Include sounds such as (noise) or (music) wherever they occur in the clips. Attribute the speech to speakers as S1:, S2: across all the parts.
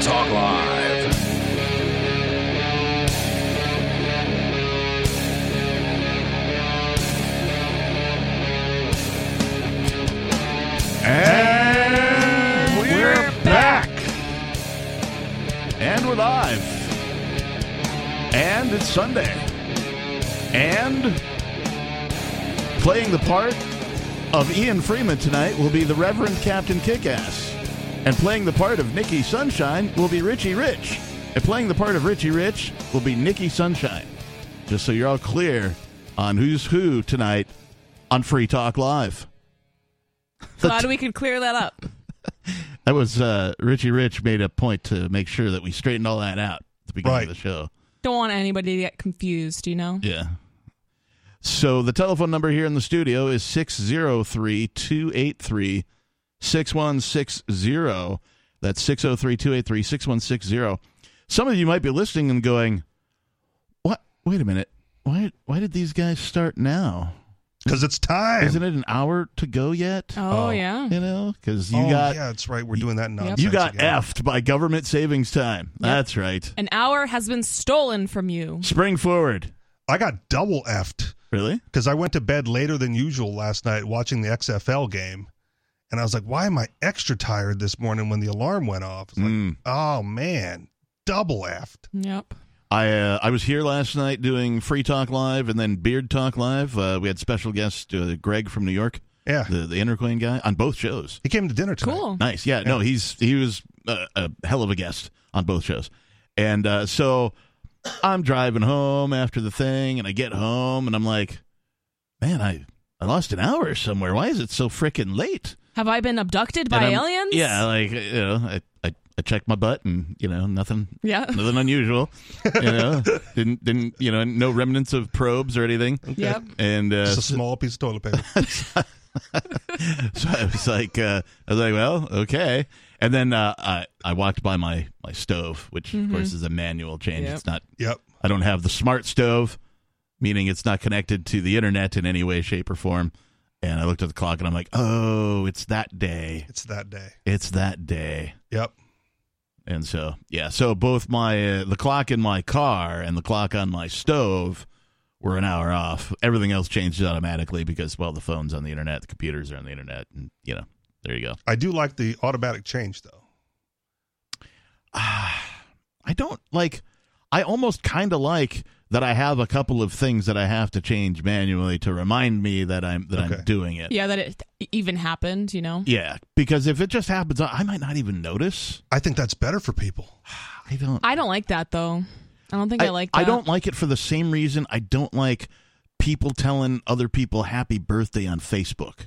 S1: Talk Live.
S2: And we're, back. And we're live. And it's Sunday. And playing the part of Ian Freeman tonight will be the Reverend Captain Kickass. And playing the part of Nikki Sunshine will be Richie Rich. And playing the part of Richie Rich will be Nikki Sunshine. Just so you're all clear on who's who tonight on Free Talk Live.
S3: Glad we could clear that up.
S2: That was uh, Richie Rich made a point to make sure that we straightened all that out at the beginning
S4: Right.
S2: of the show.
S3: Don't want anybody to get confused, you know?
S2: Yeah. So the telephone number here in the studio is 603 283 6160. That's 603 283 6160. Some of you might be listening and going, What? Wait a minute. Why, why did these guys start now?
S4: Because it's time.
S2: Isn't it an hour to go yet?
S3: Oh,
S4: Oh.
S3: yeah.
S2: You know, because you
S4: oh,
S2: got
S4: yeah, that's right. We're doing that nonsense.
S2: you got
S4: again.
S2: effed by government savings time. That's right.
S3: An hour has been stolen from you.
S2: Spring forward.
S4: I got double effed
S2: Really?
S4: because I went to bed later than usual last night watching the XFL game, and I was like, "Why am I extra tired this morning?" When the alarm went off, It's like,
S2: Mm.
S4: "Oh man, double effed."
S3: Yep.
S2: I uh, I was here last night doing Free Talk Live and then Beard Talk Live. Uh, we had special guest uh, Greg from New York,
S4: Yeah,
S2: the the Interqueen guy, on both shows.
S4: he came to dinner tonight.
S3: Cool.
S2: Nice, yeah. No, he's he was a, a hell of a guest on both shows, and uh, so I'm driving home after the thing, and I get home, and I'm like, man, I I lost an hour somewhere. Why is it so freaking late?
S3: Have I been abducted
S2: And
S3: by
S2: I'm-
S3: aliens?
S2: Yeah, like you know, I, I I checked my butt, and you know, nothing
S3: Yeah. (laughs)
S2: nothing unusual. You know, didn't didn't you know no remnants of probes or anything.
S3: Yep.
S2: And uh,
S4: Just a
S2: so,
S4: small piece of toilet paper.
S2: (laughs)
S4: (laughs)
S2: so I was like, uh, I was like, well, okay. And then uh, I I walked by my my stove, which of course is a manual change.
S3: Mm-hmm. Yep.
S2: It's not.
S4: yep.
S2: I don't have the smart stove, meaning it's not connected to the internet in any way, shape, or form. And I looked at the clock, and I'm like, oh, it's that day.
S4: It's that day.
S2: It's that day.
S4: Yep.
S2: And so, yeah, so both my uh, the clock in my car and the clock on my stove were an hour off. Everything else changes automatically because well, the phones on the internet, the computers are on the internet, and you know, there you go.
S4: I do like the automatic change though.
S2: I don't like. I almost kind of like that. I have a couple of things that I have to change manually to remind me that I'm that
S4: Okay.
S2: I'm doing it.
S3: Yeah, that it even happened, you know?
S2: yeah, because if it just happens, I I might not even notice.
S4: I think that's better for people.
S2: (sighs) I don't.
S3: I don't like that, though. I don't think I, like that.
S2: I don't like it for the same reason I don't like people telling other people happy birthday on Facebook.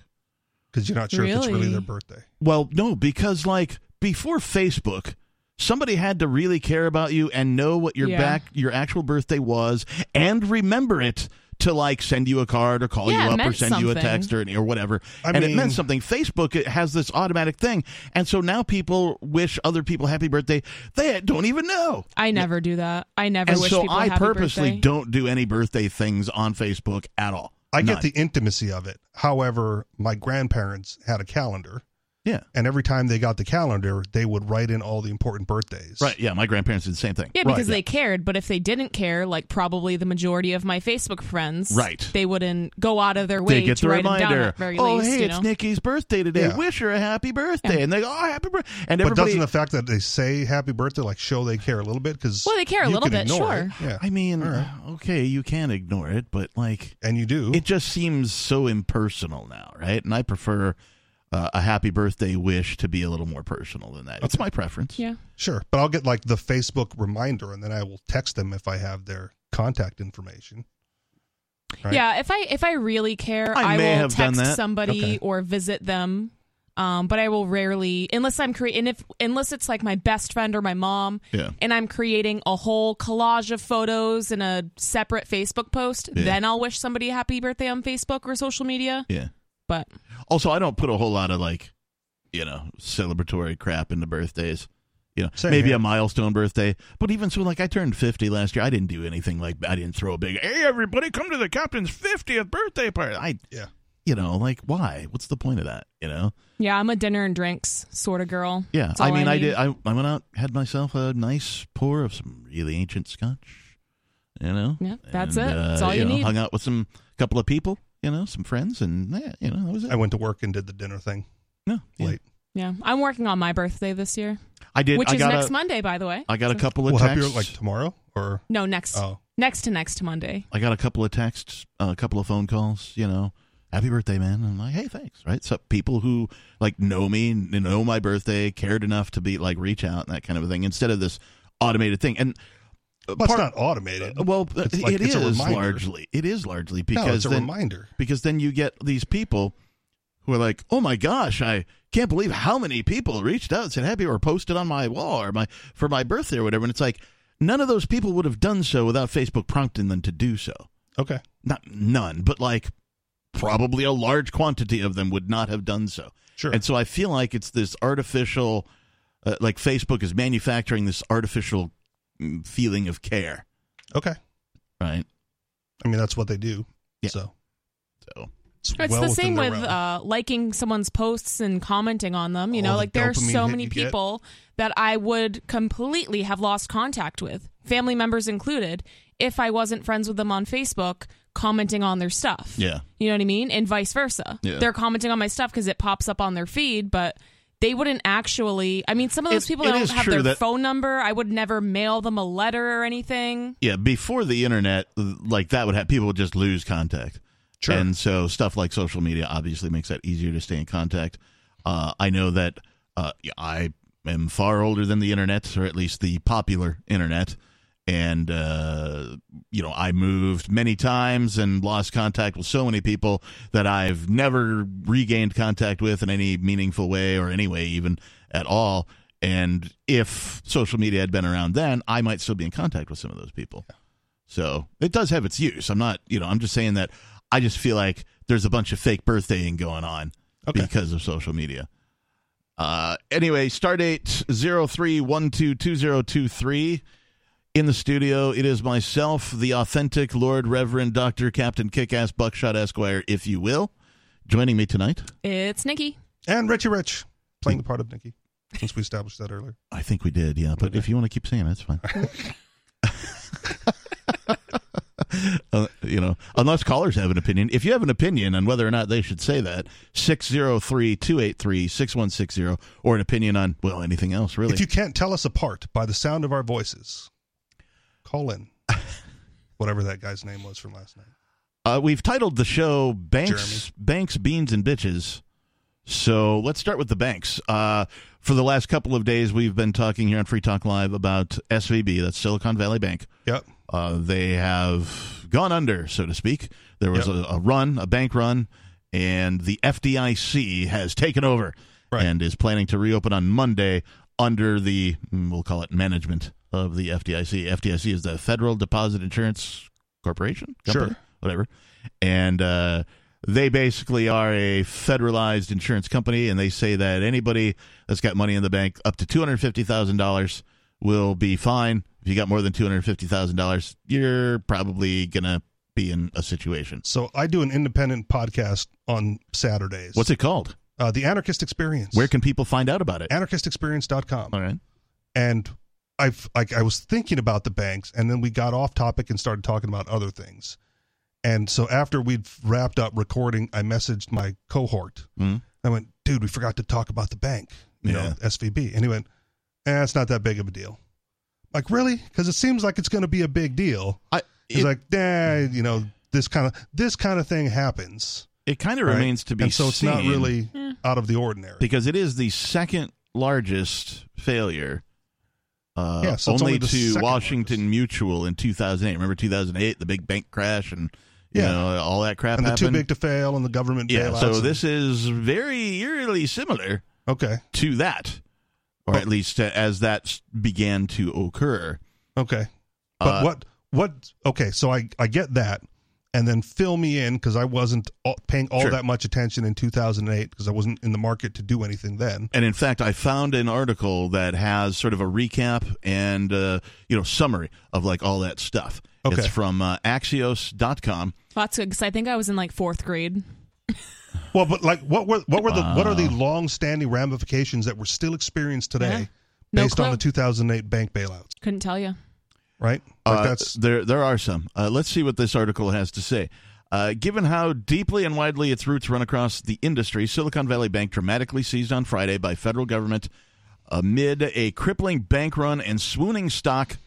S4: Because you're not sure if it's really
S3: Really?
S4: their birthday.
S2: Well, no, because like before Facebook, somebody had to really care about you and know what your
S3: Yeah.
S2: back your actual birthday was and remember it to like send you a card or call
S3: Yeah, it
S2: you up or
S3: meant
S2: send you a
S3: something.
S2: text or, or whatever
S4: I
S2: and it
S4: mean-
S2: meant something facebook it has this automatic thing and so now people wish other people happy birthday they don't even know
S3: I never do that. I never
S2: and
S3: wish
S2: so
S3: people
S2: I
S3: happy
S2: purposely
S3: birthday.
S2: don't do any birthday things on Facebook at all.
S4: I
S2: None.
S4: get the intimacy of it. However, my grandparents had a calendar,
S2: yeah,
S4: and every time they got the calendar, they would write in all the important birthdays.
S2: right. Yeah, my grandparents did the same thing.
S3: Yeah, because
S2: right,
S3: they cared, but if they didn't care, like probably the majority of my Facebook friends,
S2: Right.
S3: they wouldn't go out of their
S2: They
S3: way
S2: get
S3: to
S2: the
S3: write 'em down
S2: reminder.
S3: at very
S2: oh,
S3: least,
S2: hey,
S3: you
S2: it's
S3: know?
S2: Nikki's birthday today.
S4: Yeah.
S2: Wish her a happy birthday. And they go, oh, happy birthday. And
S4: But
S2: everybody,
S4: doesn't the fact that they say happy birthday like show they care a little bit? Because
S3: Well, they care a little bit, sure.
S4: Yeah,
S2: I mean,
S4: All right.
S2: okay, you can ignore it, but like,
S4: and you do.
S2: it just seems so impersonal now, right? And I prefer uh, a happy birthday wish to be a little more personal than that. It's my preference.
S3: yeah.
S4: sure, but I'll get like the Facebook reminder, and then I will text them if I have their contact information. right?
S3: Yeah, if I if I really care,
S2: I
S3: I,
S2: may
S3: will
S2: have done
S3: text
S2: that.
S3: somebody
S4: Okay.
S3: or visit them. Um, but I will rarely, unless I'm creating, if unless it's like my best friend or my mom,
S2: Yeah.
S3: and I'm creating a whole collage of photos in a separate Facebook post,
S2: Yeah.
S3: then I'll wish somebody a happy birthday on Facebook or social media.
S2: Yeah.
S3: But
S2: Also, I don't put a whole lot of like, you know, celebratory crap into birthdays. You know,
S4: Same
S2: maybe
S4: here.
S2: a milestone birthday, but even so, like I turned fifty last year. I didn't do anything like I didn't throw a big "Hey, everybody, come to the captain's fiftieth birthday party." I
S4: Yeah.
S2: you know, like why? What's the point of that? You know?
S3: Yeah, I'm a dinner and drinks sort of girl.
S2: Yeah.
S3: That's
S2: I
S3: all
S2: mean, I,
S3: need.
S2: did. I, I went out, had myself a nice pour of some really ancient scotch. You know.
S3: Yeah, that's
S2: And, uh,
S3: it. That's all you
S2: know,
S3: need.
S2: Hung out with some couple of people. You know, some friends, and yeah, you know, that was it.
S4: I went to work and did the dinner thing
S2: no, yeah.
S4: late.
S3: Yeah, I'm working on my birthday this year,
S2: I did.
S3: which
S2: I
S3: is
S2: got
S3: next
S2: a,
S3: Monday, by the way.
S2: I got a
S3: So-
S2: couple of
S4: Well, happy
S2: texts.
S4: like tomorrow or
S3: No, next
S4: oh
S3: next to next Monday.
S2: I got a couple of texts, uh, a couple of phone calls, you know, happy birthday, man. And I'm like, hey, thanks, right? So people who like know me, n- know my birthday, cared enough to be like reach out and that kind of a thing instead of this automated thing. And uh,
S4: but it's not automated.
S2: well,
S4: It's like-
S2: it
S4: it's a
S2: is
S4: reminder.
S2: largely, it is
S4: no,
S2: largely
S4: it's
S2: because
S4: a
S2: then,
S4: reminder.
S2: because then you get these people who are like, "Oh my gosh, I can't believe how many people reached out and said happy or posted on my wall or my for my birthday or whatever." And it's like none of those people would have done so without Facebook prompting them to do so.
S4: Okay.
S2: Not none, but like probably a large quantity of them would not have done so.
S4: Sure.
S2: And so I feel like it's this artificial, uh, like Facebook is manufacturing this artificial mm, feeling of care,
S4: okay.
S2: right?
S4: I mean, that's what they do.
S2: Yeah.
S4: So
S2: So
S4: it's,
S3: It's
S4: well
S3: the
S4: within
S3: same
S4: their
S3: with
S4: realm.
S3: uh, liking someone's posts and commenting on them. You
S4: All
S3: know,
S4: the
S3: like there are
S4: dopamine
S3: so
S4: hit
S3: many
S4: you get.
S3: people that I would completely have lost contact with, family members included, if I wasn't friends with them on Facebook commenting on their stuff.
S2: yeah,
S3: You know what I mean? And vice versa.
S2: Yeah.
S3: They're commenting on my stuff because it pops up on their feed, but they wouldn't actually. I mean, some of those
S2: It-
S3: people
S2: it
S3: don't
S2: is
S3: have
S2: true
S3: their
S2: that-
S3: phone number. I would never mail them a letter or anything.
S2: yeah. Before the internet, like that would have people would just lose contact.
S4: Sure.
S2: And so stuff like social media obviously makes that easier to stay in contact. Uh, I know that uh, I am far older than the internet, or at least the popular internet. And, uh, you know, I moved many times and lost contact with so many people that I've never regained contact with in any meaningful way or any way, even at all. And if social media had been around then, I might still be in contact with some of those people. So it does have its use. I'm not, you know, I'm just saying that I just feel like there's a bunch of fake birthdaying going on
S4: Okay.
S2: because of social media. Uh, anyway, stardate 03122023 in the studio. It is myself, the authentic Lord Reverend Dr. Captain Kickass Buckshot Esquire, if you will. Joining me tonight,
S3: It's Nikki.
S4: and Richie Rich playing the part of Nikki. Since we established that earlier,
S2: I think we did, yeah. But
S4: Okay.
S2: if you want to keep saying it, that's
S4: (laughs)
S2: fine. Uh, you know, unless callers have an opinion. If you have an opinion on whether or not they should say that, 603 283 6160, or an opinion on, well, anything else, really.
S4: if you can't tell us apart by the sound of our voices, call
S2: (laughs)
S4: in. Whatever that guy's name was from last night.
S2: uh, we've titled the show Banks, Banks, Beans, and Bitches. So let's start with the banks. Uh, for the last couple of days, we've been talking here on Free Talk Live about SVB, that's Silicon Valley Bank.
S4: Yep.
S2: Uh, they have gone under, so to speak. There was
S4: Yep.
S2: a, a run, a bank run, and the FDIC has taken over
S4: Right.
S2: and is planning to reopen on Monday under the, mm, we'll call it management of the FDIC. FDIC is the Federal Deposit Insurance Corporation? Company?
S4: Sure.
S2: Whatever. And uh, they basically are a federalized insurance company, and they say that anybody that's got money in the bank up to $250,000 will be fine. If you got more than two hundred fifty thousand dollars, you're probably gonna be in a situation.
S4: So I do an independent podcast on Saturdays.
S2: What's it called?
S4: Uh, the Anarchist Experience.
S2: Where can people find out about it?
S4: anarchistexperience.com.
S2: All right.
S4: and I've like I was thinking about the banks, and then we got off topic and started talking about other things. And so after we'd wrapped up recording, I messaged my cohort.
S2: Mhm.
S4: I went, "Dude, we forgot to talk about the bank, you know,
S2: Yeah.
S4: SVB." And he went, "Eh, it's not that big of a deal." Like really? Because it seems like it's going to be a big deal.
S2: I,
S4: He's
S2: it,
S4: like, "Nah, you know, this kind of this kind of thing happens."
S2: it kind of
S4: right?
S2: remains to be
S4: and so it's not
S2: seen
S4: really
S3: Yeah.
S4: out of the ordinary.
S2: because it is the second largest failure. Uh,
S4: Yeah, so it's
S2: only,
S4: only the
S2: to
S4: second
S2: Washington
S4: largest.
S2: Mutual in 2008. Remember 2008, the big bank crash and you
S4: Yeah.
S2: know all that crap
S4: and the too big
S2: happened.
S4: to fail and the government
S2: yeah,
S4: bailouts.
S2: so
S4: and-
S2: this is very eerily similar
S4: okay, Oh.
S2: to that, or
S4: But-
S2: at least uh, as that s- began to occur.
S4: okay. But
S2: Uh,
S4: what what? Okay, so I I get that, and then fill me in because I wasn't all, paying all
S2: Sure.
S4: that much attention in 2008 because I wasn't in the market to do anything then.
S2: And in fact, I found an article that has sort of a recap and uh, you know summary of like all that stuff.
S4: Okay.
S2: It's from uh, Axios.com.
S3: Well, that's good because I think I was in like fourth grade.
S4: Well, but like, what were what were the what are the
S2: Wow.
S4: long-standing ramifications that were still experienced today,
S3: No
S4: based on
S3: clue.
S4: the 2008 bank bailouts?
S3: Couldn't tell you.
S4: Right? Like
S2: Uh,
S4: that's
S2: there, there are some. Uh, let's see what this article has to say. Uh, given how deeply and widely its roots run across the industry, Silicon Valley Bank dramatically seized on Friday by federal government amid a crippling bank run and swooning stock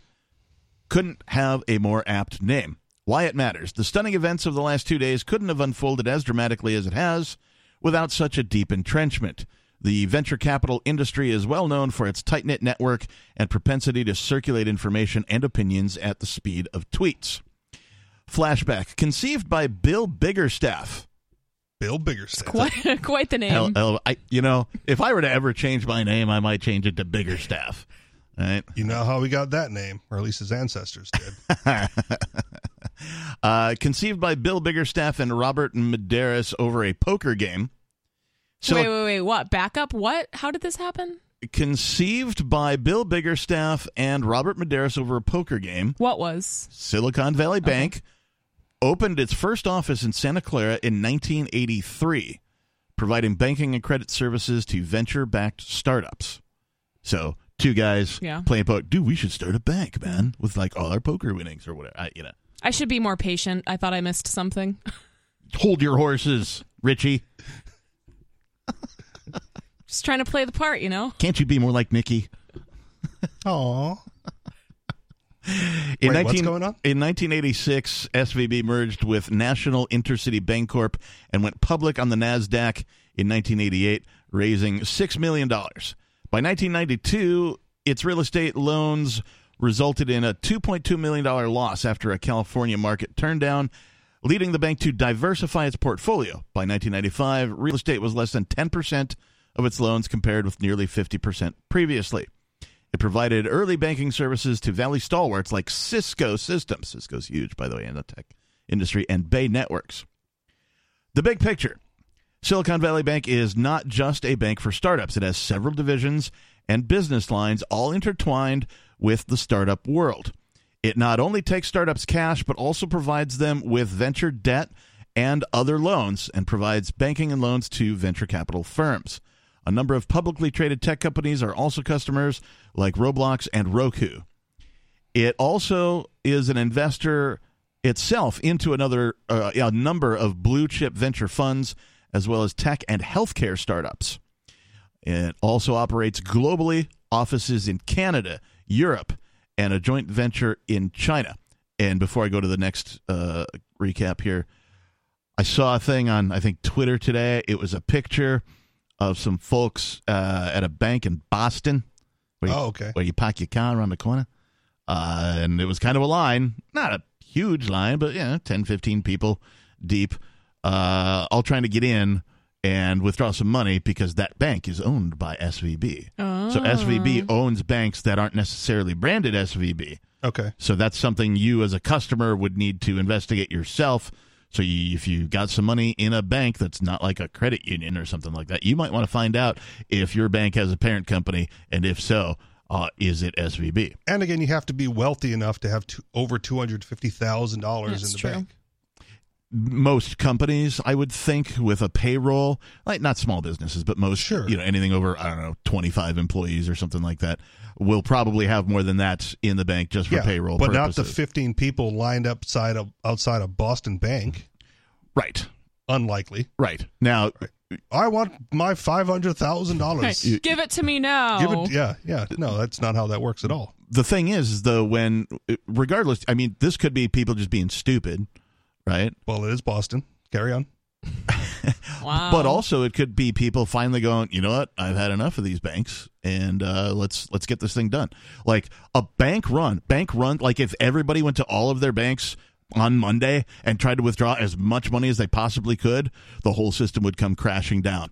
S2: couldn't have a more apt name. Why it matters. The stunning events of the last two days couldn't have unfolded as dramatically as it has without such a deep entrenchment. The venture capital industry is well known for its tight knit network and propensity to circulate information and opinions at the speed of tweets. Flashback, conceived by Bill Biggerstaff.
S4: Bill Biggerstaff.
S3: Quite, (laughs) quite the name.
S2: Hell, hell, I- you know, if I were to ever change my name, I might change it to Biggerstaff. All right.
S4: You know how he got that name, or at least his ancestors did.
S2: (laughs) uh, conceived by Bill Biggerstaff and Robert Medeiros over a poker game. So
S3: wait, wait, wait. What? Back up? What? How did this happen?
S2: conceived by Bill Biggerstaff and Robert Medeiros over a poker game.
S3: What was?
S2: Silicon Valley Bank opened its first office in Santa Clara in 1983, providing banking and credit services to venture-backed startups. So two guys
S3: Yeah.
S2: playing poker. Dude, we should start a bank, man, with like all our poker winnings or whatever. I, you know,
S3: I should be more patient. I thought I missed something. (laughs)
S2: hold your horses, Richie.
S3: Just trying to play the part, you know?
S2: Can't you be more like Mickey?
S4: Aww.
S2: In
S4: Wait, what's going on?
S2: In 1986, SVB merged with National Intercity Bancorp and went public on the NASDAQ in 1988, raising $6 million. By 1992, its real estate loans resulted in a $2.2 million loss after a California market turndown, leading the bank to diversify its portfolio. By 1995, real estate was less than 10% of its loans compared with nearly 50% previously. It provided early banking services to Valley stalwarts like Cisco Systems. Cisco's huge, by the way, in the tech industry, and Bay Networks. The big picture Silicon Valley Bank is not just a bank for startups, it has several divisions and business lines all intertwined with the startup world. It not only takes startups cash, but also provides them with venture debt and other loans and provides banking and loans to venture capital firms. A number of publicly traded tech companies are also customers, like Roblox and Roku. It also is an investor itself into another uh, a number of blue chip venture funds as well as tech and healthcare startups. It also operates globally, offices in Canada, Europe, and a joint venture in China. And before I go to the next uh, recap here, I saw a thing on I think Twitter today. It was a picture of some folks uh, at a bank in Boston. Where you,
S4: Oh, okay.
S2: Where you park your car around the corner, uh, and it was kind of a line, not a huge line, but yeah, 10, 15 people deep, uh, all trying to get in and withdraw some money because that bank is owned by SVB. So SVB owns banks that aren't necessarily branded SVB.
S4: Okay.
S2: So that's something you as a customer would need to investigate yourself. So you, if you got some money in a bank that's not like a credit union or something like that, you might want to find out if your bank has a parent company, and if so, uh, is it SVB?
S4: And again, you have to be wealthy enough to have two, over two hundred fifty thousand dollars in
S3: That's
S4: the
S3: true.
S4: bank.
S2: Most companies, I would think, with a payroll, like not small businesses, but most,
S4: Sure.
S2: you know, anything over I don't know, twenty five employees or something like that, will probably have more than that in the bank just for
S4: yeah,
S2: payroll.
S4: but
S2: purposes.
S4: not the fifteen people lined up side of, outside a Boston bank.
S2: right,
S4: Unlikely.
S2: right. Now,
S4: I want my five hundred
S3: (laughs)
S4: thousand dollars.
S3: Hey, give it to me now.
S4: Give it, yeah, yeah. No, that's not how that works at all.
S2: the thing is, is though, when regardless, I mean, this could be people just being stupid, right?
S4: Well, it is Boston. Carry on.
S3: wow.
S2: But also, it could be people finally going, you know what? I've had enough of these banks, and uh, let's let's get this thing done. Like a bank run, bank run. Like if everybody went to all of their banks on Monday and tried to withdraw as much money as they possibly could, the whole system would come crashing down.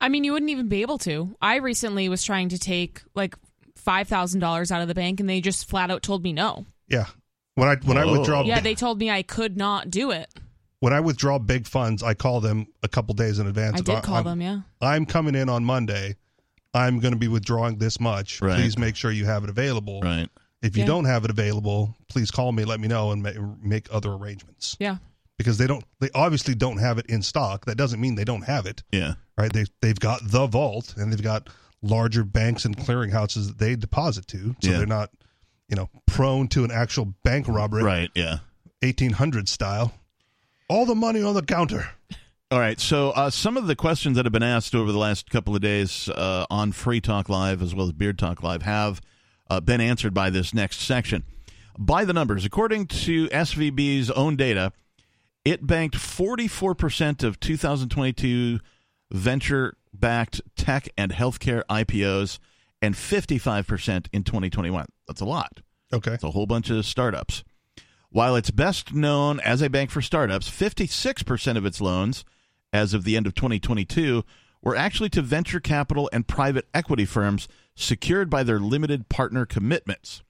S3: I mean, you wouldn't even be able to. I recently was trying to take like $5,000 out of the bank and they just flat out told me no.
S4: Yeah. When I when I
S2: Whoa.
S4: withdraw
S3: Yeah, they told me I could not do it.
S4: when I withdraw big funds, I call them a couple days in advance.
S3: I did
S4: I'm-
S3: call them, yeah.
S4: I'm coming in on Monday. I'm going to be withdrawing this much.
S2: Right.
S4: Please make sure you have it available.
S2: Right.
S4: If you
S3: Yeah.
S4: don't have it available, please call me. Let me know and ma- make other arrangements.
S3: Yeah.
S4: because they don't they obviously don't have it in stock. That doesn't mean they don't have it,
S2: Yeah.
S4: right? They they've got the vault and they've got larger banks and clearinghouses that they deposit to, so
S2: Yeah.
S4: they're not you know prone to an actual bank robbery,
S2: Right. Yeah.
S4: 1800 style. All the money on the counter.
S2: All right. So, uh, some of the questions that have been asked over the last couple of days uh, on Free Talk Live as well as Beard Talk Live have uh, been answered by this next section. By the numbers, according to SVB's own data, it banked 44% of 2022 venture backed tech and healthcare IPOs and 55% in 2021. That's a lot.
S4: Okay.
S2: It's a whole bunch of startups. While it's best known as a bank for startups, 56% of its loans, as of the end of 2022, were actually to venture capital and private equity firms secured by their limited partner commitments.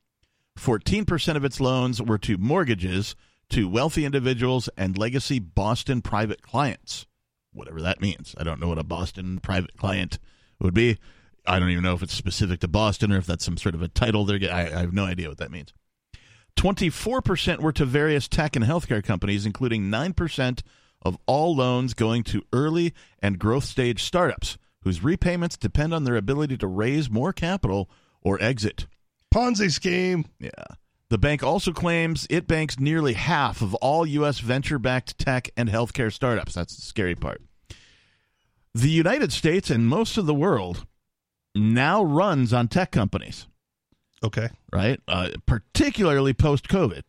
S2: 14% of its loans were to mortgages to wealthy individuals and legacy Boston private clients. Whatever that means. I don't know what a Boston private client would be. I don't even know if it's specific to Boston or if that's some sort of a title they're getting. I I have no idea what that means. 24% were to various tech and healthcare companies, including 9% of all loans going to early and growth stage startups whose repayments depend on their ability to raise more capital or exit.
S4: Ponzi scheme.
S2: Yeah. The bank also claims it banks nearly half of all U.S. venture backed tech and healthcare startups. That's the scary part. The United States and most of the world now runs on tech companies,
S4: Okay.
S2: right? Uh, particularly post COVID,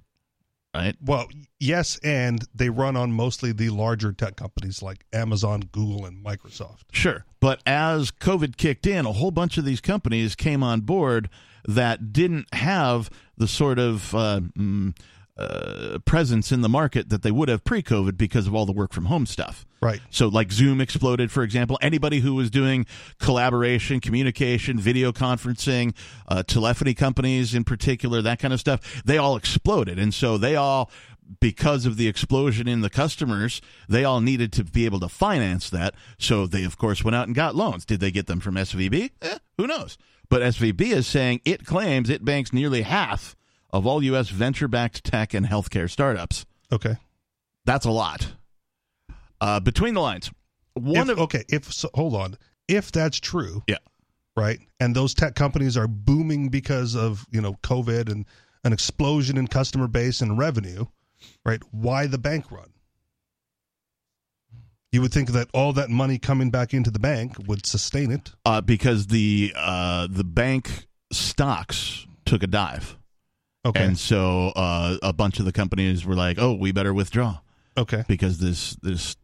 S2: right?
S4: Well, yes, and they run on mostly the larger tech companies like Amazon, Google, and Microsoft.
S2: Sure. But as COVID kicked in, a whole bunch of these companies came on board that didn't have the sort of uh, mm, uh, presence in the market that they would have pre COVID because of all the work from home stuff.
S4: Right.
S2: So, like Zoom exploded, for example. Anybody who was doing collaboration, communication, video conferencing, uh, telephony companies in particular, that kind of stuff, they all exploded. And so they all, because of the explosion in the customers, they all needed to be able to finance that. So they, of course, went out and got loans. Did they get them from SVB? Eh, who knows? But SVB is saying it claims it banks nearly half of all U.S. venture backed tech and healthcare startups.
S4: Okay.
S2: That's a lot. Uh, between the lines, one
S4: If-
S2: of
S4: okay. If so, hold on, if that's true,
S2: Yeah.
S4: right, and those tech companies are booming because of you know COVID and an explosion in customer base and revenue, right? Why the bank run? You would think that all that money coming back into the bank would sustain it.
S2: uh, because the uh, the bank stocks took a dive,
S4: Okay.
S2: and so uh, a bunch of the companies were like, "Oh, we better withdraw
S4: okay.
S2: because this this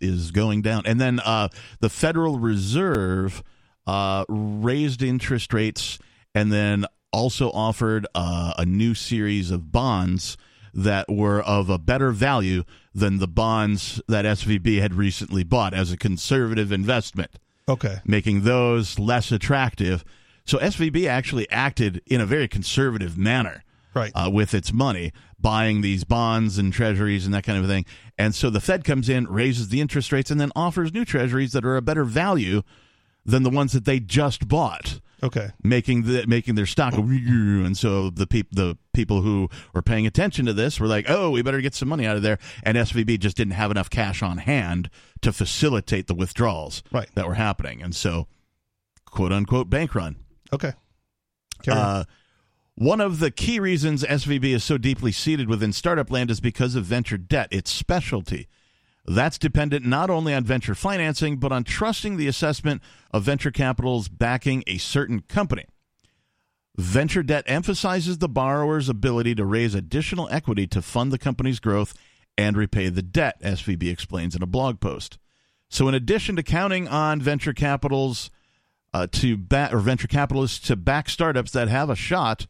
S2: is going down." And then uh, the Federal Reserve uh, raised interest rates, and then also offered uh, a new series of bonds that were of a better value than the bonds that SVB had recently bought as a conservative investment
S4: Okay.
S2: making those less attractive. So SVB actually acted in a very conservative manner
S4: Right.
S2: uh, with its money, buying these bonds and treasuries and that kind of thing. And so the Fed comes in, raises the interest rates, and then offers new treasuries that are a better value than the ones that they just bought
S4: okay.
S2: making the making their stock and so the people the people who were paying attention to this were like oh we better get some money out of there and SVB just didn't have enough cash on hand to facilitate the withdrawals
S4: Right.
S2: that were happening and so quote unquote bank run
S4: Okay. Carry on.
S2: uh, one of the key reasons SVB is so deeply seated within startup land is because of venture debt, its specialty. That's dependent not only on venture financing, but on trusting the assessment of venture capital's backing a certain company. Venture debt emphasizes the borrower's ability to raise additional equity to fund the company's growth and repay the debt, SVB explains in a blog post. So, in addition to counting on venture capital's uh, to back or venture capitalists to back startups that have a shot,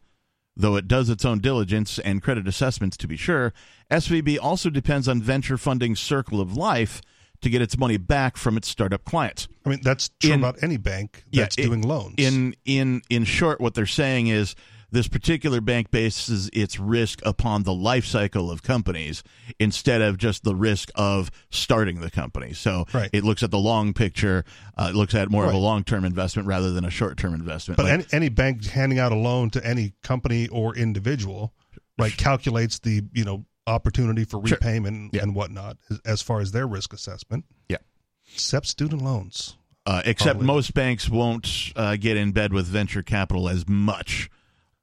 S2: though it does its own diligence and credit assessments to be sure. SVB also depends on venture funding Circle of Life to get its money back from its startup clients.
S4: I mean, that's true
S2: in-
S4: about any bank
S2: Yeah,
S4: that's
S2: i-
S4: doing loans.
S2: In in in short, what they're saying is this particular bank bases its risk upon the life cycle of companies instead of just the risk of starting the company. So
S4: Right.
S2: it looks at the long picture. Uh, it looks at more of a
S4: Right.
S2: long term investment rather than a short term investment.
S4: But
S2: Like-
S4: any, any bank handing out a loan to any company or individual, right, calculates the you know opportunity for
S2: Sure.
S4: repayment
S2: Yeah.
S4: and whatnot as, as far as their risk assessment.
S2: Yeah.
S4: Except student loans.
S2: Uh, except
S4: Probably.
S2: most banks won't uh, get in bed with venture capital as much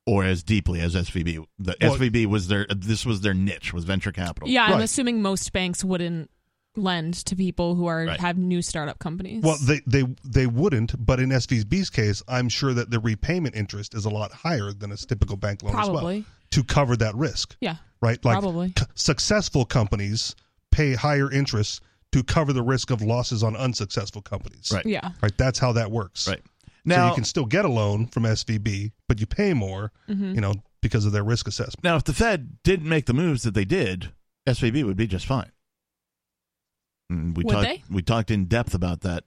S2: or as deeply as SVB. The
S4: Well-
S2: SVB was their this was their niche was venture capital.
S3: Yeah, I'm
S4: Oh, Right.
S3: assuming most banks wouldn't lend to people who are
S2: Right.
S3: have new startup companies.
S4: Well, they they they wouldn't, but in SVB's case, I'm sure that the repayment interest is a lot higher than a typical bank loan as well
S3: Probably.
S4: to cover that risk,
S3: yeah,
S4: right? Like
S3: probably.
S4: c- successful companies pay higher interest to cover the risk of losses on unsuccessful companies.
S2: Right.
S3: Yeah.
S4: Right, that's how that works.
S2: Right.
S4: so
S2: Now,
S4: you can still get a loan from SVB, but you pay more,
S3: Mm-hmm.
S4: you know, because of their risk assessment.
S2: now if the Fed didn't make the moves that they did, SVB would be just fine. And we
S3: Would
S2: talked
S3: they?
S2: we talked in depth about that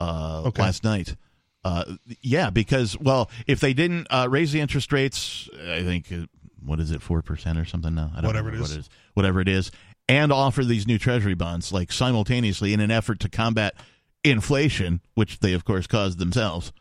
S2: uh,
S4: Okay.
S2: last night. Uh, yeah, because well, if they didn't uh, raise the interest rates, I think uh, what is it, four percent or something now? I don't
S4: Whatever it
S2: remember
S4: is.
S2: what whatever it is, and offer these new treasury bonds like simultaneously in an effort to combat inflation, which they of course caused themselves.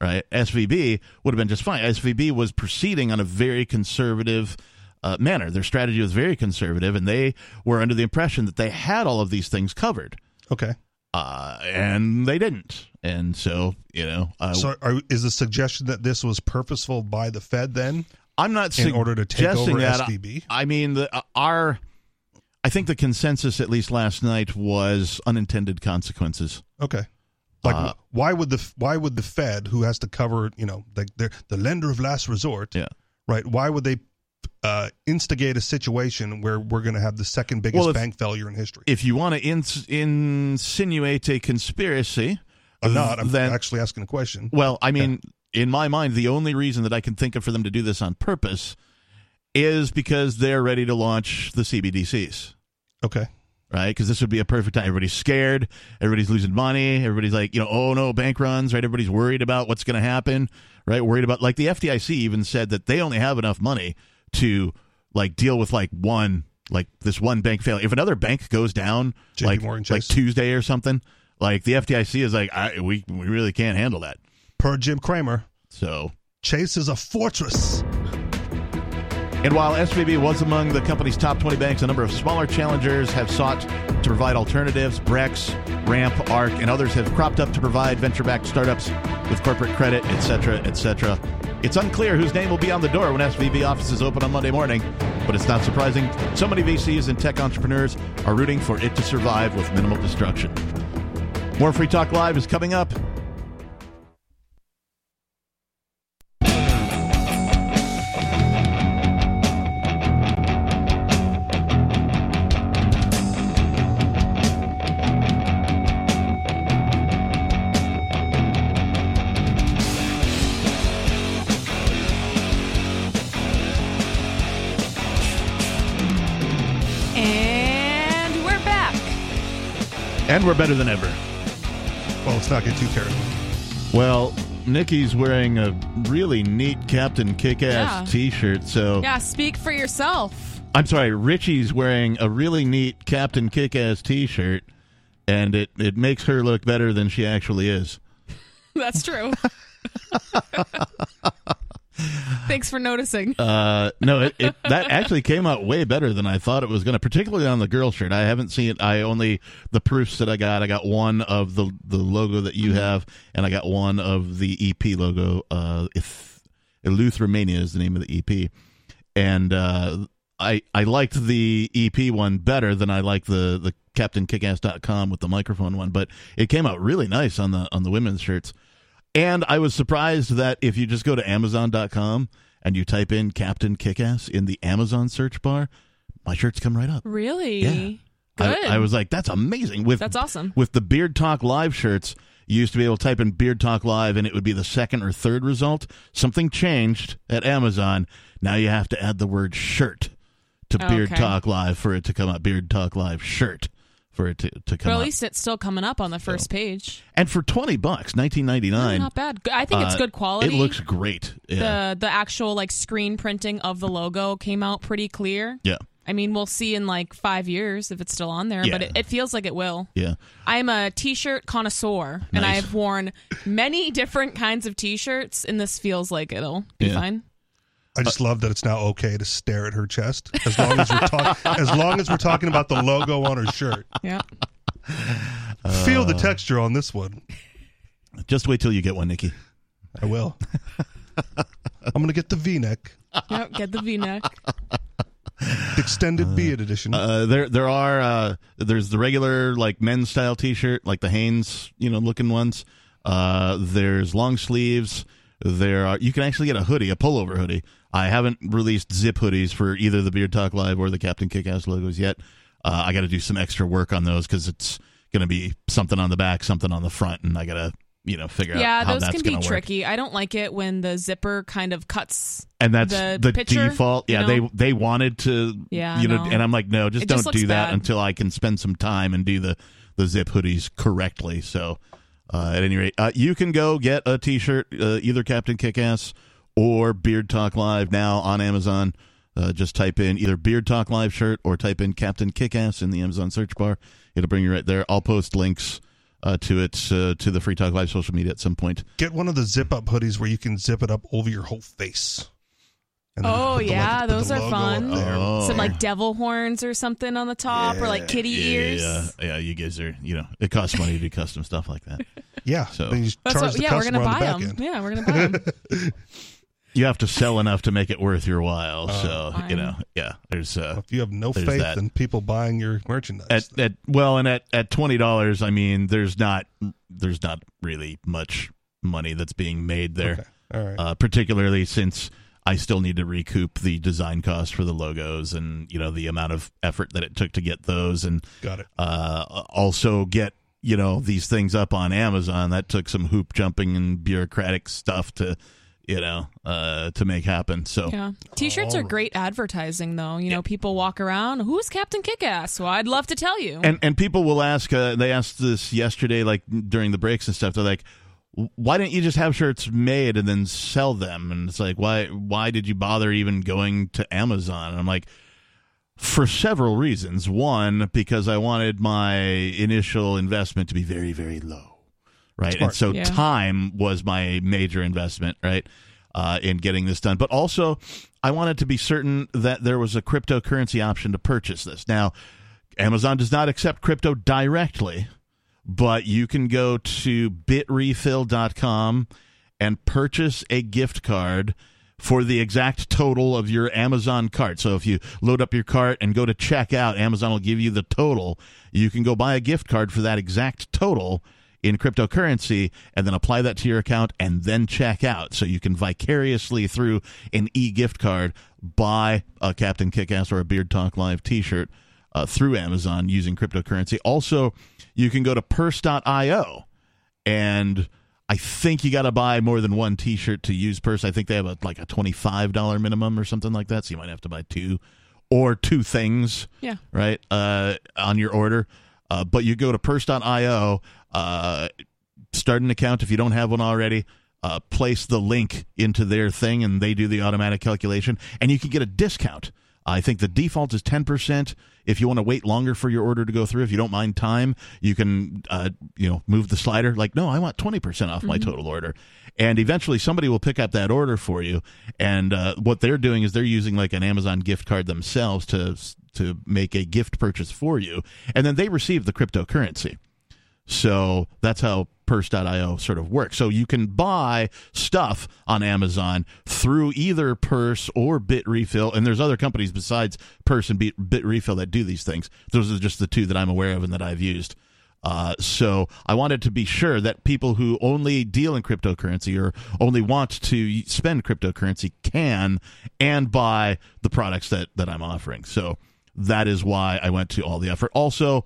S2: Right? SVB would have been just fine. SVB was proceeding on a very conservative uh, manner. Their strategy was very conservative, and they were under the impression that they had all of these things covered,
S4: Okay.
S2: uh, and they didn't. And so, you know, uh,
S4: So are, is the suggestion that this was purposeful by the Fed then?
S2: I'm not
S4: in order to take
S2: suggesting
S4: over
S2: that.
S4: SVB?
S2: I mean, the, uh, our, I think the consensus, at least last night, was unintended consequences.
S4: Okay. Like
S2: Uh,
S4: why would the why would the Fed who has to cover, you know, like they're the lender of last resort,
S2: Yeah.
S4: right? Why would they uh, instigate a situation where we're going to have the second biggest
S2: Well, if-
S4: bank failure in history?
S2: If you want to ins- insinuate a conspiracy,
S4: I'm not. Uh, I'm
S2: then
S4: actually asking a question.
S2: well, I mean, in my mind, the only reason that I can think of for them to do this on purpose is because they're ready to launch the CBDCs.
S4: Okay.
S2: right? Because this would be a perfect time. Everybody's scared. Everybody's losing money. Everybody's like, you know, oh no, bank runs, right? Everybody's worried about what's going to happen, right? Worried about like the FDIC even said that they only have enough money to like deal with like one like this one bank failure. If another bank goes down,
S4: JP
S2: like
S4: Morgan
S2: like
S4: Chase.
S2: Tuesday or something, like the FDIC is like, I, we we really can't handle that.
S4: Per Jim Cramer,
S2: So
S4: Chase is a fortress.
S2: And while SVB was among the company's top 20 banks, a number of smaller challengers have sought to provide alternatives. Brex, Ramp, Arc, and others have cropped up to provide venture-backed startups with corporate credit, etc., etc. It's unclear whose name will be on the door when SVB offices open on Monday morning, but it's not surprising. So many VCs and tech entrepreneurs are rooting for it to survive with minimal destruction. More Free Talk Live is coming up.
S3: And we're back.
S2: And we're better than ever.
S4: Well, let's not get too carried away.
S2: Well, Nikki's wearing a really neat Captain Kick Ass
S3: Yeah.
S2: t shirt,
S4: oh.
S2: so.
S3: Yeah, speak for yourself.
S2: I'm sorry, Richie's wearing a really neat Captain Kick Ass t shirt, and it, it makes her look better than she actually is. (laughs)
S3: (laughs) That's true. Thanks for noticing.
S2: Uh, no, it, it that actually came out way better than I thought it was going to, particularly on the girl shirt. I haven't seen it. I only, the proofs that I got, I got one of the, the logo that you have, and I got one of the EP logo. Uh, if Eleuthermania is the name of the EP. And, uh, I, I liked the EP one better than I liked the, the CaptainKickass.com with the microphone one, but it came out really nice on the on the women's shirts. And I was surprised that if you just go to Amazon.com and you type in Captain Kickass in the Amazon search bar, my shirts come right up.
S3: Really?
S2: Yeah.
S3: Good.
S2: I, I was like, that's amazing. With
S3: That's awesome.
S2: With the Beard Talk Live shirts, you used to be able to type in Beard Talk Live and it would be the second or third result. Something changed at Amazon. Now you have to add the word shirt to Beard
S3: Okay.
S2: Talk Live for it to come up. Beard Talk Live shirt for it to, to come
S3: but at
S2: up.
S3: least it's still coming up on the first page.
S2: and for 20 bucks, 19.99.
S3: Not bad. I think it's
S2: uh,
S3: good quality.
S2: It looks great. Yeah.
S3: the the actual like screen printing of the logo came out pretty clear.
S2: yeah.
S3: I mean, we'll see in like five years if it's still on there, but
S2: Yeah.
S3: it, it feels like it will.
S2: Yeah.
S3: I'm a t-shirt connoisseur, and
S2: Nice.
S3: I've (laughs) worn many different kinds of t-shirts, and this feels like it'll be
S2: Yeah.
S3: fine.
S4: I
S2: uh,
S4: just love that it's now okay to stare at her chest as long as we're
S2: (laughs)
S4: talking as long as we're talking about the logo on her shirt.
S3: Yeah.
S4: Feel the texture on this one.
S2: Uh, Just wait till you get one, Nikki.
S4: I will. I'm gonna get the V-neck,
S3: Yep. Get the V neck.
S4: the extended beard edition.
S2: Uh, there, there are uh, there's the regular like men's style T-shirt, like the Hanes, you know, looking ones. Uh, there's long sleeves. There are you can actually get a hoodie, a pullover hoodie. I haven't released zip hoodies for either the Beard Talk Live or the Captain Kickass logos yet. Uh, I got to do some extra work on those because it's going to be something on the back, something on the front, and I got to you know figure
S3: Yeah,
S2: out how
S3: those
S2: that's
S3: can
S2: going
S3: be
S2: to work.
S3: tricky. I don't like it when the zipper kind of cuts.
S2: and that's
S3: the
S2: the,
S3: picture,
S2: default.
S3: you
S2: Yeah,
S3: know?
S2: they they wanted to.
S3: Yeah,
S2: you know,
S3: no.
S2: and I'm like, no, just
S3: It
S2: don't
S3: just looks
S2: do that
S3: bad.
S2: until I can spend some time and do the the zip hoodies correctly. So, uh, at any rate, uh, you can go get a T-shirt, uh, either Captain Kickass or Beard Talk Live now on Amazon. Uh, just type in either Beard Talk Live shirt or type in Captain Kickass in the Amazon search bar. It'll bring you right there. I'll post links uh, to it uh, to the Free Talk Live social media at some point.
S4: Get one of the zip-up hoodies where you can zip it up over your whole face. And then
S3: Oh,
S4: put the lo-
S3: yeah,
S4: put the
S3: those are
S4: logo up
S3: fun.
S4: there.
S2: Oh.
S3: Some like devil horns or something on the top, or like kitty ears.
S2: Yeah, yeah, you guys are, you know, it costs money to do custom stuff like that.
S4: (laughs) Yeah,
S2: So-
S4: then you
S3: That's
S4: charge
S3: what,
S4: the
S3: yeah, we're
S4: customer
S3: gonna
S4: on the
S3: buy
S4: back
S3: them.
S4: end.
S3: Yeah, we're gonna buy them.
S2: (laughs) You have to sell enough to make it worth your while. so, you
S3: fine.
S2: know, yeah, there's uh
S4: Uh, If you have no
S2: There's
S4: faith
S2: that.
S4: in people buying your merchandise,
S2: at, at well, and at at $20, I mean, there's not there's not really much money that's being made there.
S4: Okay. all right.
S2: Uh particularly since I still need to recoup the design costs for the logos and, you know, the amount of effort that it took to get those and
S4: Got it.
S2: uh, also get you know these things up on Amazon. That took some hoop jumping and bureaucratic stuff to you know uh, to make happen. So oh.
S3: Yeah, t-shirts are great advertising, though. You know, people walk around. Who's Captain Kickass? Well, I'd love to tell you.
S2: and and people will ask. Uh, they asked this yesterday, like during the breaks and stuff. They're like. Why didn't you just have shirts made and then sell them? And it's like, why? Why did you bother even going to Amazon? And I'm like, for several reasons. One, because I wanted my initial investment to be very, very low, right? And so
S3: Yeah.
S2: time was my major investment, right, uh, in getting this done. But also, I wanted to be certain that there was a cryptocurrency option to purchase this. Now, Amazon does not accept crypto directly, but you can go to bitrefill.com and purchase a gift card for the exact total of your Amazon cart. So if you load up your cart and go to checkout, Amazon will give you the total. You can go buy a gift card for that exact total in cryptocurrency and then apply that to your account and then check out. So you can vicariously through an e gift card buy a Captain Kickass or a Beard Talk Live t shirt uh, through Amazon using cryptocurrency. Also, you can go to purse.io and I think you got to buy more than one T-shirt to use Purse. I think they have a like a twenty-five dollar minimum or something like that. So you might have to buy two or two things,
S3: yeah,
S2: right, uh, on your order. Uh, but you go to Purse.io, uh, start an account if you don't have one already. Uh, place the link into their thing, and they do the automatic calculation, and you can get a discount. I think the default is ten percent. If you want to wait longer for your order to go through, if you don't mind time, you can uh, you know move the slider. Like, no, I want twenty percent off my total order, and eventually somebody will pick up that order for you. And uh, what they're doing is they're using like an Amazon gift card themselves to to make a gift purchase for you, and then they receive the cryptocurrency. So that's how Purse.io sort of works. So you can buy stuff on Amazon through either Purse or BitRefill, and there's other companies besides Purse and Bit, BitRefill that do these things. Those are just the two that I'm aware of and that I've used. Uh, so I wanted to be sure that people who only deal in cryptocurrency or only want to spend cryptocurrency can and buy the products that that I'm offering. So that is why I went to all the effort. Also,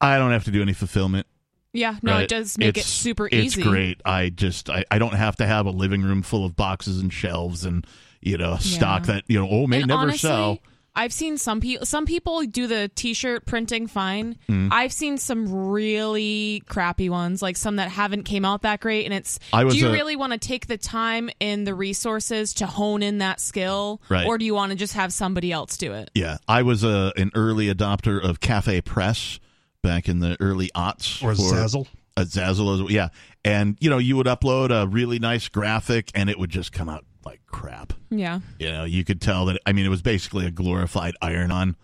S2: I don't have to do any fulfillment.
S3: yeah. No,
S2: right?
S3: it does make it
S2: It's-
S3: super
S2: it's
S3: easy.
S2: great. I just I, I don't have to have a living room full of boxes and shelves and you know stock
S3: Yeah.
S2: that you know oh may
S3: And
S2: never
S3: honestly,
S2: sell.
S3: I've seen some people. Some people do the T-shirt printing fine.
S2: Mm-hmm.
S3: I've seen some really crappy ones, like some that haven't came out that great. And it's
S2: I was
S3: do you
S2: a-
S3: really want to take the time and the resources to hone in that skill,
S2: Right.
S3: or do you want to just have somebody else do it?
S2: Yeah, I was a an early adopter of Cafe Press back in the early aughts
S4: or
S2: for- Uh,
S4: Zazzle.
S2: a Zazzle, as- yeah. And you know, you would upload a really nice graphic, and it would just come out like crap.
S3: Yeah.
S2: You know, you could tell that. I mean, it was basically a glorified iron-on,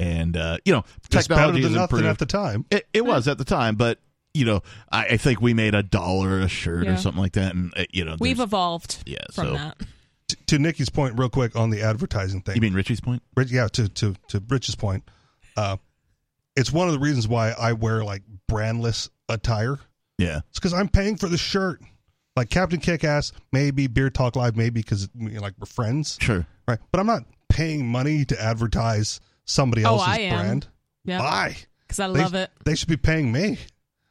S2: and uh, you know,
S4: It's better
S2: technology
S4: than
S2: has
S4: nothing
S2: improved.
S4: at the time.
S2: It, it was at the time, but you know, I, I think we made a dollar a shirt
S3: Yeah.
S2: or something like that, and uh, you know,
S3: We've
S2: there's-
S3: evolved
S2: yeah.
S3: from
S2: So
S3: that.
S4: T- to Nikki's point, real quick on the advertising thing.
S2: you mean Richie's point?
S4: Rich, yeah, to to to Rich's point, uh, it's one of the reasons why I wear like brandless attire.
S2: Yeah,
S4: It's because I'm paying for the shirt. Like Captain Kickass, maybe Beer Talk Live, maybe because like we're friends,
S2: sure.
S4: right? But I'm not paying money to advertise somebody
S3: Oh,
S4: else's
S3: I am.
S4: brand.
S3: Yeah.
S4: Why?
S3: Because I love
S4: they,
S3: it.
S4: They should be paying me.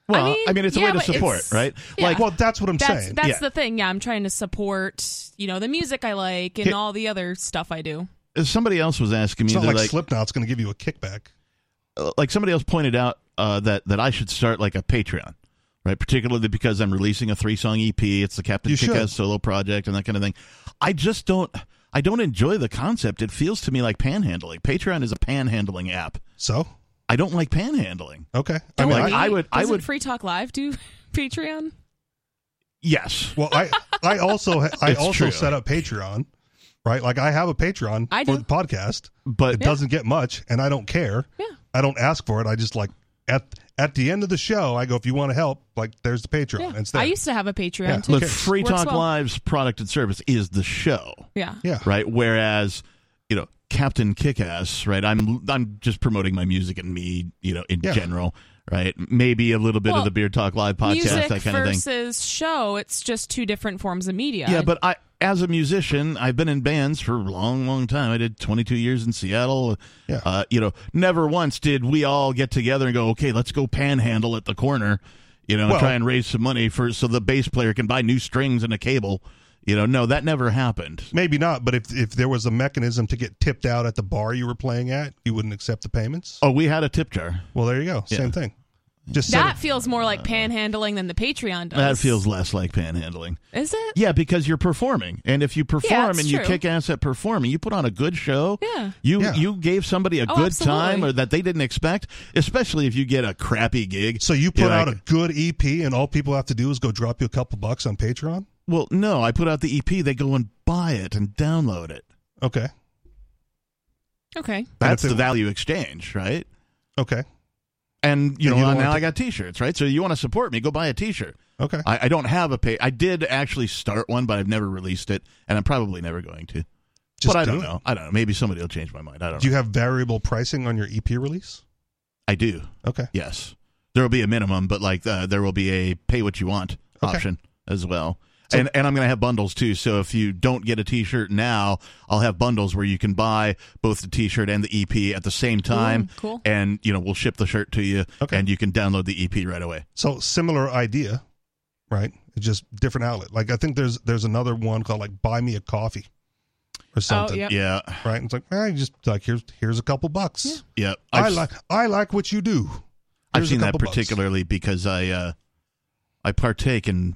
S2: Well, I mean,
S3: mean,
S2: it's a
S3: yeah,
S2: way to
S3: but
S2: support,
S3: it's-
S2: right?
S3: yeah.
S2: Like,
S4: Well, that's what I'm
S3: That's
S4: saying.
S3: that's
S2: yeah.
S3: the thing. Yeah, I'm trying to support, you know, the music I like and
S2: Hit-
S3: all the other stuff I do.
S2: if somebody else was asking me,
S4: It's not
S2: they're
S4: like,
S2: like,
S4: Slipknot's going to give you a kickback.
S2: uh, like somebody else pointed out uh, that that I should start like a Patreon, right? Particularly because I'm releasing a three song EP. It's the Captain
S4: You should.
S2: Kickass solo project and that kind of thing. I just don't. I don't enjoy the concept. It feels to me like panhandling. Patreon is a panhandling app.
S4: So
S2: I don't like panhandling.
S4: okay, I
S3: Don't
S4: mean,
S2: like-
S3: we-
S4: I,
S2: I would- I
S3: doesn't
S2: would-
S3: Free Talk Live do (laughs) Patreon.
S2: Yes.
S4: well,
S2: (laughs)
S4: I I also I
S2: It's
S4: also
S2: true.
S4: set up Patreon, right? Like I have a Patreon
S3: I
S4: for
S3: do.
S4: the podcast.
S2: But
S4: It doesn't get much, and I don't care.
S3: Yeah.
S4: I don't ask for it. I just like at at the end of the show, I go if you want to help, like there's the Patreon.
S3: Yeah.
S4: And It's there.
S3: I used to have a Patreon
S4: Yeah,
S3: too.
S2: look,
S4: Okay.
S2: Free
S3: Works
S2: Talk
S3: well.
S2: Live's product and service is the show,
S3: Yeah.
S4: yeah,
S2: right? Whereas, you know, Captain Kickass, right? I'm I'm just promoting my music and me, you know, in
S4: Yeah.
S2: general, right? Maybe a little bit of
S3: Well,
S2: the Beer Talk Live podcast,
S3: Music
S2: that kind of thing.
S3: versus show, it's just two different forms of media.
S2: Yeah, but I as a musician, I've been in bands for a long, long time. I did 22 years in Seattle.
S4: Yeah.
S2: Uh, you know, never once did we all get together and go, "Okay, let's go panhandle at the corner," you know, and
S4: Well-
S2: try and raise some money for so the bass player can buy new strings and a cable. You know, no, that never happened.
S4: Maybe not, but if if there was a mechanism to get tipped out at the bar you were playing at, you wouldn't accept the payments.
S2: Oh, we had a tip jar.
S4: Well, there you go. Same thing. Just set
S3: that
S4: it-
S3: feels more like panhandling than the Patreon does.
S2: That feels less like panhandling.
S3: Is it?
S2: Yeah, because you're performing, and if you perform
S3: Yeah,
S2: and
S3: that's
S2: you
S3: true.
S2: kick ass at performing, you put on a good show.
S3: Yeah.
S2: you
S4: Yeah.
S2: you gave somebody a
S3: Oh,
S2: good
S3: absolutely.
S2: time or that they didn't expect, especially if you get a crappy gig.
S4: So you put
S2: You're
S4: out
S2: like,
S4: a good EP, and all people have to do is go drop you a couple bucks on Patreon.
S2: well, no, I put out the EP. They go and buy it and download it.
S4: Okay,
S3: Okay.
S2: That's
S4: if
S2: the
S4: they-
S2: value exchange, right?
S4: okay,
S2: And you
S4: And you
S2: know
S4: don't
S2: now
S4: want
S2: I
S4: to-
S2: got T-shirts, right? So you want to support me? Go buy a T-shirt.
S4: okay.
S2: I, I don't have a pay. I did actually start one, but I've never released it, and I'm probably never going to.
S4: Just
S2: but I
S4: do
S2: don't
S4: it.
S2: know. I don't know. Maybe somebody will change my mind. I don't.
S4: Do
S2: know.
S4: you have variable pricing on your EP release?
S2: I do.
S4: Okay.
S2: Yes, there will be a minimum, but like uh, there will be a pay what you want
S4: Okay.
S2: option as well.
S4: So-
S2: and and I'm going to have bundles too. So if you don't get a T-shirt now, I'll have bundles where you can buy both the T-shirt and the EP at the same time.
S3: Ooh, cool.
S2: And you know we'll ship the shirt to you,
S4: Okay.
S2: and you can download the EP right away.
S4: So similar idea, right? It's just different outlet. Like I think there's there's another one called like Buy Me a Coffee
S2: Oh,
S4: or something,
S3: yep.
S2: Yeah,
S4: right? And it's like, eh, you just like here's here's a couple bucks.
S2: yeah.
S4: I
S2: I've-
S4: like I like what you do.
S2: I've
S4: Here's a
S2: seen that
S4: couple bucks.
S2: particularly because I uh, I partake in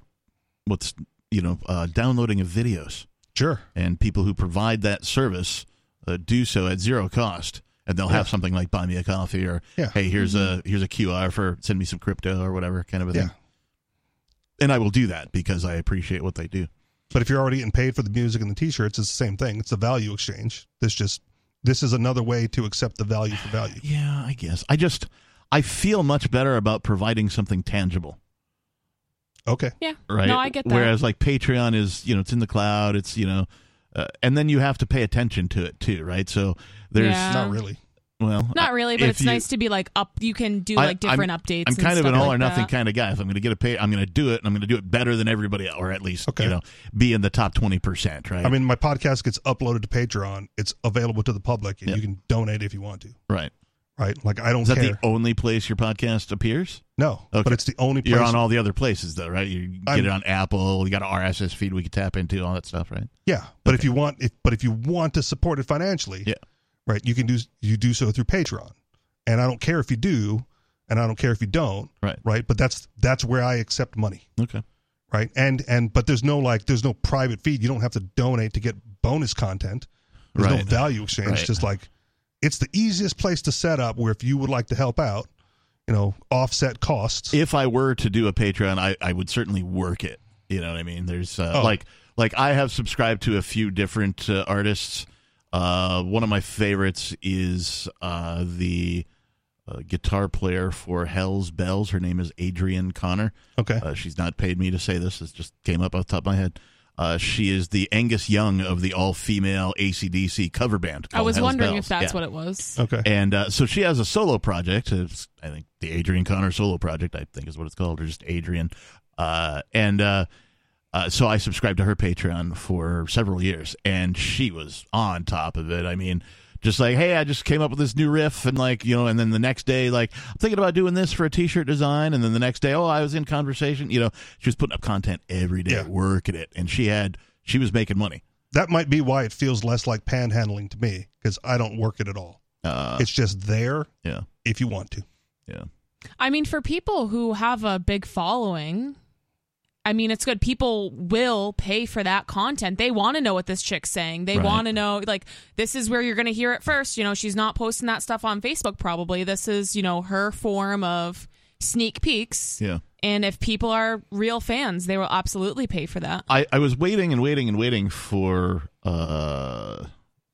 S2: what's you know uh, downloading of videos.
S4: Sure.
S2: and people who provide that service uh, do so at zero cost and they'll have
S4: Yeah.
S2: something like buy me a coffee or
S4: Yeah. Mm-hmm.
S2: hey here's a here's a qr for send me some crypto or whatever kind of a thing
S4: Yeah.
S2: and i will do that because i appreciate what they do
S4: But if you're already getting paid for the music and the t-shirts, it's the same thing. It's a value exchange. This just this is another way to accept the value for value.
S2: yeah i guess i just i feel much better about providing something tangible
S4: Okay.
S3: Yeah.
S2: right
S3: No, I get that.
S2: whereas like patreon is you know it's in the cloud it's you know uh, and then you have to pay attention to it too right so there's
S3: Yeah.
S4: Not really.
S2: well
S3: Not really, but
S2: if
S3: it's
S2: you-
S3: nice to be like up. You can do
S2: I-
S3: like different updates.
S2: I'm
S3: and
S2: kind of an
S3: stuff
S2: all
S3: like
S2: or nothing
S3: that.
S2: kind of guy. If I'm going to get a pay, I'm going to do it, and I'm going to do it better than everybody else, or at least
S4: Okay.
S2: you know be in the top twenty percent, right?
S4: I mean, my podcast gets uploaded to Patreon. It's available to the public, and
S2: Yeah.
S4: you can donate if you want to.
S2: right?
S4: Right? Like I don't
S2: Is that
S4: care.
S2: the only place your podcast appears?
S4: no,
S2: Okay.
S4: but it's the only place.
S2: You're on all the other places though, right? You get
S4: I'm-
S2: it on Apple. You got an RSS feed we could tap into, all that stuff, right?
S4: yeah, but if you want, if but if you want to support it financially,
S2: Yeah.
S4: right, you can do you do so through Patreon, and I don't care if you do, and I don't care if you don't,
S2: Right.
S4: right? But that's that's where I accept money.
S2: Okay.
S4: right and and but there's no like there's no private feed you don't have to donate to get bonus content there's no
S2: Right.
S4: value exchange
S2: Right.
S4: It's just like it's the easiest place to set up where if you would like to help out you know offset costs
S2: If I were to do a Patreon, I, I would certainly work it. You know what I mean? There's uh,
S4: Oh.
S2: like Like I have subscribed to a few different uh, artists. Uh, one of my favorites is uh, the uh, guitar player for Hell's Bells. Her name is Adrienne Connor.
S4: Okay.
S2: Uh, she's not paid me to say this. This just came up off the top of my head. Uh, she is the Angus Young of the all-female ACDC cover band.
S3: I
S2: called
S3: was
S2: Hell's
S3: wondering
S2: Bells.
S3: if that's
S2: Yeah.
S3: what it was.
S4: okay.
S2: And uh, so she has a solo project. It's, I think the Adrian Connor solo project, I think is what it's called, or just Adrian. Uh, and uh, uh, so I subscribed to her Patreon for several years, and she was on top of it. I mean, just like, hey, I just came up with this new riff, and like, you know, and then the next day, like, I'm thinking about doing this for a T-shirt design, and then the next day, oh, I was in conversation. You know, she was putting up content every day,
S4: Yeah.
S2: working it, and she had she was making money.
S4: that might be why it feels less like panhandling to me because I don't work it at all.
S2: Uh,
S4: it's just there
S2: yeah,
S4: if you want to.
S2: yeah.
S3: I mean, for people who have a big following, I mean, it's good. People will pay for that content. They want to know what this chick's saying. They
S2: Right.
S3: want to know, like, this is where you're going to hear it first. You know, she's not posting that stuff on Facebook, probably. This is, you know, her form of sneak peeks.
S2: Yeah.
S3: And if people are real fans, they will absolutely pay for that.
S2: I, I was waiting and waiting and waiting for uh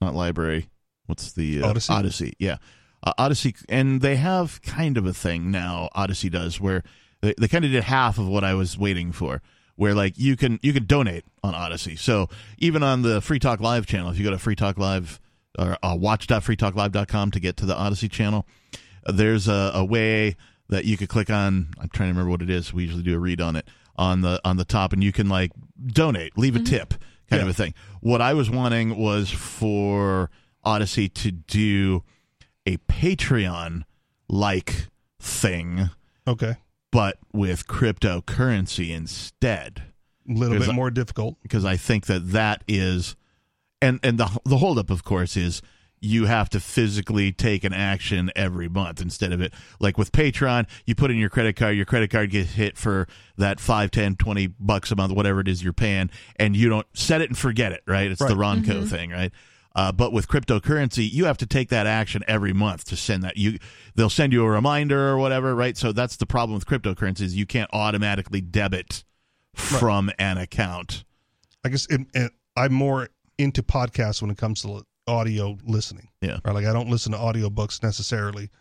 S2: not library what's the uh,
S4: Odyssey?
S2: yeah uh, odyssey and they have kind of a thing now odyssey does where they, they kind of did half of what i was waiting for where like you can you can donate on odyssey so even on the free talk live channel if you go to free talk live or uh, watch.freetalklive.com to get to the odyssey channel uh, there's a, a way that you could click on i'm trying to remember what it is we usually do a read on it on the on the top and you can like donate leave a
S4: Mm-hmm.
S2: tip kind of a thing what i was wanting was for odyssey to do a patreon like thing
S4: Okay.
S2: but with cryptocurrency instead
S4: A little
S2: There's
S4: bit
S2: a-
S4: more difficult.
S2: because I think that that is, and and the the holdup, of course, is you have to physically take an action every month instead of it like with patreon you put in your credit card your credit card gets hit for that 5 10 20 bucks a month whatever it is you're paying and you don't set it and forget it right it's the ronco thing right uh, but with cryptocurrency you have to take that action every month to send that you they'll send you a reminder or whatever right so that's the problem with cryptocurrency is you can't automatically debit from an account
S4: I guess it, it, I'm more into podcasts when it comes to audio listening.
S2: Yeah.
S4: Right. Like I don't listen to audiobooks necessarily,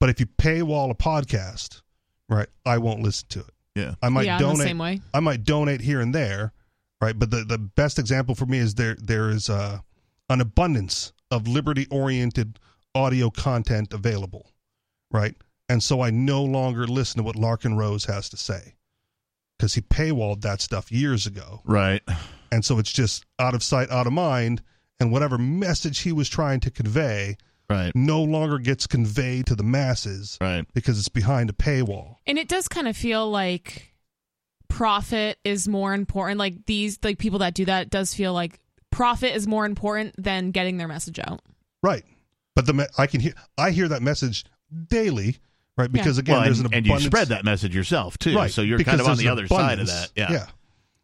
S4: but if you paywall a podcast, right, I won't listen to it.
S2: Yeah.
S4: I might
S3: yeah, I'm
S4: donate.
S3: the same way.
S4: I might donate here and there, right? But the, the best example for me is there there is uh, an abundance of liberty oriented audio content available, right? And so I no longer listen to what Larkin Rose has to say because he paywalled that stuff years ago,
S2: Right.
S4: and so it's just out of sight, out of mind, and whatever message he was trying to convey
S2: Right.
S4: no longer gets conveyed to the masses
S2: Right.
S4: because it's behind a paywall.
S3: And it does kind of feel like profit is more important. Like these, like people that do that, it does feel like profit is more important than getting their message out.
S4: Right. But the me- I can hear I hear that message daily, right?
S3: Yeah.
S4: Because again,
S2: well,
S4: there's
S2: and,
S4: an
S2: and
S4: abundance.
S2: you spread that message yourself too.
S4: right?
S2: So you're
S4: because
S2: kind of on
S4: there's
S2: the
S4: an
S2: other side of that.
S4: abundance.
S2: Yeah.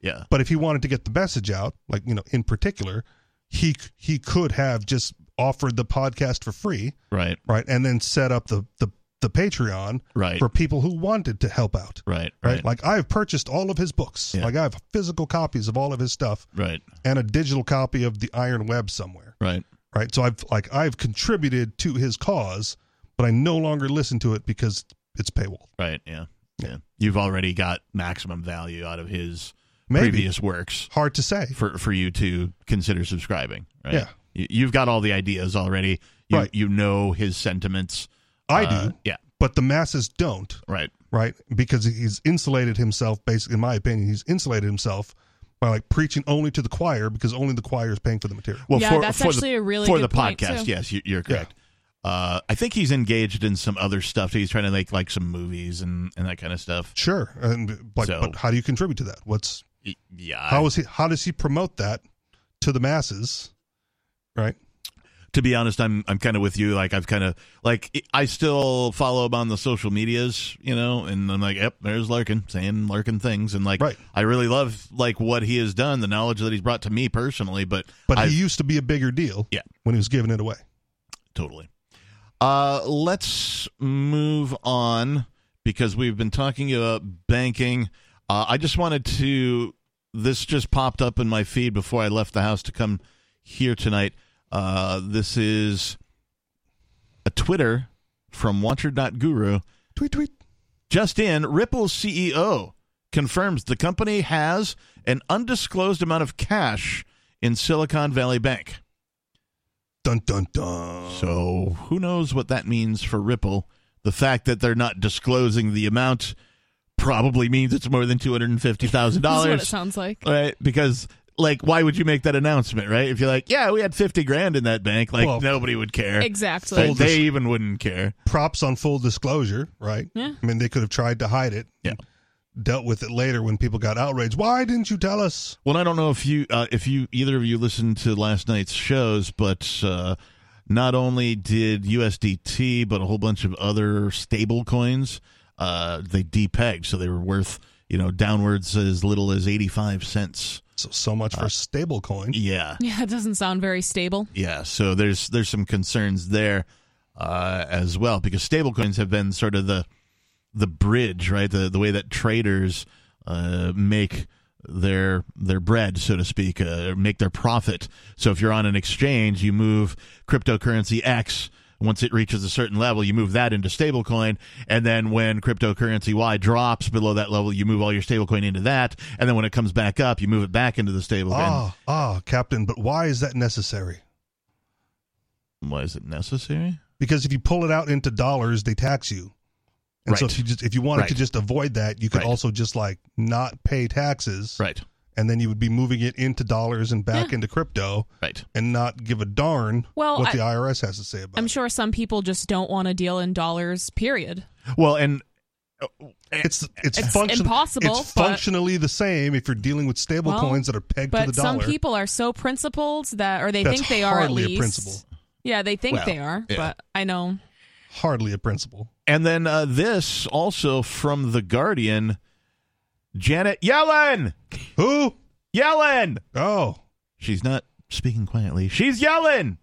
S2: Yeah.
S4: But if he wanted to get the message out, like you know, in particular, he c- he could have just offered the podcast for free,
S2: Right.
S4: right, and then set up the the the Patreon
S2: Right.
S4: for people who wanted to help out.
S2: Right.
S4: Right.
S2: Right.
S4: Like I've purchased all of his books.
S2: Yeah.
S4: Like I have physical copies of all of his stuff
S2: Right.
S4: and a digital copy of the Iron Web somewhere.
S2: Right.
S4: right so i've like i've contributed to his cause but i no longer listen to it because it's paywall
S2: Right. Yeah. Yeah. You've already got maximum value out of his
S4: Maybe.
S2: previous works
S4: hard to say
S2: for for you to consider subscribing. Right.
S4: Yeah.
S2: You, you've got all the ideas already. You,
S4: Right.
S2: You know his sentiments.
S4: i
S2: Uh,
S4: do
S2: Yeah.
S4: but the masses don't
S2: Right.
S4: right because he's insulated himself basically in my opinion he's insulated himself by like preaching only to the choir because only the choir is paying for the material
S2: Well,
S3: Yeah,
S2: for,
S3: that's
S2: for
S3: actually
S2: the,
S3: a really
S2: for
S3: good
S2: the
S3: point,
S2: podcast.
S3: too.
S2: Yes, you, you're correct. Uh, I think he's engaged in some other stuff. He's trying to make like some movies and, and that kind of stuff.
S4: sure and like
S2: So-
S4: but how do you contribute to that what's
S2: Y- Yeah, I-
S4: how is he how does he promote that to the masses right
S2: to be honest, I'm I'm kind of with you. Like I've kind of like I still follow him on the social medias, you know, and I'm like, yep, there's Larkin saying Larkin things, and like
S4: Right.
S2: I really love like what he has done, the knowledge that he's brought to me personally, but
S4: but
S2: I-
S4: he used to be a bigger deal
S2: Yeah.
S4: when he was giving it away
S2: totally. Uh, let's move on because we've been talking about banking. Uh, I just wanted to this just popped up in my feed before I left the house to come here tonight. Uh, this is a Twitter from Watcher.guru.
S4: Tweet, tweet.
S2: Just in, Ripple CEO confirms the company has an undisclosed amount of cash in Silicon Valley Bank.
S4: Dun, dun, dun.
S2: So Oh, who knows what that means for Ripple? The fact that they're not disclosing the amount probably means it's more than two hundred and fifty
S3: (laughs)
S2: thousand
S3: This is what it
S2: dollars,
S3: sounds like.
S2: right? Because like, why would you make that announcement, right? If you're like, yeah, we had fifty grand in that bank, like
S4: Well,
S2: nobody would care.
S3: Exactly.
S2: They,
S4: Full
S2: they
S4: dis-
S2: even wouldn't care.
S4: props on full disclosure, right?
S3: Yeah.
S4: I mean, they could have tried to hide it.
S2: Yeah.
S4: Dealt with it later when people got outraged. Why didn't you tell us?
S2: Well, I don't know if you, uh, if you, either of you listened to last night's shows, but uh, not only did USDT, but a whole bunch of other stable coins, uh, they depegged, so they were worth, you know, downwards as little as eighty-five cents. Uh,
S4: So so much for stable coin.
S2: Yeah,
S3: Yeah, it doesn't sound very stable.
S2: yeah. So there's there's some concerns there uh, as well because stablecoins have been sort of the the bridge, right? The the way that traders uh, make their their bread, so to speak, uh, make their profit. So if you're on an exchange, you move cryptocurrency X. Once it reaches a certain level, you move that into stablecoin, and then when cryptocurrency Y drops below that level, you move all your stablecoin into that, and then when it comes back up, you move it back into the stablecoin.
S4: Ah, ah, Captain, but why is that necessary?
S2: Why is it necessary?
S4: Because if you pull it out into dollars, they tax you. And so
S2: Right.
S4: if you just if you wanted to
S2: Right.
S4: just avoid that, you could
S2: Right.
S4: also just like not pay taxes
S2: Right,
S4: and then you would be moving it into dollars and back into crypto
S2: right.
S4: and not give a darn
S3: Well,
S4: what
S3: I-
S4: the IRS has to say about
S3: I'm
S4: it.
S3: sure some people just don't want to deal in dollars, period.
S2: Well, and
S4: It's it's,
S3: uh, It's
S4: function-
S3: impossible,
S4: It's
S3: but-
S4: functionally the same if you're dealing with stable
S3: Well,
S4: coins that are pegged to the
S3: But some
S4: dollar.
S3: people are so principled that, or they
S4: That's
S3: think they are at
S4: hardly a
S3: least.
S4: principle.
S3: Yeah, they think
S2: Well,
S3: they are,
S2: yeah.
S3: but I know.
S4: hardly a principle.
S2: And then uh, this also from The Guardian Janet Yellen!
S4: Who?
S2: Yellen!
S4: Oh,
S2: She's not speaking quietly. She's yelling!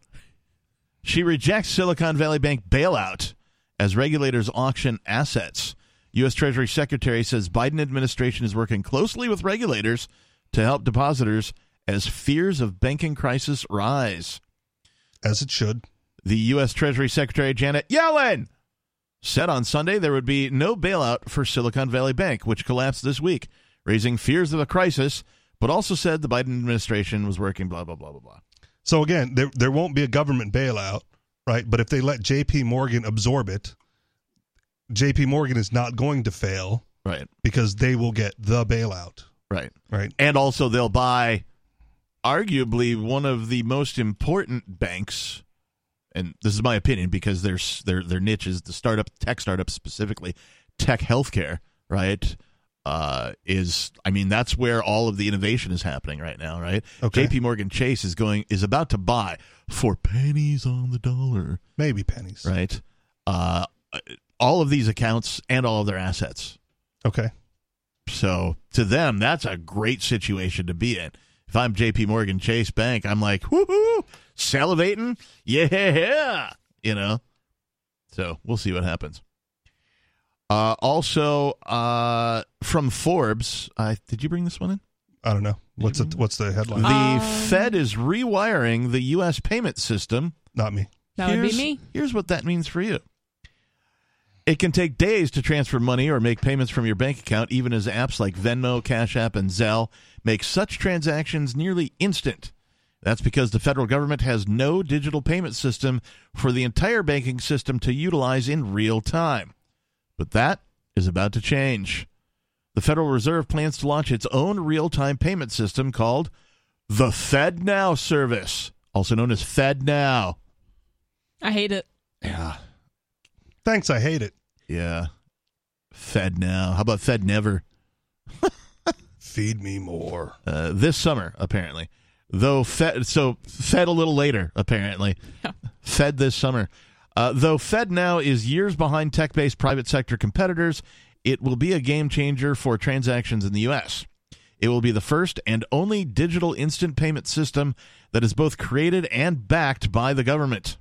S2: She rejects Silicon Valley Bank bailout as regulators auction assets. U.S. Treasury Secretary says Biden administration is working closely with regulators to help depositors as fears of banking crisis rise.
S4: as it should.
S2: The U.S. Treasury Secretary Janet Yellen said on Sunday there would be no bailout for Silicon Valley Bank, which collapsed this week, raising fears of a crisis, but also said the Biden administration was working, blah, blah, blah, blah, blah.
S4: So again, there there won't be a government bailout, right? But if they let J.P. Morgan absorb it, J.P. Morgan is not going to fail
S2: Right,
S4: because they will get the bailout,
S2: right.
S4: right?
S2: And also, they'll buy arguably one of the most important banks. And this is my opinion because their their their niche is the startup tech startup specifically tech healthcare, right? Uh, is I mean that's where all of the innovation is happening right now, right?
S4: Okay.
S2: JP Morgan Chase is going is about to buy for pennies on the dollar,
S4: Maybe pennies.
S2: right? Uh, all of these accounts and all of their assets.
S4: Okay.
S2: So to them, that's a great situation to be in. If I'm JP Morgan Chase Bank, I'm like, woohoo, salivating. Yeah. You know? So we'll see what happens. Uh, also, uh, from Forbes, uh, did you bring this one in?
S4: I don't know. What's the, what's the headline?
S2: The
S3: Mm-hmm. Um,
S2: Fed is rewiring the U.S. payment system
S4: not me.
S3: That would be me.
S2: Here's what that means for you. It can take days to transfer money or make payments from your bank account, even as apps like Venmo, Cash App, and Zelle make such transactions nearly instant. That's because the federal government has no digital payment system for the entire banking system to utilize in real time. But that is about to change. The Federal Reserve plans to launch its own real time payment system called the FedNow service, also known as FedNow.
S3: I hate it.
S2: Yeah.
S4: Thanks. I hate it.
S2: Yeah. Fed now. How about Fed never?
S4: (laughs) Feed me more.
S2: Uh, this summer, apparently. Though Fed, so Fed a little later, apparently. Fed this summer. Uh, though Fed now is years behind tech based private sector competitors, it will be a game changer for transactions in the U.S. It will be the first and only digital instant payment system that is both created and backed by the government.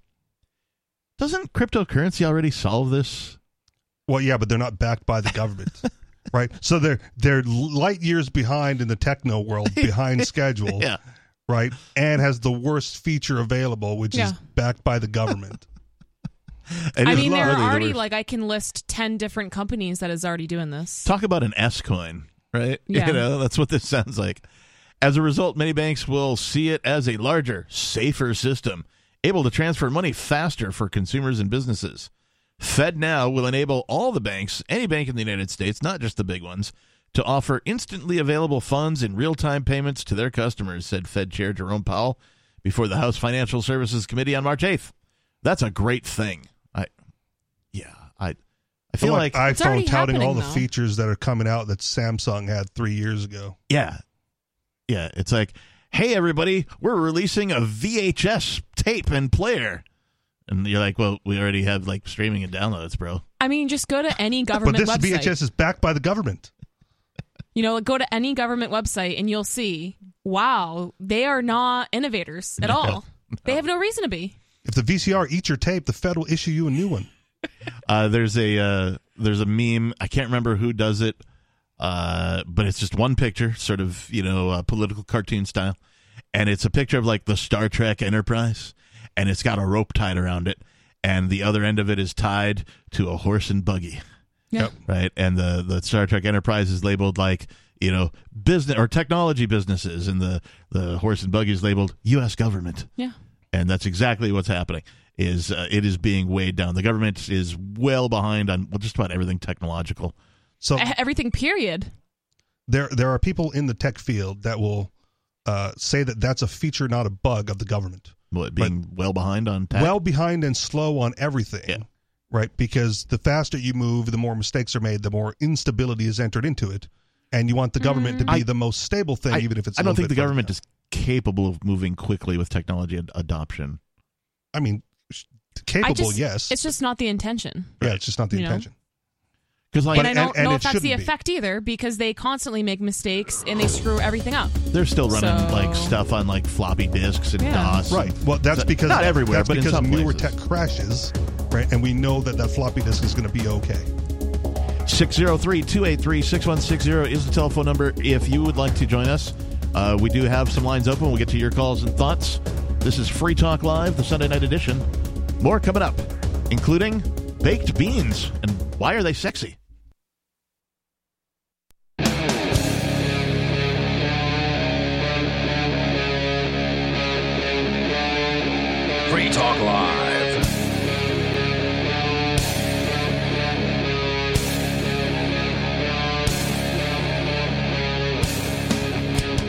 S2: Doesn't cryptocurrency already solve this? (laughs)
S4: Well, yeah, but they're not backed by the government. right? So they're they're light years behind in the techno
S2: (laughs)
S4: world, behind schedule,
S2: Yeah.
S4: right? And has the worst feature available, which
S3: Yeah.
S4: is backed by the
S2: (laughs)
S4: government.
S2: It
S3: I
S2: is
S3: mean, there
S2: literally
S3: are
S2: the
S3: already
S2: worst.
S3: like I can list ten different companies that is already doing this.
S2: Talk about an S coin, right? (laughs)
S3: Yeah.
S2: You know, that's what this sounds like. As a result, many banks will see it as a larger, safer system, able to transfer money faster for consumers and businesses. FedNow will enable all the banks, any bank in the United States, not just the big ones, to offer instantly available funds and real time payments to their customers, said Fed Chair Jerome Powell before the House Financial Services Committee on March 8th. That's a great thing. I, yeah, I, I feel
S4: Like
S2: like
S3: It's
S4: iPhone
S3: already
S4: touting all
S3: happening,
S4: the
S3: though.
S4: features that are coming out that Samsung had three years ago.
S2: Yeah. Yeah. It's like, hey, everybody, we're releasing a VHS tape and player. And you're like, well, we already have like streaming and downloads, bro.
S3: I mean, just go to any
S4: (laughs) But
S3: government
S4: this
S3: website.
S4: VHS is backed by the government.
S3: You know, go to any government website and you'll see. Wow, they are not innovators at
S4: (laughs)
S3: all. They have no reason to be.
S4: If the VCR eats your tape, the Fed will issue you a new one.
S2: Uh, there's a uh, there's a meme. I can't remember who does it, uh, but it's just one picture, sort of you know uh, political cartoon style, and it's a picture of like the Star Trek Enterprise, and it's got a rope tied around it, and the other end of it is tied to a horse and buggy.
S3: Yeah.
S4: Yep.
S2: right? And the the Star Trek Enterprise is labeled like you know business or technology businesses, and the the horse and buggy is labeled U.S. government,
S3: Yeah.
S2: and that's exactly what's happening. Is uh, it is being weighed down? The government is well behind on well, just about everything technological.
S4: So
S3: (laughs) E- Everything, period.
S4: there there are people in the tech field that will uh, say that that's a feature, not a bug of the government.
S2: Well, it being well behind on tech.
S4: Well behind and slow on everything,
S2: Yeah.
S4: right? Because the faster you move, the more mistakes are made, the more instability is entered into it, and you want the government to be
S2: I-
S4: the most stable thing,
S2: Mm-hmm. I,
S4: even if it's. a
S2: I don't
S4: little
S2: think
S4: bit
S2: the
S4: further
S2: government
S4: down.
S2: is capable of moving quickly with technology ad- adoption.
S4: I mean, sh-
S3: I
S4: capable,
S3: just,
S4: yes.
S3: It's just not the intention.
S4: yeah, it's just not the
S3: you know.
S4: intention.
S2: Because like
S4: But-
S3: and I don't
S4: and- and
S3: know
S4: it
S3: if that's the
S4: shouldn't be.
S3: effect either because they constantly make mistakes and they screw everything up.
S2: they're still running
S3: So-
S2: like stuff on like floppy disks and
S3: Yeah.
S2: DOS.
S4: Right. Well, that's
S2: So-
S4: because
S2: not everywhere,
S4: That's
S2: but in
S4: because
S2: some
S4: newer tech
S2: places.
S4: crashes, right? And we know that that floppy disk is going to be okay.
S2: 603-283-6160 is the telephone number if you would like to join us. Uh, we do have some lines open. We'll get to your calls and thoughts. This is Free Talk Live, the Sunday night edition. More coming up, including baked beans and why are they sexy?
S1: Free Talk Live.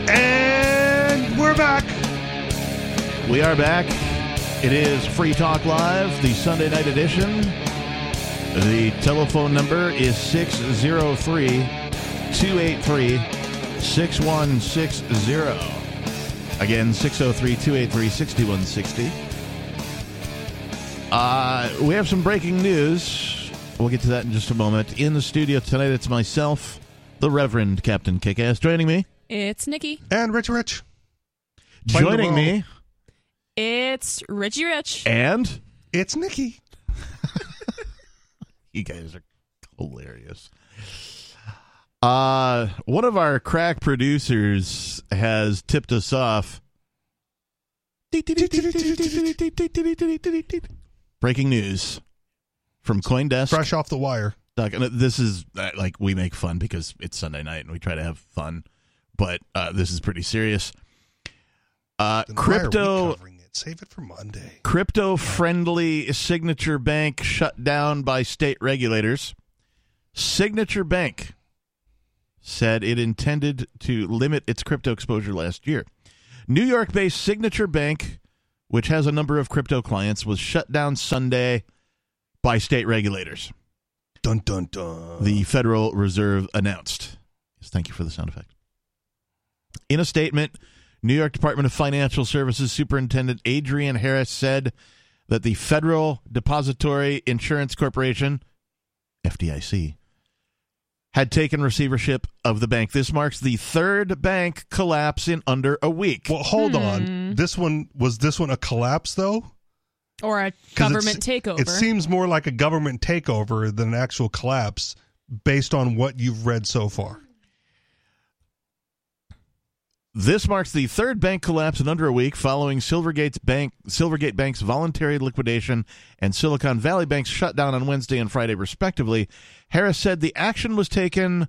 S4: And we're back.
S2: We are back. It is Free Talk Live, the Sunday night edition. The telephone number is 603 283 6160. oh. Again, 603 283 6160. oh. Uh, We have some breaking news. We'll get to that in just a moment. In the studio tonight, it's myself, the Reverend Captain Kickass, joining me.
S3: It's Nikki.
S4: And Rich Rich. Play the
S2: Joining
S4: role.
S2: me,
S3: It's Richie Rich.
S2: and
S4: It's Nikki.
S2: (laughs) You guys are hilarious. Uh, one of our crack producers has tipped us off. Breaking news from CoinDesk.
S4: Fresh off the wire.
S2: Doc, and This is uh, like we make fun because it's Sunday night and we try to have fun, but uh, this is pretty serious. Uh,
S4: Then Why are we
S2: crypto
S4: covering it? Save it for Monday.
S2: crypto friendly signature bank shut down by state regulators. Signature Bank said it intended to limit its crypto exposure last year. New York based Signature Bank, which has a number of crypto clients, was shut down Sunday by state regulators,
S4: Dun dun dun.
S2: the Federal Reserve announced. Yes, thank you for the sound effect. In a statement, New York Department of Financial Services Superintendent Adrian Harris said that the Federal Depository Insurance Corporation, FDIC, had taken receivership of the bank. This marks the third bank collapse in under a week.
S4: well, hold
S3: Mm-hmm.
S4: on. Uh, This one was this one a collapse though?
S3: Or a
S4: 'Cause
S3: government
S4: it's- It
S3: takeover.
S4: seems more like a government takeover than an actual collapse based on what you've read so far.
S2: This marks the third bank collapse in under a week following Silvergate's bank, Silvergate Bank's voluntary liquidation and Silicon Valley Bank's shutdown on Wednesday and Friday, respectively. Harris said the action was taken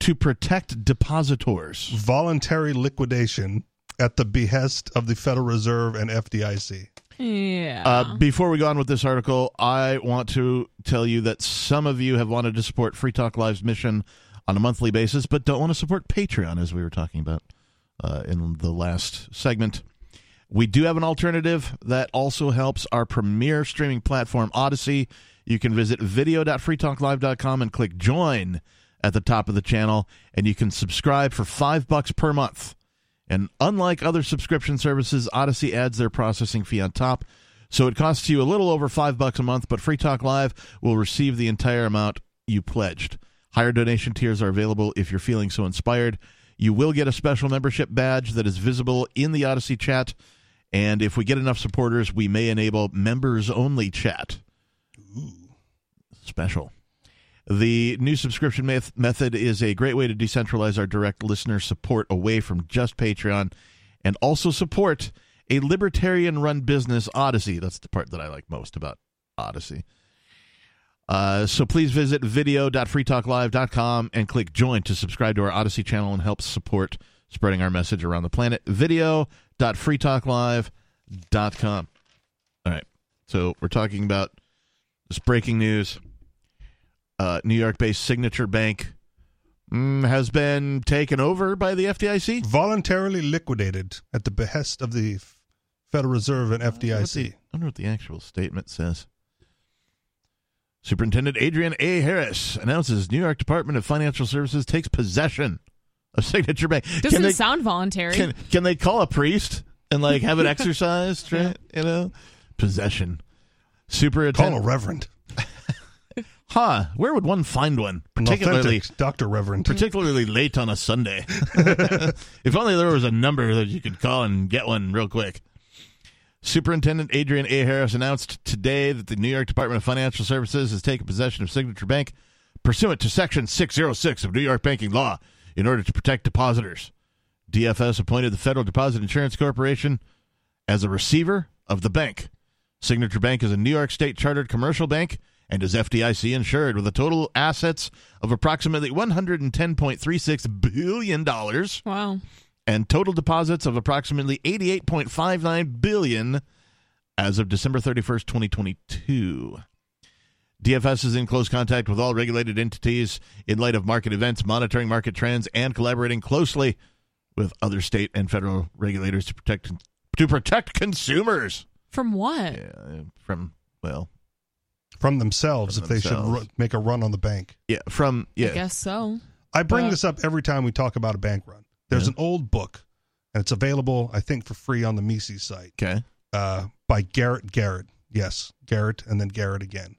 S2: to protect depositors.
S4: Voluntary liquidation at the behest of the Federal Reserve and FDIC.
S3: Yeah.
S2: Uh, before we go on with this article, I want to tell you that some of you have wanted to support Free Talk Live's mission on a monthly basis, but don't want to support Patreon, as we were talking about uh, in the last segment. We do have an alternative that also helps our premier streaming platform, Odyssey. You can visit video.freetalklive.com and click join at the top of the channel, and you can subscribe for five bucks per month. And unlike other subscription services, Odyssey adds their processing fee on top. So it costs you a little over five bucks a month, but Free Talk Live will receive the entire amount you pledged. Higher donation tiers are available if you're feeling so inspired. You will get a special membership badge that is visible in the Odyssey chat. And if we get enough supporters, we may enable members only chat. Special. The new subscription meth- method is a great way to decentralize our direct listener support away from just Patreon and also support a libertarian run business, Odyssey. That's the part that I like most about Odyssey. Uh, so please visit video.freetalklive.com and click join to subscribe to our Odyssey channel and help support spreading our message around the planet. Video.freetalklive.com. All right. So we're talking about this breaking news. Uh, New York based Signature Bank mm, has been taken over by the FDIC.
S4: Voluntarily liquidated at the behest of the F- Federal Reserve and FDIC.
S2: I wonder what the actual statement says. Superintendent Adrian A. Harris announces New York Department of Financial Services takes possession of Signature Bank.
S3: Doesn't
S2: can they,
S3: sound voluntary.
S2: can, can they call a priest and
S3: (laughs)
S2: like have it exercised? Right? You know, possession.
S4: Call
S2: Superintendent.
S4: a reverend.
S2: (laughs) huh? Where would one find one,
S4: An
S2: particularly
S4: authentic Dr. Reverend.
S2: particularly late on a Sunday. (laughs) if only there was a number that you could call and get one real quick. Superintendent Adrian A. Harris announced today that the New York Department of Financial Services has taken possession of Signature Bank pursuant to Section 606 of New York banking law in order to protect depositors. DFS appointed the Federal Deposit Insurance Corporation as a receiver of the bank. Signature Bank is a New York State chartered commercial bank and is FDIC insured with a total assets of approximately $110.36 billion
S3: wow.
S2: and total deposits of approximately 88.59 billion as of December 31st, 2022. DFS is in close contact with all regulated entities in light of market events, monitoring market trends and collaborating closely with other state and federal regulators to protect to protect consumers
S3: From what?
S2: yeah, uh, from well,
S4: From themselves,
S2: From
S4: if they should
S2: themselves.
S4: ru- make a run on the bank.
S2: yeah, from
S3: I
S2: yeah.
S3: guess so.
S4: I bring
S3: But-
S4: this up every time we talk about a bank run. There's
S2: Yeah.
S4: an old book, and it's available, I think, for free on the Mises site
S2: Okay.
S4: uh, by Garrett Garrett. Yes, Garrett, and then Garrett again.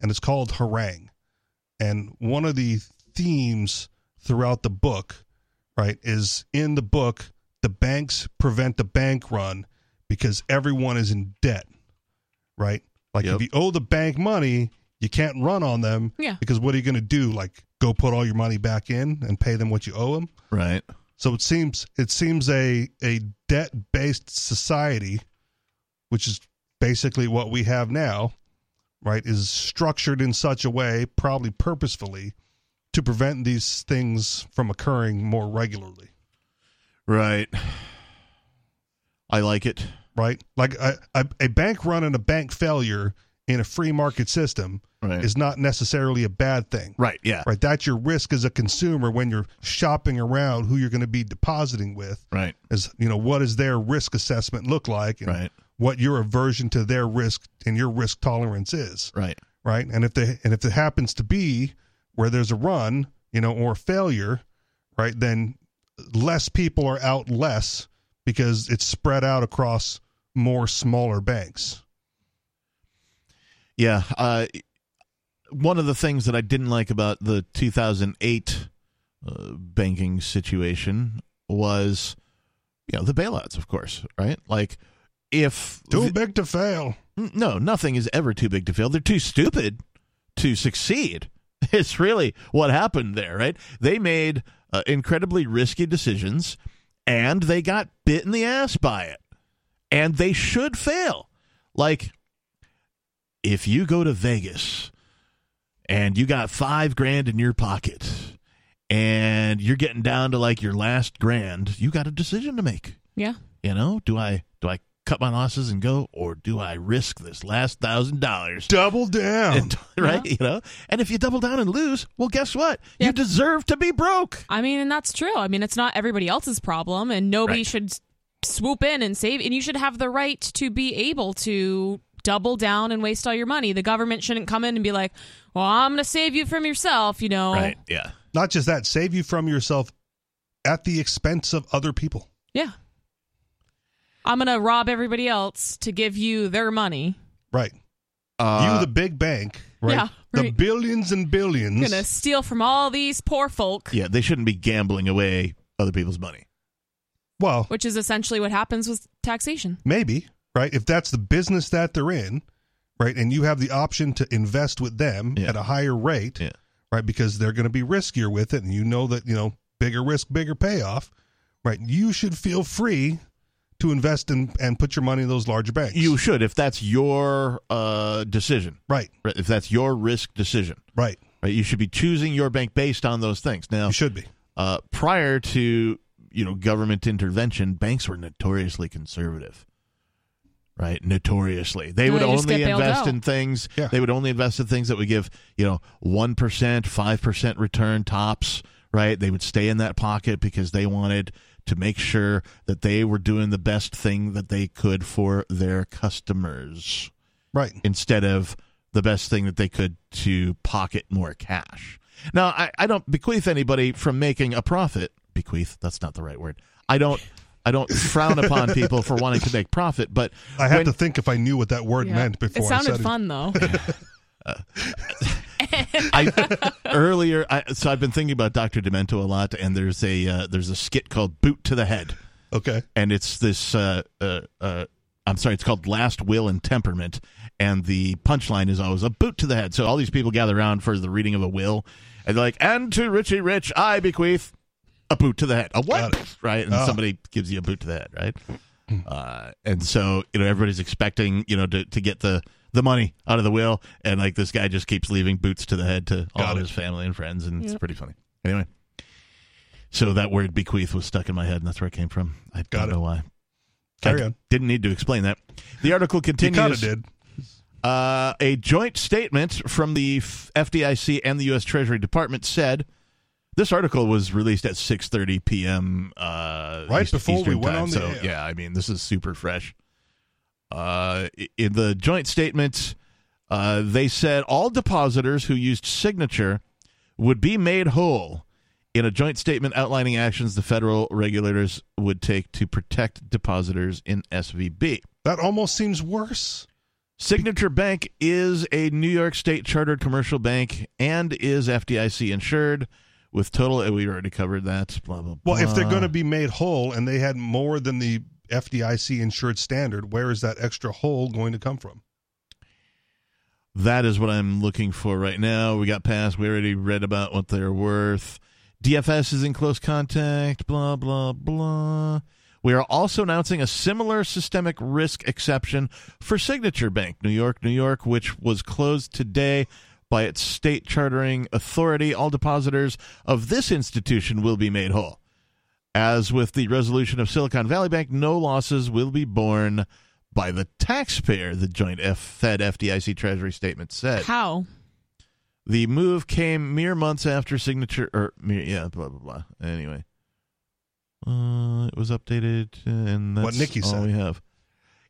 S4: And it's called Harangue. And one of the themes throughout the book, right, is in the book, the banks prevent the bank run because everyone is in debt, right? Like
S2: Yep.
S4: if you owe the bank money, you can't run on them
S3: Yeah.
S4: because what are you going to do? Like go put all your money back in and pay them what you owe them?
S2: Right.
S4: So it seems it seems a a debt based society, which is basically what we have now, right, is structured in such a way, probably purposefully, to prevent these things from occurring more regularly.
S2: Right. I like it.
S4: Right, like a, a, a bank run and a bank failure in a free market system
S2: Right.
S4: is not necessarily a bad thing.
S2: right. Yeah.
S4: Right, that's your risk as a consumer when you're shopping around who you're going to be depositing with.
S2: Right.
S4: is you know what does their risk assessment look like and
S2: Right.
S4: what your aversion to their risk and your risk tolerance is
S2: Right.
S4: right and if they and if it happens to be where there's a run you know or a failure right then less people are out less because it's spread out across more smaller banks
S2: Yeah. Uh, one of the things that I didn't like about the 2008 uh, banking situation was, you know, the bailouts, of course, right? Like, if
S4: too big to fail
S2: no, nothing is ever too big to fail. They're too stupid to succeed (laughs) It's really what happened there, right? They made uh, incredibly risky decisions and they got bit in the ass by it. And they should fail. Like, if you go to Vegas and you got five grand in your pocket and you're getting down to like your last grand, you got a decision to make.
S3: Yeah.
S2: You know, do I do I cut my losses and go, or do I risk this last thousand dollars?
S4: Double down.
S2: And- (laughs) right? You know? And if you double down and lose, well, guess what? You
S3: Yeah.
S2: deserve to be broke.
S3: I mean, and that's true. I mean, it's not everybody else's problem, and nobody
S2: Right.
S3: should s- swoop in and save. And you should have the right to be able to double down and waste all your money. The government shouldn't come in and be like, "Well, I'm going to save you from yourself," you know?
S2: Right. Yeah.
S4: Not just that, save you from yourself at the expense of other people.
S3: Yeah. I'm going to rob everybody else to give you their money.
S4: Right.
S2: Uh,
S4: you, the big bank, right?
S3: Yeah,
S4: The
S3: right.
S4: billions and billions.
S3: I'm going to steal from all these poor folk,
S2: yeah, they shouldn't be gambling away other people's money.
S4: Well,
S3: which is essentially what happens with taxation.
S4: maybe, right? If that's the business that they're in, right? And you have the option to invest with them
S2: Yeah.
S4: at a higher rate,
S2: Yeah.
S4: right? Because they're going to be riskier with it. And you know that, you know, bigger risk, bigger payoff, right? You should feel free to invest in and put your money in those larger banks.
S2: You should, if that's your uh, decision,
S4: right,
S2: right? if that's your risk decision,
S4: right.
S2: right? You should be choosing your bank based on those things. Now,
S4: You should be.
S2: uh, prior to you know government intervention, banks were notoriously conservative. Right, notoriously, they
S3: No,
S2: would
S3: they just
S2: only
S3: get bailed
S2: invest
S3: out.
S2: in things.
S4: Yeah.
S2: They would only invest in things that would give you know one percent, five percent return tops. Right, they would stay in that pocket because they wanted to make sure that they were doing the best thing that they could for their customers
S4: Right.
S2: instead of the best thing that they could to pocket more cash. Now, I, I don't bequeath anybody from making a profit. Bequeath, that's not the right word. I don't I don't
S4: (laughs)
S2: frown upon people for wanting to make profit, but
S4: I had
S2: when-
S4: to think if I knew what that word
S3: Yeah.
S4: meant before
S3: it
S4: I
S3: sounded
S4: said it.
S3: fun, though. (laughs)
S2: I earlier I, so I've been thinking about Dr. Demento a lot and there's a uh, there's a skit called Boot to the Head.
S4: Okay.
S2: and it's this uh, uh, uh, i'm sorry it's called last will and temperament and the punchline is always a boot to the head so all these people gather around for the reading of a will and they're like and to richie rich i bequeath a boot to the head a
S4: Got
S2: what
S4: it.
S2: right and
S4: Ah.
S2: somebody gives you a boot to the head right uh, and so you know everybody's expecting you know to, to get the the money out of the will and like this guy just keeps leaving boots to the head to all
S4: Got
S2: of
S4: it.
S2: his family and friends and it's pretty funny anyway so that word bequeath was stuck in my head, and that's where it came from. I
S4: Got
S2: don't
S4: it.
S2: know why.
S4: Carry
S2: I
S4: on.
S2: Didn't need to explain that. The article
S4: You
S2: continues.
S4: kind of did.
S2: Uh, a joint statement from the F- FDIC and the U.S. Treasury Department said this article was released at 6:30 p.m. Uh,
S4: Right
S2: East-
S4: before we
S2: Eastern
S4: went
S2: time,
S4: on the
S2: so,
S4: air.
S2: Yeah, I mean this is super fresh. Uh, i- in the joint statement, uh, they said all depositors who used signature would be made whole in a joint statement outlining actions the federal regulators would take to protect depositors in SVB.
S4: That almost seems worse.
S2: Signature Bank is a New York State chartered commercial bank and is FDIC insured with total. We already covered that. Blah blah.
S4: Well, if they're
S2: blah.
S4: going to be made whole and they had more than the FDIC insured standard, where is that extra hole going to come from?
S2: that is what I'm looking for right now. We got past. We already read about what they're worth. DFS is in close contact. Blah blah blah. We are also announcing a similar systemic risk exception for Signature Bank, New York, New York, which was closed today by its state chartering authority. All depositors of this institution will be made whole. As with the resolution of Silicon Valley Bank, no losses will be borne by the taxpayer, the joint F- Fed FDIC Treasury statement said.
S3: How?
S2: The move came mere months after signature, or mere, yeah, blah blah blah. Anyway, uh, it was updated, uh, and that's
S4: What Nikki
S2: all
S4: said.
S2: we have.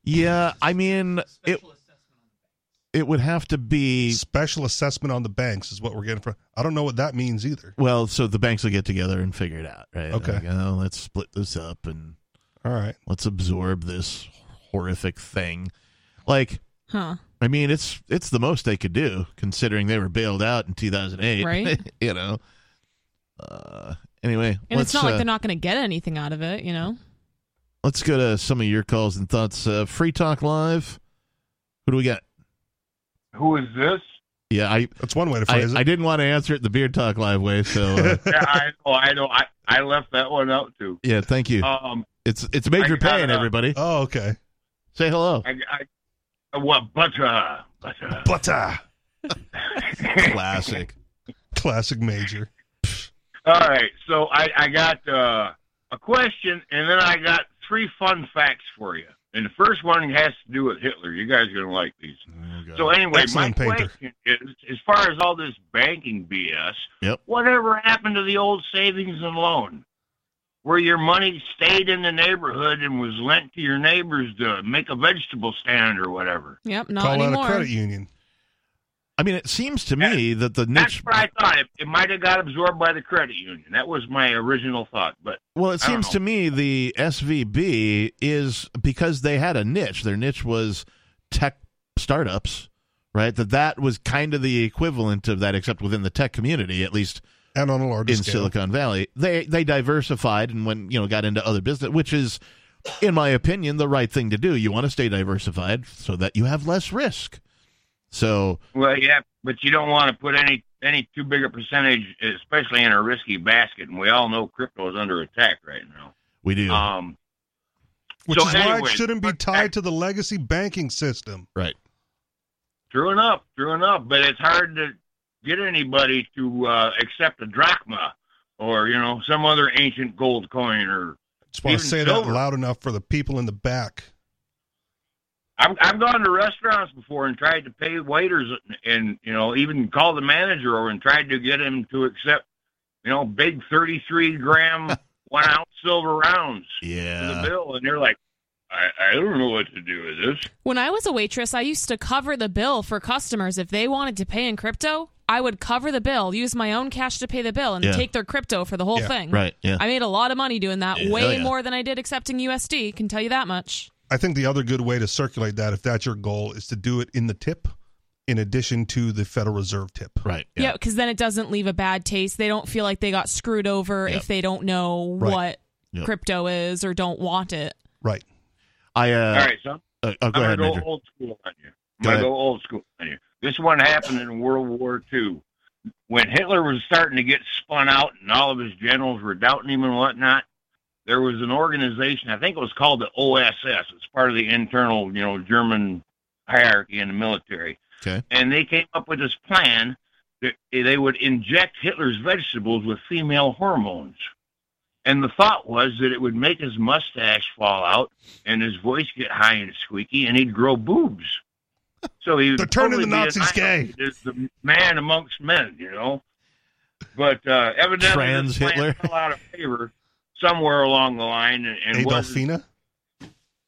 S2: Yeah, I mean, it, it would have to be
S4: Special assessment on the banks is what we're getting from. I don't know what that means either.
S2: well. So the banks will get together and figure it out, right?
S4: Okay.
S2: Like, oh, let's split this up and
S4: All right.
S2: let's absorb this horrific thing. Like,
S3: Huh?
S2: I mean, it's it's the most they could do considering they were bailed out in 2008.
S3: Right.
S2: (laughs) you know. Uh, anyway,
S3: And
S2: let's
S3: it's not
S2: uh,
S3: like they're not going to get anything out of it, you know?
S2: let's go to some of your calls and thoughts. Uh, Free Talk Live. Who do we got? (laughs)
S5: Who is this?
S2: Yeah, I
S4: That's one way to
S2: I,
S4: phrase
S2: I
S4: it.
S2: didn't want to answer it the Beard Talk Live way, so
S4: (laughs)
S2: uh,
S5: yeah, I know, I know. I, I left that one out too.
S2: yeah, thank you.
S5: Um,
S2: It's it's major
S5: I got,
S2: pain,
S5: uh,
S2: everybody.
S4: oh, okay.
S2: Say hello.
S5: I, I what butter, butter. (laughs)
S4: Butter.
S2: uh, Classic.
S4: Classic major.
S5: All right, so I, I got uh, a question, and then I got three fun facts for you. And the first one has to do with Hitler. You guys are gonna like these.
S2: Oh,
S5: So anyway,
S4: Excellent
S5: my
S4: painter.
S5: question is: as far as all this banking BS,
S2: Yep.
S5: whatever happened to the old savings and loan, where your money stayed in the neighborhood and was lent to your neighbors to make a vegetable stand or whatever?
S3: Yep, not
S4: Call
S3: anymore.
S4: out a credit union.
S2: I mean, it seems to me that the
S5: That's
S2: niche.
S5: what I thought. It, it might have got absorbed by the credit union. That was my original thought, but
S2: Well, it
S5: I don't
S2: seems to me the SVB is because they had a niche. Their niche was tech startups, right? That that was kind of the equivalent of that, except within the tech community, at least
S4: And on a larger
S2: in
S4: scale.
S2: Silicon Valley. They they diversified and went you know got into other business, which is, in my opinion, the right thing to do. You want to stay diversified so that you have less risk. So
S5: well, yeah, but you don't want to put any any too big a percentage, especially in a risky basket. And we all know crypto is under attack right now.
S2: we do
S5: Um,
S4: Which
S5: So
S4: is why
S5: anyway,
S4: it shouldn't be
S5: but-
S4: tied to the legacy banking system.
S2: right.
S5: True enough, true enough. But it's hard to get anybody to uh, accept a drachma or you know some other ancient gold coin. Or
S4: Just want to
S5: Even
S4: say that
S5: silver.
S4: loud enough for the people in the back.
S5: I've I've gone to restaurants before and tried to pay waiters and, and you know even call the manager over and tried to get him to accept you know big thirty three gram one ounce silver rounds for the
S2: Yeah.
S5: bill, and they're like, I I don't know what to do with this.
S3: When I was a waitress, I used to cover the bill for customers. If they wanted to pay in crypto, I would cover the bill, use my own cash to pay the bill, and
S2: Yeah.
S3: take their crypto for the whole
S4: Yeah,
S3: thing.
S2: Right. Yeah.
S3: I made a lot of money doing that,
S2: Yeah, hell
S3: way
S2: yeah.
S3: more than I did accepting USD, can tell you that much.
S4: I think the other good way to circulate that, if that's your goal, is to do it in the tip, in addition to the Federal Reserve tip.
S2: right. Yeah.
S3: Yeah, because then it doesn't leave a bad taste. They don't feel like they got screwed over
S2: Yep.
S3: if they don't know
S4: Right.
S3: what
S2: Yep.
S3: crypto is or don't want it.
S4: Right.
S2: I. Uh,
S5: All right, so
S2: uh, oh, go
S5: I'm
S2: ahead,
S5: gonna
S2: Major.
S5: go old school on you. I'm
S2: Go
S5: gonna
S2: ahead.
S5: go old school on you. This one happened in World War II when Hitler was starting to get spun out and all of his generals were doubting him and whatnot. There was an organization, I think it was called the OSS. It's part of the internal, you know, German hierarchy in the military.
S2: Okay.
S5: And they came up with this plan that they would inject Hitler's vegetables with female hormones. And the thought was that it would make his mustache fall out and his voice get high and squeaky, and he'd grow boobs. So he
S4: They're
S5: would
S4: turning the
S5: totally be an
S4: Nazis
S5: icon as the man amongst men, you know. But uh, evidently,
S2: Trans
S5: this plan
S2: Hitler.
S5: fell out of favor somewhere along the line, and, and wasn't,
S4: Adolfina?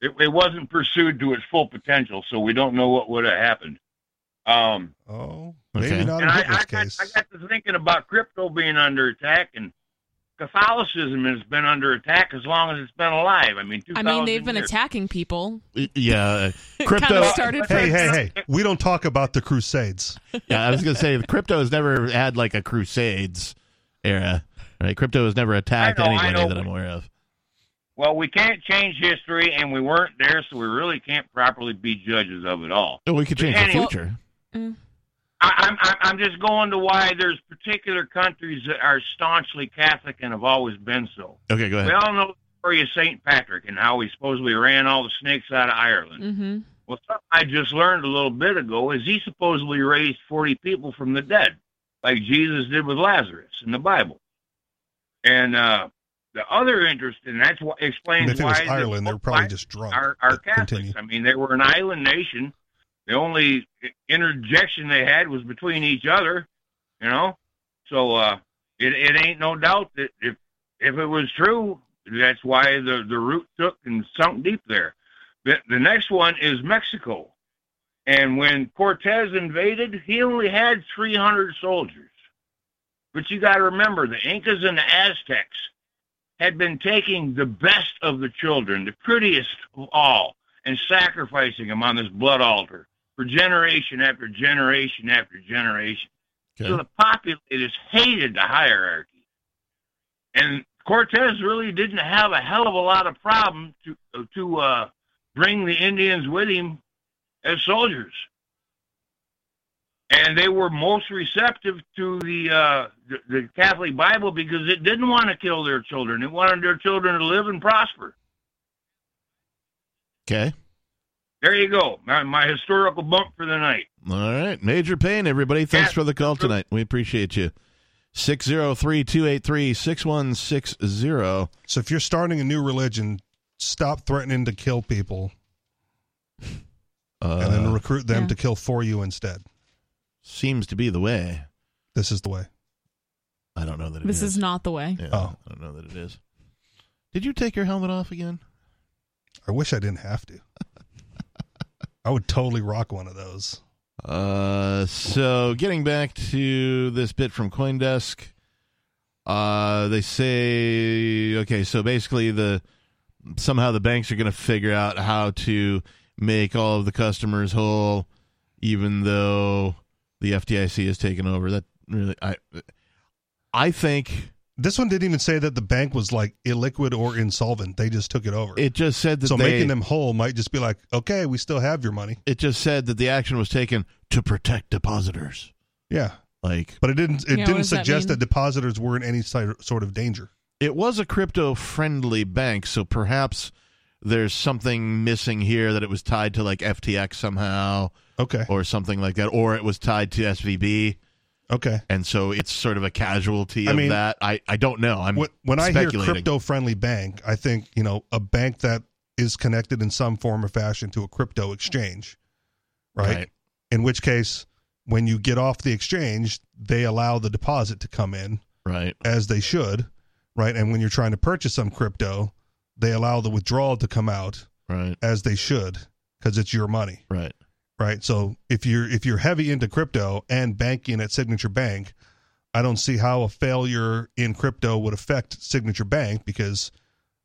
S5: it, it wasn't pursued to its full potential. So we don't know what would have happened. Um,
S4: Oh,
S2: Okay.
S4: maybe not in
S5: and I,
S4: Hitler's
S5: I, got,
S4: case.
S5: I got to thinking about crypto being under attack, and Catholicism has been under attack as long as it's been alive. I mean,
S3: I mean, they've
S5: 2,000
S3: been
S5: years.
S3: attacking people. (laughs)
S2: Y- Yeah. uh,
S3: It
S2: Crypto.
S3: kinda started from-
S4: Hey, hey, hey. We don't talk about the Crusades.
S2: yeah, I was gonna say crypto has never had like a Crusades era. Right. Crypto has never attacked
S5: I know, I
S2: anybody
S5: know.
S2: that I'm aware of.
S5: Well, we can't change history, and we weren't there, so we really can't properly be judges of it all.
S2: Oh, we could change the
S5: Anyway-
S2: future.
S5: I, I'm- I'm I'm just going to why there's particular countries that are staunchly Catholic and have always been so.
S2: Okay, go
S5: We
S2: ahead.
S5: all know the story of Saint Patrick and how he supposedly ran all the snakes out of Ireland.
S3: hmm
S5: Well, something I just learned a little bit ago is he supposedly raised 40 people from the dead, like Jesus did with Lazarus in the Bible. And uh, the other interest, and that's what
S4: And
S5: explains
S4: if it
S5: why
S4: was
S5: the
S4: Ireland, they're
S5: Pope
S4: probably
S5: Bi-
S4: just drunk.
S5: are, are
S4: But
S5: Catholics.
S4: continue.
S5: I mean, they were an island nation. The only interjection they had was between each other, you know. So uh, it it ain't no doubt that if if it was true, that's why the the root took and sunk deep there. The, the next one is Mexico, and when Cortez invaded, he only had 300 soldiers. But you got to remember, the Incas and the Aztecs had been taking the best of the children, the prettiest of all, and sacrificing them on this blood altar for generation after generation after generation. So the populace hated the hierarchy. And Cortez really didn't have a hell of a lot of problem to uh, to uh, bring the Indians with him as soldiers. and they were most receptive to the, uh, the the Catholic Bible because it didn't want to kill their children. It wanted their children to live and prosper.
S2: Okay.
S5: There you go. My, my historical bump for the night.
S2: All right. Major Pain, everybody. Thanks for the call tonight. We appreciate you. 603 283 6160.
S4: So if you're starting a new religion, stop threatening to kill people
S2: Uh,
S4: and then recruit them
S3: yeah.
S4: to kill for you instead.
S2: Seems to be the way.
S4: This is the way.
S2: I don't know that it
S3: This is not the way.
S2: Yeah,
S4: Oh.
S2: I don't know that it is. Did you take your helmet off again?
S4: I wish I didn't have to. I would totally rock one of those.
S2: Uh, so getting back to this bit from CoinDesk, uh, they say okay, so basically the somehow the banks are going to figure out how to make all of the customers whole, even though the FDIC has taken over. That really, I, I think
S4: This one didn't even say that the bank was like illiquid or insolvent. They just took it over.
S2: it just said that
S4: so
S2: they,
S4: making them whole might just be like, okay, we still have your money.
S2: It just said that the action was taken to protect depositors.
S4: Yeah,
S2: Like
S4: but it didn't. It
S3: Yeah, what
S4: didn't
S3: does that
S4: suggest that,
S3: mean?
S4: depositors were in any si- sort of danger.
S2: it was a crypto friendly bank, so perhaps there's something missing here that it was tied to like FTX somehow
S4: Okay,
S2: or something like that, or it was tied to SVB,
S4: okay.
S2: and so it's sort of a casualty
S4: I
S2: of
S4: mean,
S2: that. I I don't know. I'm
S4: When, when I hear
S2: speculating.
S4: crypto-friendly bank, I think you know a bank that is connected in some form or fashion to a crypto exchange, right? In which case, when you get off the exchange, they allow the deposit to come in
S2: right,
S4: as they should, right? And when you're trying to purchase some crypto, they allow the withdrawal to come out
S2: right,
S4: as they should because it's your money.
S2: right.
S4: right? So if you're if you're heavy into crypto and banking at Signature Bank, I don't see how a failure in crypto would affect Signature Bank because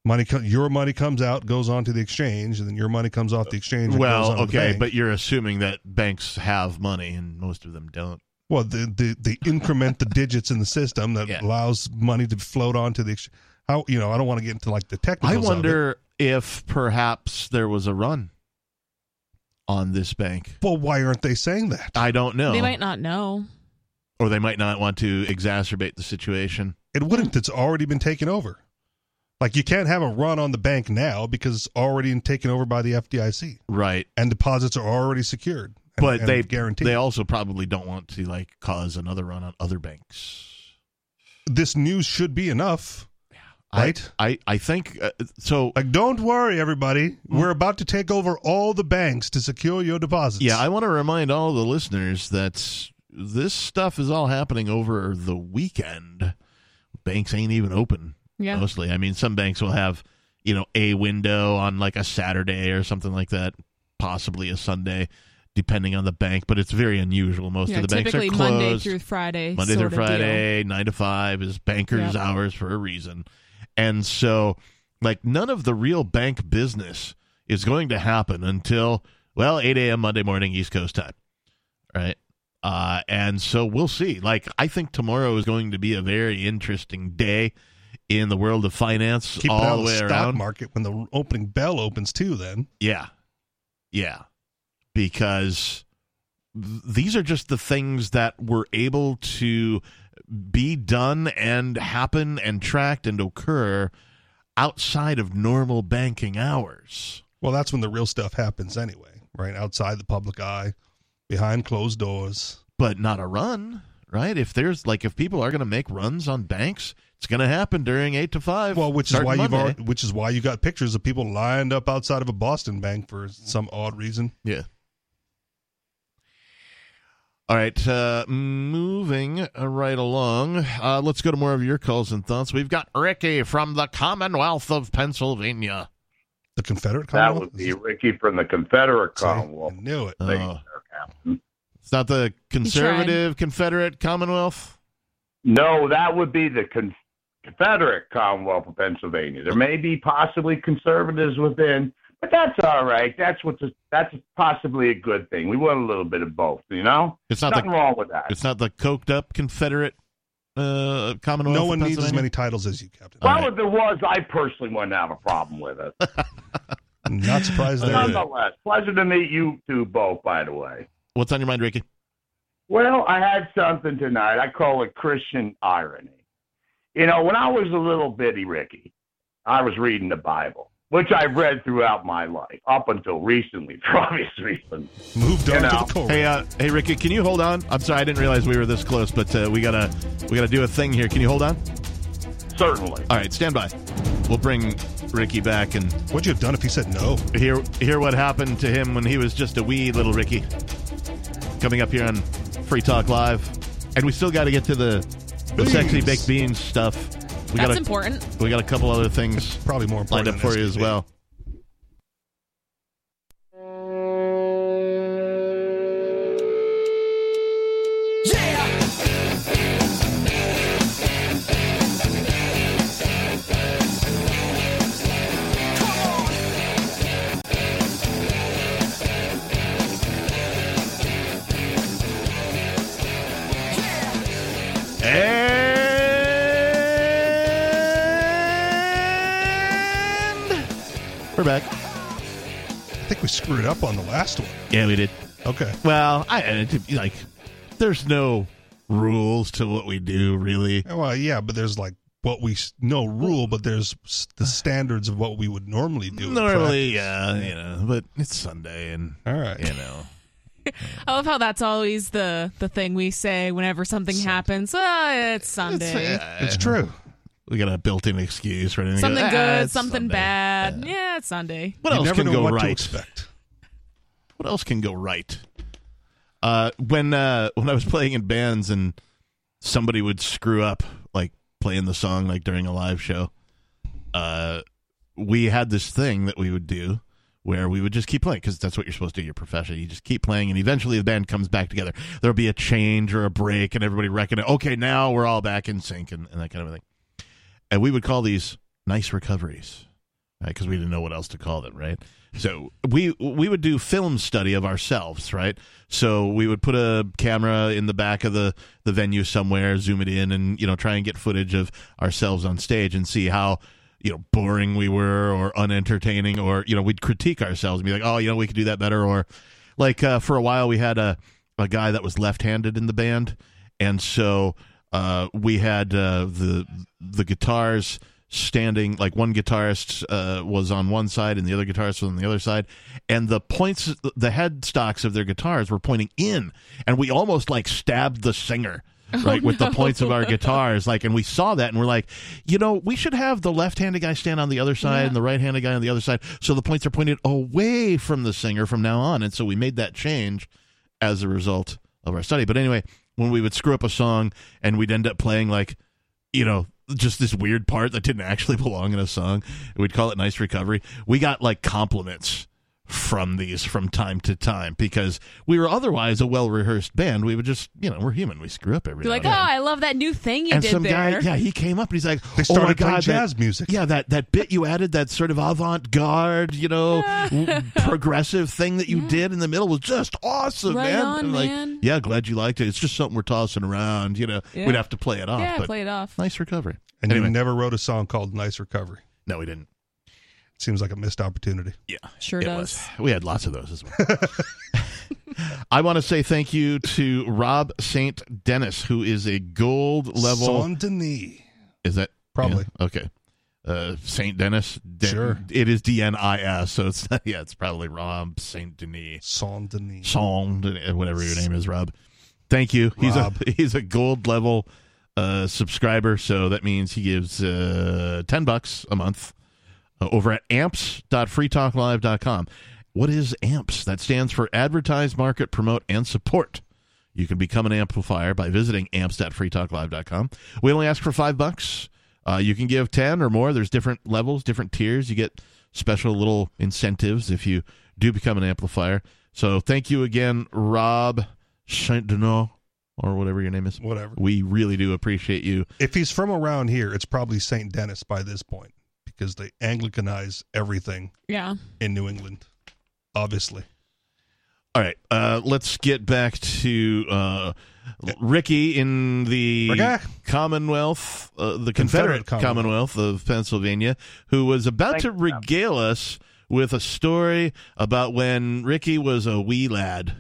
S4: money co- your money comes out, goes onto the exchange, and then your money comes off the exchange. and goes
S2: Well,
S4: onto the
S2: okay,
S4: bank.
S2: but you're assuming that banks have money, and most of them don't.
S4: well, the the, the increment the digits in the system that
S2: Yeah.
S4: allows money to float onto the exchange. How you know? I don't want to get into like the technical.
S2: I wonder if perhaps there was a run on this bank.
S4: Well, why aren't they saying that?
S2: I don't know.
S3: They might not know.
S2: or they might not want to exacerbate the situation.
S4: It wouldn't. It's already been taken over. Like you can't have a run on the bank now because it's already taken over by the FDIC.
S2: Right.
S4: and deposits are already secured. And,
S2: But
S4: and
S2: they
S4: guaranteed.
S2: they also probably don't want to like cause another run on other banks.
S4: this news should be enough.
S2: I-
S4: Right.
S2: I I think uh, so Hmm.
S4: Like, don't worry, everybody. We're about to take over all the banks to secure your deposits.
S2: yeah, I want to remind all the listeners that this stuff is all happening over the weekend. Banks ain't even open
S3: Yeah.
S2: mostly. I mean, some banks will have, you know, a window on like a Saturday or something like that, possibly a Sunday depending on the bank, but it's very unusual. Most
S3: yeah
S2: of the banks are
S3: typically
S2: closed.
S3: Monday through Friday.
S2: Monday
S3: sort
S2: through
S3: of deal.
S2: Friday, nine to five is
S3: Yep.
S2: bankers' hours for a reason. And so, like, none of the real bank business is going to happen until, well, 8 a.m. Monday morning, East Coast time. Right. Uh, and so we'll see. Like, I think tomorrow is going to be a very interesting day in the world of finance
S4: keep it out
S2: all
S4: of
S2: the
S4: the
S2: way
S4: stock
S2: around.
S4: market when the opening bell opens too. Then
S2: Yeah. Yeah. Because th- these are just the things that were able to be done and happen and tracked and occur outside of normal banking hours.
S4: well, that's when the real stuff happens anyway, right? Outside the public eye, behind closed doors.
S2: But not a run, right? If there's like if people are going to make runs on banks, it's going to happen during 8 to 5.
S4: Well, which is
S2: starting
S4: why you've
S2: Monday.
S4: already, which is why you got pictures of people lined up outside of a Boston bank for some odd reason.
S2: Yeah. All right, uh, moving right along. Uh, let's go to more of your calls and thoughts. We've got Ricky from the Commonwealth of Pennsylvania.
S4: The Confederate
S6: That
S4: Commonwealth.
S6: would be Ricky from the Confederate
S4: See, I
S6: Commonwealth.
S4: knew it.
S6: Thank you,
S2: Oh.
S6: sir, Captain.
S2: It's not the conservative Confederate Commonwealth.
S6: No, that would be the con- Confederate Commonwealth of Pennsylvania. There may be possibly conservatives within, but that's all right. That's what's a, that's possibly a good thing. We want a little bit of both, you know.
S2: It's not
S6: Nothing
S2: the
S6: wrong with that.
S2: it's not the coked up Confederate uh, Commonwealth.
S4: No
S2: of
S4: one needs as
S2: Pennsylvania?
S4: many titles as you, Captain.
S6: Well,
S2: all right.
S6: if there was, I personally wouldn't have a problem
S4: (laughs)
S6: with it.
S4: Not surprised there.
S6: Nonetheless, pleasure to meet you two both. By the way,
S2: What's on your mind, Ricky?
S6: Well, I had something tonight. I call it Christian irony. You know, when I was a little bitty Ricky, I was reading the Bible, which I've read throughout my life up until recently, (laughs) for obvious reasons.
S4: Moved on to
S6: You know.
S4: the cold.
S2: Hey, uh, hey, Ricky, can you hold on? I'm sorry, I didn't realize we were this close, but uh, we gotta we gotta do a thing here. Can you hold on?
S6: Certainly.
S2: All right, stand by. We'll bring Ricky back and
S4: What'd you have done if he said no?
S2: hear hear what happened to him when he was just a wee little Ricky. Coming up here on Free Talk Live, and we still got to get to the, the sexy
S4: Beans.
S2: baked beans stuff.
S3: That's
S2: We got a,
S3: important.
S2: we got a couple other things
S4: Probably more important.
S2: lined up
S4: than
S2: for you as
S4: STD.
S2: well. And we're back.
S4: I think we screwed up on the last one.
S2: Yeah, we did.
S4: Okay.
S2: Well, I and it- like. There's no rules to what we do, really.
S4: Well, yeah, but there's like what we s- no rule, but there's s-
S2: (sighs)
S4: the standards of what we would normally do. in practice.
S2: Normally, yeah, you know, but it's Sunday, and
S4: All right.
S2: you know,
S3: I love how that's always the the thing we say whenever something happens. Ah, it's Sunday.
S4: It's true.
S2: We got a built-in excuse for anything.
S3: something
S2: Ah,
S3: good,
S2: it's
S3: something
S2: Sunday.
S3: bad.
S2: Yeah.
S3: Yeah. it's Sunday.
S2: What
S4: you
S2: else
S4: never
S2: can
S4: know
S2: go
S4: what to
S2: right?
S4: expect.
S2: What else can go right? Uh, when uh, when I was playing in bands and somebody would screw up, like playing the song like during a live show, uh, we had this thing that we would do where we would just keep playing because that's what you're supposed to do. Your profession, you just keep playing, and eventually the band comes back together. There'll be a change or a break, and everybody reckon, okay, now we're all back in sync, and, and that kind of thing. And we would call these nice recoveries because we didn't know what else to call them, right? So we we would do film study of ourselves, right? So we would put a camera in the back of the the venue somewhere, zoom it in, and you know try and get footage of ourselves on stage and see how you know boring we were or unentertaining, or you know we'd critique ourselves and be like, oh, you know we could do that better, or like uh, for a while we had a a guy that was left-handed in the band, and so uh, we had uh, the the guitars standing like one guitarist uh, was on one side and the other guitarist was on the other side and the points the headstocks of their guitars were pointing in and we almost like stabbed the singer right with the points of our guitars like and we saw that and we're like you know we should have the left-handed guy stand on the other side and the right-handed guy on the other side so the points are pointed away from the singer from now on and so we made that change as a result of our study but anyway when we would screw up a song and we'd end up playing like you know just this weird part that didn't actually (laughs) belong in a song we'd call it nice recovery we got like compliments from these from time to time because we were otherwise a well-rehearsed band we would just you know we're human we screw up every
S3: You're
S2: now
S3: like,
S2: and
S3: oh,
S2: then."
S3: I love that new thing you
S2: and
S3: did
S2: some
S3: there.
S2: guy, yeah, he came up and he's like,
S4: They started
S2: "Oh my
S4: playing
S2: god, that-
S4: jazz music.
S2: Yeah, that that bit you added, that sort of avant-garde,
S3: (laughs)
S2: you know, w- progressive thing that you did in the middle was just awesome,
S3: Right
S2: man."
S3: on,
S2: And like,
S3: man.
S2: yeah, glad you liked it. It's just something we're tossing around, you know.
S3: Yeah.
S2: We'd have to play it off,
S3: Yeah,
S2: but
S3: play it off.
S2: nice recovery.
S4: And
S2: anyway,
S4: you never wrote a song called "Nice Recovery."
S2: (laughs) no, we didn't.
S4: Seems like a missed opportunity.
S2: Yeah,
S3: Sure
S2: it
S3: does.
S2: was. We had lots of those as well.
S4: (laughs)
S2: I want to say thank you to Rob St. Dennis, who is a gold level.
S4: Son Denis.
S2: Is that
S4: Probably.
S2: yeah, okay? Uh, Saint Denis. Den-
S4: Sure.
S2: It is D N I S. So it's (laughs) yeah, it's probably Rob Saint Denis.
S4: Son Denis.
S2: Song, Denis, whatever your name is, Rob. Thank you. He's
S4: Rob.
S2: a (laughs) he's a gold level uh, subscriber, so that means he gives uh, ten bucks a month uh, over at amps.freetalklive.com. What is AMPS? That stands for Advertise, Market, Promote, and Support. You can become an amplifier by visiting amps.freetalklive.com. We only ask for five bucks. Uh, you can give ten or more. There's different levels, different tiers. You get special little incentives if you do become an amplifier. So thank you again, Rob Chantineau, or whatever your name is.
S4: Whatever.
S2: We really do appreciate you.
S4: If he's from around here, it's probably Saint Dennis by this point because they Anglicanize everything
S3: Yeah.
S4: in New England. Obviously.
S2: All right, uh, let's get back to uh, Ricky in the
S4: Ricky.
S2: Commonwealth, uh, the Confederate,
S4: Confederate
S2: Commonwealth. of Pennsylvania, who was
S6: Thank
S2: about to
S6: you.
S2: regale us with a story about when Ricky was a wee lad.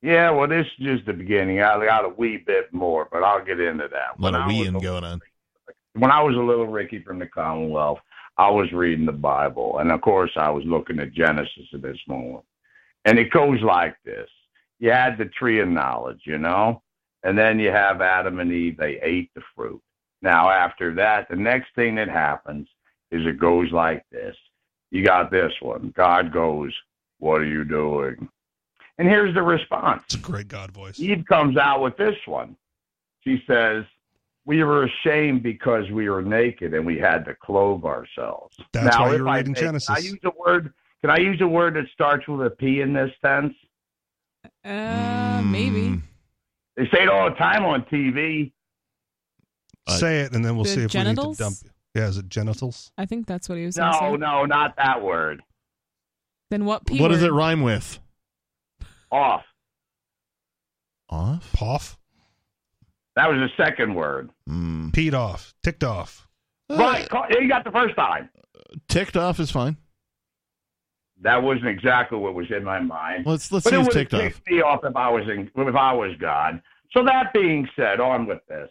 S6: Yeah, well, this is just the beginning. I got a wee bit more, but I'll get into that.
S7: A lot of
S6: I was
S7: weeing
S6: a-
S7: going on.
S6: when I was a little Ricky from the Commonwealth, I was reading the Bible, and of course, I was looking at Genesis at this moment. And it goes like this: you had the tree of knowledge, you know, and then you have Adam and Eve. They ate the fruit. Now, after that, the next thing that happens is it goes like this: you got this one. God goes, "What are you doing?" And here's the response.
S4: It's a great God voice.
S6: Eve comes out with this one. She says, "We were ashamed because we were naked and we had to clothe ourselves."
S4: That's why
S6: if
S4: you're
S6: I
S4: reading
S6: may- Can I
S4: Genesis.
S6: use a word? Can I use a word that starts with a P in this sense?
S3: Uh, maybe.
S4: Hmm.
S7: Mm,
S6: They say it all the time on TV.
S7: Uh,
S4: Say it, and then we'll
S3: the
S4: see if
S3: genitals?
S4: we need to dump you. Yeah, is it genitals?
S3: I think that's what he was gonna
S6: No,
S3: say.
S6: no, not that word.
S3: Then what P
S2: What does it
S3: word?
S2: rhyme with?
S6: Off.
S7: Off?
S4: Poff?
S6: That was the second word.
S2: Hmm.
S7: Mm.
S4: Peed off. Ticked off.
S6: Right. Call, you got the first time.
S2: Ticked off is fine.
S6: That wasn't exactly what was in my mind.
S2: Let's let's
S6: but
S2: see
S6: it
S2: who's
S6: would
S2: ticked
S6: have
S2: off.
S6: ticked me off if I was in, if I was God. So that being said, on with this.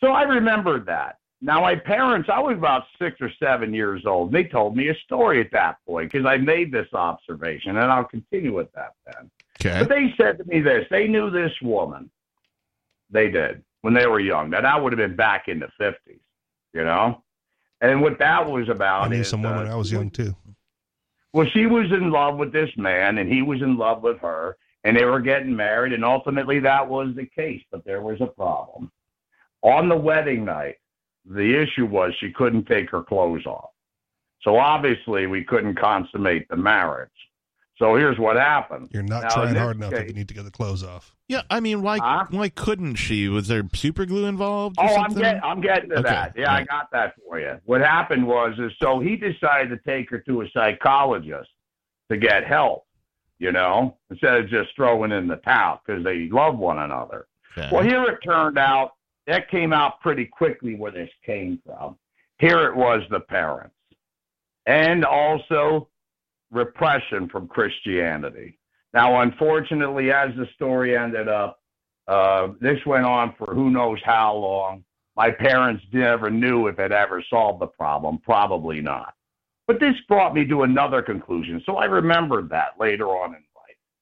S6: So I remembered that. Now my parents, I was about six or seven years old. They told me a story at that point because I made this observation, and I'll continue with that then.
S2: Okay.
S6: But they said to me this: they knew this woman. They did when they were young. Now that would have been back in the fifties, you know. And what that was about
S4: I knew
S6: is,
S4: someone
S6: uh,
S4: when I was young, too.
S6: well, she was in love with this man, and he was in love with her, and they were getting married, and ultimately that was the case, but there was a problem. On the wedding night, the issue was she couldn't take her clothes off. So obviously, we couldn't consummate the marriage. So here's what happened.
S4: You're not
S6: Now, in
S4: trying
S6: this
S4: hard enough if
S6: case-
S4: you need to get the clothes off.
S2: Yeah, I mean, why
S6: Huh?
S2: why couldn't she? Was there super glue involved? Or
S6: Oh, I'm
S2: something?
S6: getting, I'm getting to
S2: Okay,
S6: that. Yeah, I
S2: right.
S6: got that for you. What happened was, is so he decided to take her to a psychologist to get help, you know, instead of just throwing in the towel because they love one another.
S2: Okay.
S6: Well, here it turned out that came out pretty quickly where this came from. Here it was the parents, and also repression from Christianity. Now, unfortunately, as the story ended up, uh, this went on for who knows how long. My parents never knew if it ever solved the problem. Probably not. But this brought me to another conclusion. So I remembered that later on in life.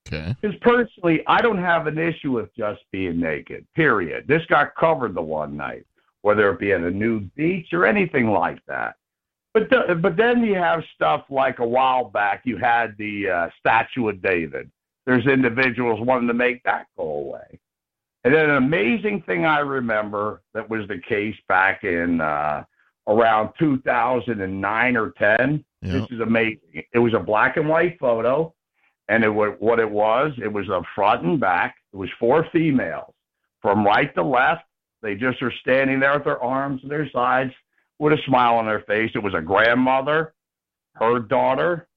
S2: okay.
S6: Because personally, I don't have an issue with just being naked, period. This got covered the one night, whether it be at a nude beach or anything like that. But, the, but then you have stuff like a while back, you had the uh, Statue of David. There's individuals wanting to make that go away. And then an amazing thing I remember that was the case back in uh, around 2009 or 10.
S2: Yeah.
S6: This is amazing. It was a black and white photo, and it was, what it was, it was a front and back. It was four females from right to left. They just are standing there with their arms to their sides with a smile on their face. It was a grandmother, her daughter,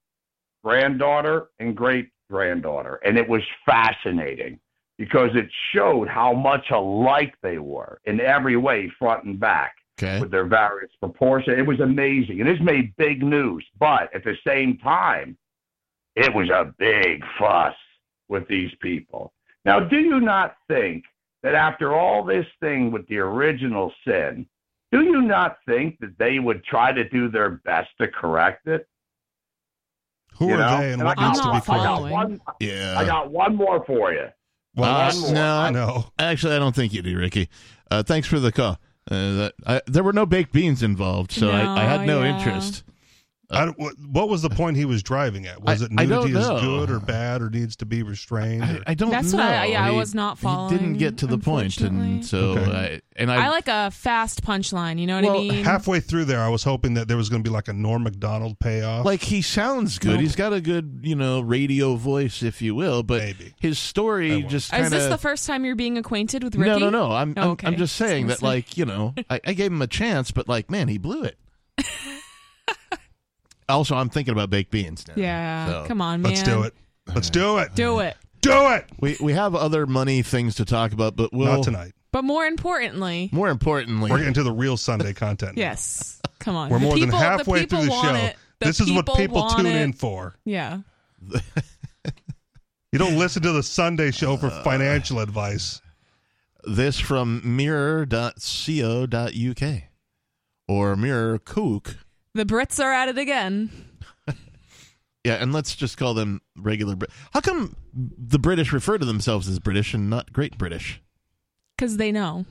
S6: granddaughter, and great granddaughter. And it was fascinating because it showed how much alike they were in every way, front and back
S2: Okay.
S6: with their various proportions. It was amazing. And this made big news. But at the same time, it was a big fuss with these people. Now, do you not think that after all this thing with the original sin, do you not think that they would try to do their best to correct it?
S4: Who
S6: You
S4: are
S6: know?
S4: they and
S6: And
S4: what
S6: I-
S4: needs
S3: I'm
S4: to
S3: not
S4: be
S6: I got
S4: corrected?
S3: following.
S6: one,
S7: Yeah.
S6: I got one more for you.
S2: Uh,
S4: Well,
S6: one more.
S2: no,
S4: no.
S2: actually, I don't think you do, Ricky. Uh, thanks for the call. Uh, that, I, there were no baked beans involved, so I, I had
S3: No,
S2: no
S3: yeah.
S2: interest.
S4: I don't- what, what was the point he was driving at? Was
S2: I-
S4: it
S2: I don't
S4: nudity is
S2: know.
S4: good or bad or needs to be restrained?
S2: I,
S4: or-
S2: I don't
S3: That's
S2: know.
S3: what I- yeah, I
S2: He-
S3: was not
S2: He didn't
S3: following,
S2: get to the point, and so
S4: Okay.
S2: I and I,
S3: I like a fast punchline. You know what
S2: Well,
S3: I mean?
S4: Halfway through there, I was hoping that there was going to be like a Norm Macdonald payoff.
S2: like he sounds good. He's got a good, you know, radio voice, if you will. But
S4: Maybe. I
S2: his story
S4: won't.
S2: just
S3: Is
S2: kind
S3: this the
S2: of
S3: first time you're being acquainted with Ricky?
S2: no, no, no. I'm
S3: Oh,
S2: I'm,
S3: okay.
S2: I'm just saying that,
S3: Sounds like-
S2: like
S3: (laughs)
S2: you know, I, I gave him a chance, but like, man, he blew it. also, I'm thinking about baked beans now.
S3: Yeah,
S2: So-
S3: come on, man.
S4: Let's do it. Let's do it.
S3: Do it.
S4: Do it.
S2: We we have other money things to talk about, but we'll
S4: Not tonight.
S3: But more importantly,
S2: more importantly,
S4: We're getting to the real Sunday content. now.
S3: yes. Come on.
S4: (laughs) We're
S3: The
S4: more
S3: people-
S4: than halfway
S3: the people
S4: through the
S3: want
S4: show.
S3: it. The
S4: this is what people
S3: want
S4: tune
S3: it.
S4: in for.
S3: Yeah.
S4: You don't listen to the Sunday show for financial advice.
S2: This from mirror.co.uk or Mirror Kook.
S3: The Brits are at it again.
S2: Yeah, and let's just call them regular Brit. How come the British refer to themselves as British and not Great British?
S3: Because they know.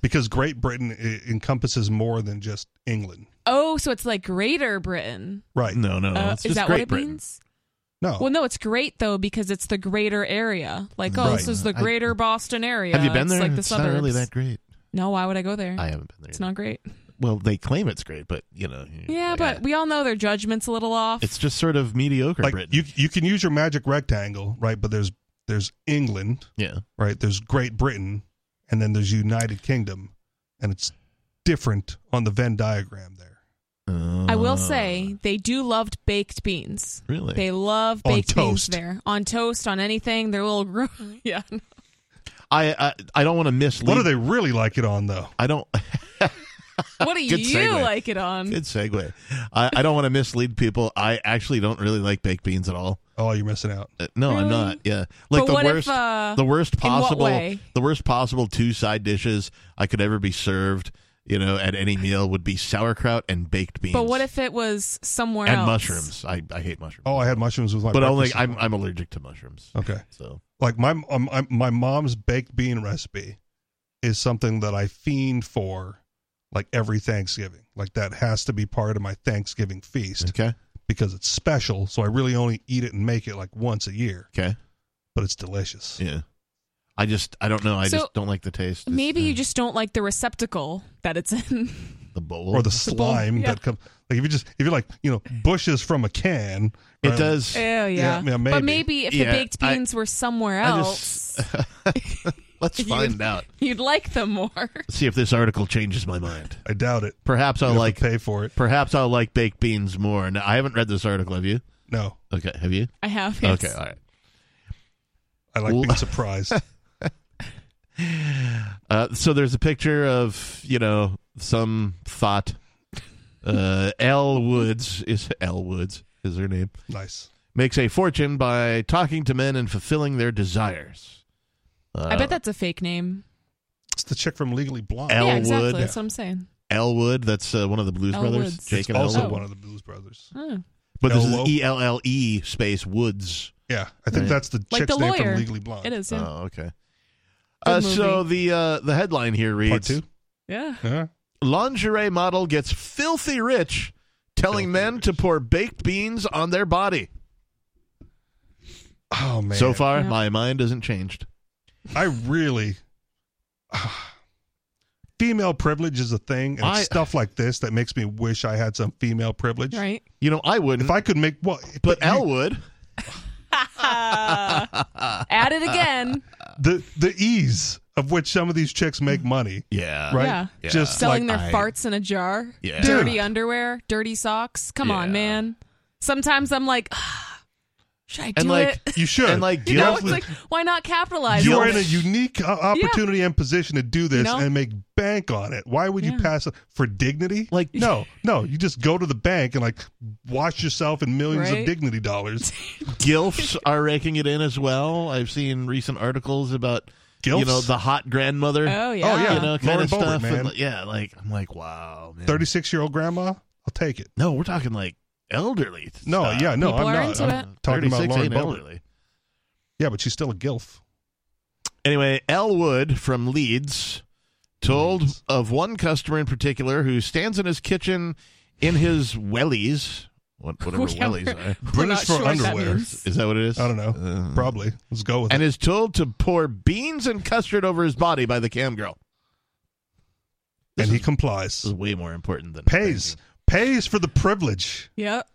S4: because Great Britain i- encompasses more than just England.
S3: Oh, so it's like Greater Britain.
S4: Right.
S2: No, no,
S3: Uh,
S2: it's
S3: is
S2: just
S3: that
S2: Great
S3: what it
S2: Britain.
S3: means?
S4: No.
S3: Well, no, it's great though because it's the greater area. Like, oh, this
S2: Right.
S3: is the
S2: I-
S3: greater Boston area.
S2: Have you been
S3: It's
S2: there?
S3: Like the
S2: it's not really
S3: suburbs.
S2: that great.
S3: No, why would I go there?
S2: I haven't been there.
S3: it's
S2: yet.
S3: not great.
S2: Well, they claim it's great, but you know. you-
S3: Yeah, but we all know their judgment's a little off.
S2: it's just sort of mediocre
S4: Like
S2: Britain.
S4: you you can use your magic rectangle, right? But there's there's England,
S2: yeah,
S4: right? There's Great Britain, and then there's United Kingdom, and it's different on the Venn diagram there.
S2: Uh,
S3: I will say they do loved baked beans.
S2: really.
S3: They love
S4: On
S3: baked
S4: toast.
S3: beans there on toast on anything. Their little gro- (laughs) yeah.
S2: I, I I don't want to mislead.
S4: What do they really like it on though?
S2: I don't. (laughs)
S3: What do you
S2: Good segue.
S3: like it on?
S2: Good segue. I, I don't want to mislead people. I actually don't really like baked beans at all.
S4: Oh, you're missing out.
S2: Uh, no, I'm
S3: Really?
S2: not. Yeah, like
S3: But
S2: the
S3: what if,
S2: worst,
S3: uh,
S2: the worst
S3: in what
S2: possible,
S3: way?
S2: the worst possible two side dishes I could ever be served. You know, at any meal would be sauerkraut and baked beans.
S3: but what if it was somewhere
S2: and
S3: else?
S2: mushrooms? I, I hate mushrooms.
S4: Oh, I had mushrooms with my
S2: but only
S4: breakfast.
S2: I'm I'm allergic to mushrooms.
S4: okay.
S2: So
S4: like my um, I- my mom's baked bean recipe is something that I fiend for like every Thanksgiving. Like that has to be part of my Thanksgiving feast
S2: okay,
S4: because it's special. So I really only eat it and make it like once a year,
S2: okay,
S4: but it's delicious.
S2: yeah. I just I don't know. I
S3: So,
S2: just don't like the taste. It's,
S3: Maybe
S2: uh,
S3: you just don't like the receptacle that it's in.
S2: the bowl
S4: Or
S3: bowl,
S4: the slime
S3: yeah.
S4: that comes like if you just if you're like, you know, bushes from a can.
S2: It
S4: right?
S2: (laughs) does.
S3: Oh yeah.
S4: yeah,
S3: But
S4: maybe.
S3: maybe if
S2: Yeah,
S3: the baked
S2: I-
S3: beans were somewhere
S2: I
S3: else, (laughs)
S2: just- Let's
S3: You'd-
S2: find out.
S3: you'd like them more.
S2: See if this article changes my mind.
S4: I doubt it.
S2: Perhaps I'll
S4: You have
S2: like
S4: to pay for it.
S2: Perhaps I'll like baked beans more. Now, I haven't read this article. Have you?
S4: No.
S2: Okay, have you?
S3: I have.
S2: Okay,
S3: yes.
S2: all right.
S4: I like
S2: Well- (laughs)
S4: being surprised.
S2: Uh, so there's a picture of you know some thought.
S4: (laughs)
S2: Uh, L Woods is L Woods is her name.
S4: nice.
S2: Makes a fortune by talking to men and fulfilling their desires. Uh,
S3: I bet that's a fake name. (laughs)
S4: It's the chick from Legally Blonde.
S2: Al
S3: yeah, exactly.
S2: Wood.
S3: That's what I'm saying.
S2: L Wood. That's uh, one of the Blues
S3: L.
S2: Brothers.
S3: Woods.
S2: Jake and
S4: also
S2: L. Wood.
S4: one of the Blues Brothers.
S3: Oh.
S2: But this
S4: L-O.
S2: is E L L E space Woods.
S4: Yeah, I think
S2: Right.
S4: that's the
S3: Like
S4: chick's
S3: the
S4: name from
S3: lawyer.
S4: Legally Blonde.
S3: It is. Yeah.
S2: Oh, okay. Uh,
S3: movie.
S2: so the uh, the headline here reads:
S4: Part two. Uh-huh.
S3: yeah.
S4: Yeah.
S2: lingerie model gets filthy rich
S4: Filthy
S2: telling men
S4: rich.
S2: to pour baked beans on their body.
S4: Oh man.
S2: So far,
S3: Yeah.
S2: my mind isn't changed.
S4: I really (sighs) female privilege is a thing, and
S2: I-
S4: it's stuff like this that makes me wish I had some female privilege.
S3: Right.
S2: You know, I wouldn't,
S4: If I could make well,
S2: but
S4: you-
S2: Elle would.
S3: At it again.
S4: the the ease of which some of these chicks make money,
S2: Yeah.
S4: right?
S3: Yeah.
S2: Yeah.
S4: Just like
S3: Selling their
S2: I-
S3: farts in a jar.
S2: Yeah.
S3: Dirty underwear. Dirty socks. Come on,
S2: Yeah.
S3: man. Sometimes I'm like, ah, should I do
S2: And like,
S3: it?
S4: you should.
S2: and like,
S3: (laughs) You know,
S2: guilt
S3: it's like, why not capitalize?
S4: you
S3: on
S4: are
S3: it?
S4: in a unique uh, opportunity and position to do this
S3: know?
S4: and make bank on it. Why would
S3: Yeah.
S4: you pass up for dignity?
S3: (laughs)
S2: Like-
S4: no, no, you just go to the bank and like wash yourself in millions
S3: Right?
S4: of
S3: (laughs)
S4: dignity dollars.
S2: gilfs are raking it in as well. I've seen recent articles about you
S4: Gilfs?
S2: know the hot grandmother.
S3: Oh, yeah. Oh, yeah.
S2: You know, kind
S4: Lauren
S2: of
S4: Boebert,
S2: stuff.
S4: man.
S2: And, yeah, like I'm like, wow, man.
S4: 36 year old grandma, I'll take it.
S2: No, we're talking like elderly.
S4: No,
S2: stuff.
S4: yeah, no,
S3: People
S4: I'm
S3: are
S4: not.
S3: into
S4: I'm
S3: it.
S4: talking about
S2: 36
S4: Lauren
S2: ain't
S4: Boebert.
S2: elderly.
S4: Yeah, but she's still a gilf.
S2: Anyway, Elwood from Leeds told
S4: Leeds.
S2: of one customer in particular who stands in his kitchen in his wellies, what, whatever
S3: Whatever.
S2: wellies are.
S3: We're
S4: British
S3: not
S4: for
S3: sure what that
S4: underwear.
S3: means.
S2: Is that what it is?
S4: I don't know.
S2: Uh,
S4: Probably. Let's go with
S2: And
S4: it.
S2: is told to pour beans and custard over his body by the cam girl.
S4: And he
S2: This
S4: complies.
S2: is way more important than
S4: Pays. Pays for the privilege.
S3: Yep.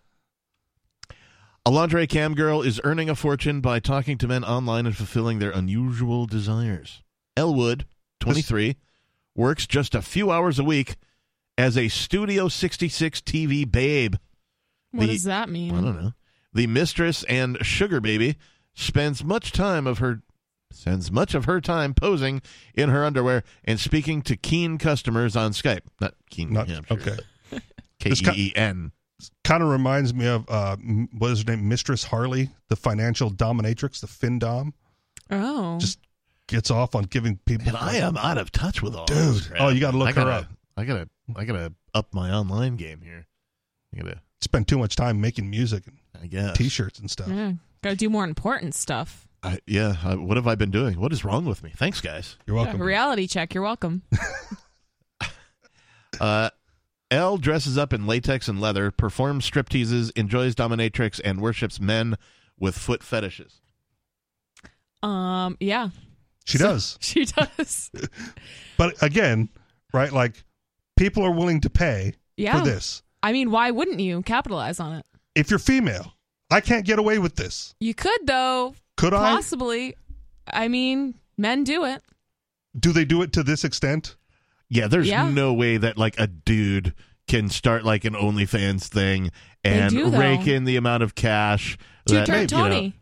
S2: A lingerie cam girl is earning a fortune by talking to men online and fulfilling their unusual desires. Elwood, 23, works just a few hours a week as a Studio 66 TV babe.
S3: What
S2: The-
S3: does that
S2: I
S3: mean?
S2: don't know. The mistress and sugar baby spends much time of her spends much of her time posing in her underwear and speaking to keen customers on Skype. Not keen,
S4: Not
S2: yeah, I'm sure.
S4: okay.
S2: (laughs) K
S4: This co-
S2: E E N.
S4: kind of reminds me of uh, m- what is her name, Mistress Harley, the financial dominatrix, the fin dom.
S3: Oh.
S4: Just gets off on giving people.
S2: And I am out of touch with all
S4: Dude.
S2: this crap.
S4: Oh, you gotta look
S2: I
S4: her
S2: gotta,
S4: up.
S2: I gotta, I gotta up my online game here. I gotta,
S4: spend too much time making music and
S2: I guess.
S4: t-shirts and
S2: uh,
S4: stuff.
S3: yeah. Gotta do more important stuff.
S2: I, yeah. I, what have I been doing? What is wrong with me? Thanks, guys.
S4: You're welcome.
S3: Yeah, reality check. You're
S4: (laughs)
S3: welcome.
S2: Uh, L dresses up in latex and leather, performs stripteases, enjoys dominatrix, and worships men with foot fetishes.
S3: um. Yeah. (laughs)
S2: (laughs)
S4: She
S3: So-
S4: does.
S3: She does.
S4: But again, right? Like people are willing to pay
S3: Yeah.
S4: for this.
S3: I mean, why wouldn't you capitalize on it?
S4: If you're female, I can't get away with this.
S3: You could though.
S4: Could I?
S3: Possibly. I mean, men do it.
S4: Do they do it to this extent?
S2: Yeah, there's
S3: Yeah.
S2: no way that like a dude can start like an OnlyFans thing and
S3: do, though.
S2: rake in the amount of cash.
S3: Two
S2: that-
S3: Turnt
S2: you know-
S3: Tony.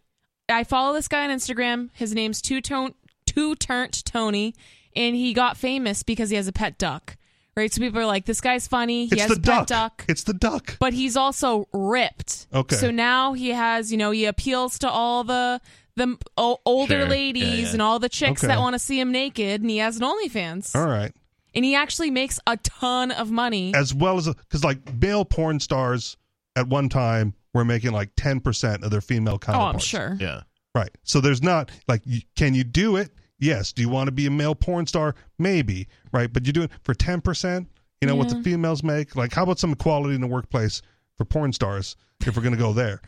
S3: I follow this guy on Instagram. His name's Two Tone Two Turnt Tony, and he got famous because he has a pet duck. Right, so people are like, "This guy's funny. He
S4: it's
S3: has
S4: the
S3: a pet
S4: duck.
S3: duck,
S4: It's the duck.
S3: but he's also ripped."
S4: Okay.
S3: So now he has, you know, he appeals to all the the o- older
S2: Sure. Yeah,
S3: ladies
S2: yeah.
S3: and all the chicks
S4: Okay.
S3: that want to see him naked, and he has an OnlyFans,
S4: All right.
S3: and he actually makes a ton of money.
S4: As well as because like male porn stars at one time were making like ten percent of their female
S3: oh,
S4: counterparts.
S3: I'm sure.
S2: Yeah.
S4: Right. So there's not like, you, can you do it? Yes. Do you want to be a male porn star? Maybe. Right. But you do it for 10%, you know, what the
S3: Yeah.
S4: females make. Like, how about some equality in the workplace for porn stars if we're going to go there?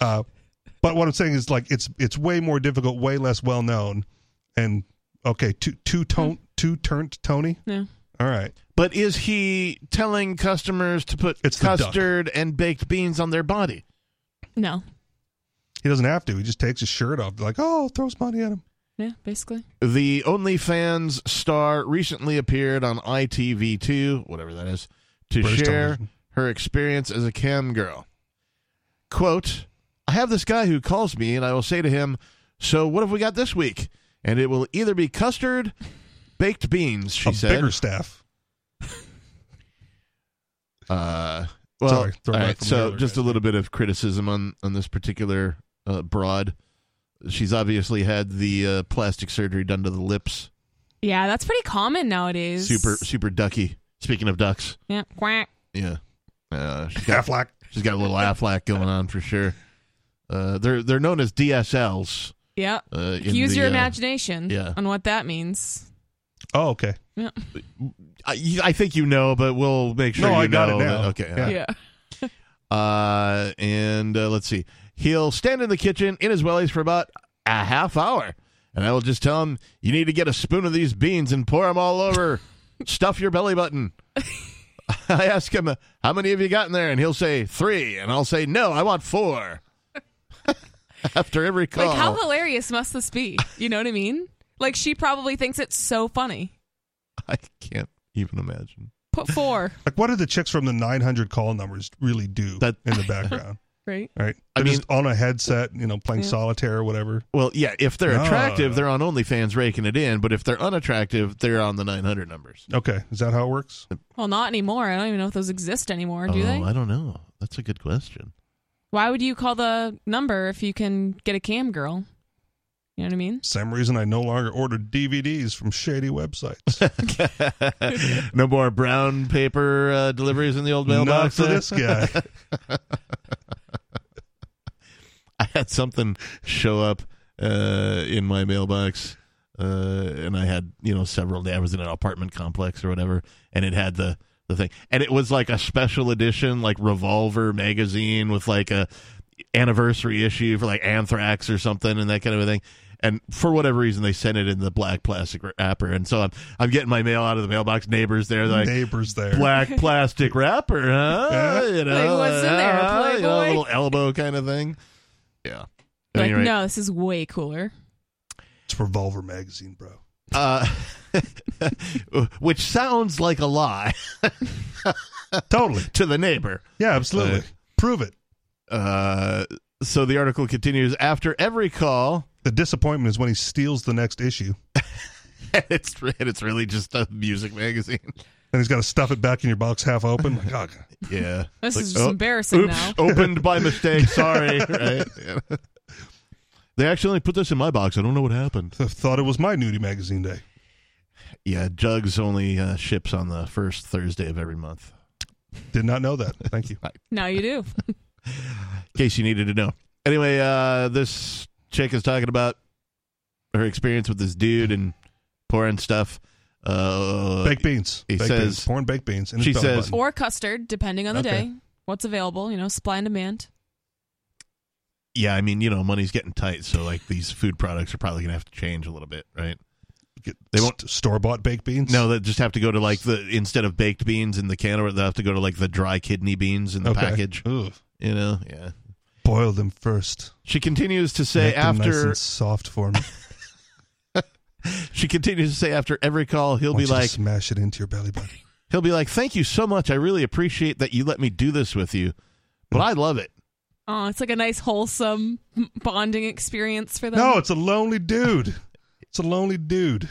S4: Uh, but what I'm saying is like, it's, it's way more difficult, way less well known. And okay, two, two
S3: Hmm.
S4: tone, two turned Tony.
S3: Yeah.
S4: All right.
S2: But is he telling customers to put
S4: It's the duck.
S2: custard and baked beans on their body?
S3: No,
S4: He doesn't have to. He just takes his shirt off. Like, oh, throws money at him.
S3: yeah, basically.
S2: The OnlyFans star recently appeared on ITV2, whatever that is, to
S4: British
S2: share
S4: television.
S2: her experience as a cam girl. Quote, I have this guy who calls me and I will say to him, So what have we got this week? And it will either be custard, baked beans, she
S4: a
S2: said.
S4: bigger staff.
S2: (laughs) Uh, well,
S4: Sorry,
S2: all
S4: throwback
S2: right,
S4: from the
S2: so
S4: other
S2: just
S4: guy.
S2: a little bit of criticism on on this particular uh, broad. She's obviously had the uh, plastic surgery done to the lips.
S3: Yeah, that's pretty common nowadays.
S2: Super super ducky. Speaking of ducks,
S3: Yeah. Quack.
S2: yeah, uh, she's got
S4: Affleck.
S2: she's got a little Aflac going on for sure. Uh, they're they're known as DSLs.
S3: Yeah.
S2: Uh, in
S3: Use
S2: the,
S3: your
S2: uh,
S3: imagination
S2: yeah.
S3: on what that means.
S4: Oh, okay.
S2: I, I think you know, but we'll make sure.
S4: No,
S2: you
S4: I got it
S2: know
S4: now.
S2: that- okay, all
S4: Yeah.
S2: right. Uh, and uh, let's see. He'll stand in the kitchen in his wellies for about a half hour, and I will just tell him, "You need to get a spoon of these beans and pour them
S3: (laughs)
S2: all over, stuff your belly button." I ask him, "How many have you got in there?" And he'll say three, and I'll say, "No, I want four. (laughs) After every call,
S3: Like, how hilarious must this be? You know what I mean? Like, she probably thinks it's so funny.
S2: I can't even imagine.
S3: Put four,
S4: (laughs) Like, what do the chicks from the 900 call numbers really do
S2: That-
S4: in the background? (laughs)
S3: right?
S4: right?
S2: I
S4: They're just on a headset, you know, playing solitaire or whatever.
S2: Well, yeah, if they're
S4: No.
S2: attractive, they're on OnlyFans raking it in, but if they're unattractive, they're on the 900 numbers.
S4: Okay, is that how it works?
S3: Well, not anymore. I don't even know if those exist anymore, do
S2: oh,
S3: they?
S2: I don't know. That's a good question.
S3: Why would you call the number if you can get a cam girl? You know what I mean?
S4: Same reason I no longer order DVDs from shady websites.
S2: (laughs) no more brown paper uh, deliveries in the old
S4: Not
S2: mailbox.
S4: for
S2: there?
S4: this guy.
S2: (laughs) I had something show up uh, in my mailbox, uh, and I had you know several. I was in an apartment complex or whatever, and it had the the thing, and it was like a special edition, like Revolver magazine with like a anniversary issue for like Anthrax or something and that kind of a thing. And for whatever reason, they sent it in the black plastic wrapper, and so I'm I'm getting my mail out of the mailbox. Neighbors there, like
S4: Neighbors there.
S2: (laughs) black plastic wrapper, huh?
S4: Yeah.
S2: You know,
S3: Like, what's in there,
S2: uh, you know,
S3: Playboy?
S2: little elbow kind of thing. Yeah. At
S3: Like,
S2: any rate,
S3: no, this is way cooler.
S4: It's Revolver magazine, bro.
S2: uh, (laughs) which sounds like a lie (laughs)
S4: Totally.
S2: to the neighbor.
S4: Yeah, absolutely.
S2: (laughs) Uh,
S4: Prove it.
S2: Uh, so the article continues after every call.
S4: The disappointment is when he steals the next issue.
S2: And it's and it's really just a music magazine.
S4: and he's got to stuff it back in your box half open. Like, oh, God.
S2: (laughs) Yeah.
S3: This
S2: Like,
S3: is
S2: oh,
S3: just embarrassing
S2: oops,
S3: now.
S2: opened by mistake.
S4: (laughs)
S2: (laughs) Sorry. right? Yeah. They accidentally put this in my box. I don't know what happened.
S4: I thought it was my nudie magazine day.
S2: Yeah, Jugs only uh, ships on the first Thursday of every month.
S4: Did not know that. Thank you.
S3: Now you do.
S2: In case you needed to know. Anyway, uh, this chick is talking about her experience with this dude and pouring stuff. Uh,
S4: baked beans.
S2: he
S4: baked
S2: says-
S4: beans. pouring baked beans. in his
S2: she
S4: belly
S2: says-
S4: button.
S3: or custard, depending on the
S4: Okay.
S3: day. What's available, you know, supply and demand.
S2: yeah, I mean, you know, money's getting tight, so like these food products are probably gonna have to change a little bit, right?
S4: Get
S2: they won't-
S4: store bought baked beans.
S2: No, they just have to go to like the instead of baked beans in the can, or they have to go to like the dry kidney beans in the
S4: Okay.
S2: package.
S4: Ugh.
S2: You know, yeah.
S4: boil them first.
S2: She continues to say
S4: Make them nice
S2: after
S4: and soft for me.
S2: (laughs) she continues to say after every call, (laughs) he'll
S4: Want
S2: be
S4: you to
S2: like,
S4: smash it into your belly button.
S2: He'll be like, "Thank you so much. I really appreciate that you let me do this with you, but
S4: Hmm.
S2: I love it."
S3: Oh, it's like a nice wholesome bonding experience for them.
S4: No, it's a lonely dude. It's a lonely dude.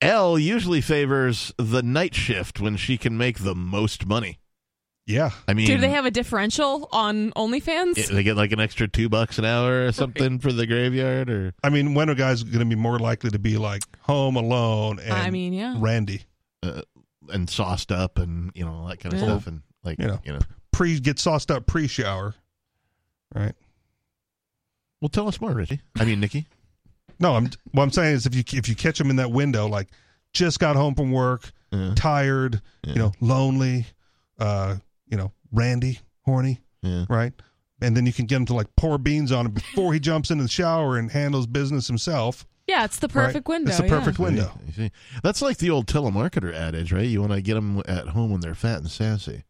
S2: L usually favors the night shift when she can make the most money.
S4: Yeah,
S2: I mean,
S3: Do they have a differential on OnlyFans?
S2: it- they get like an extra two bucks an hour or something for the graveyard, or
S4: I mean, when are guys going to be more likely to be like home alone and
S3: I mean, yeah.
S4: Randy?
S2: Uh, and sauced up and you know all that kind of
S3: Yeah.
S2: stuff, and like
S4: You know.
S2: you know.
S4: Pre get sauced up pre shower, right?
S2: Well, tell us more, Richie. I mean, Nikki.
S4: No, I'm what I'm saying is if you if you catch him in that window, like just got home from work,
S2: Yeah,
S4: tired,
S2: yeah,
S4: you know, lonely, uh, you know, Randy horny,
S2: yeah.
S4: right? And then you can get him to like pour beans on him before he jumps into the shower and handles business himself.
S3: Yeah, it's the perfect window.
S4: It's the perfect
S2: You
S4: window.
S2: see- you see. That's like the old telemarketer adage, right? You want to get them at home when they're fat and sassy.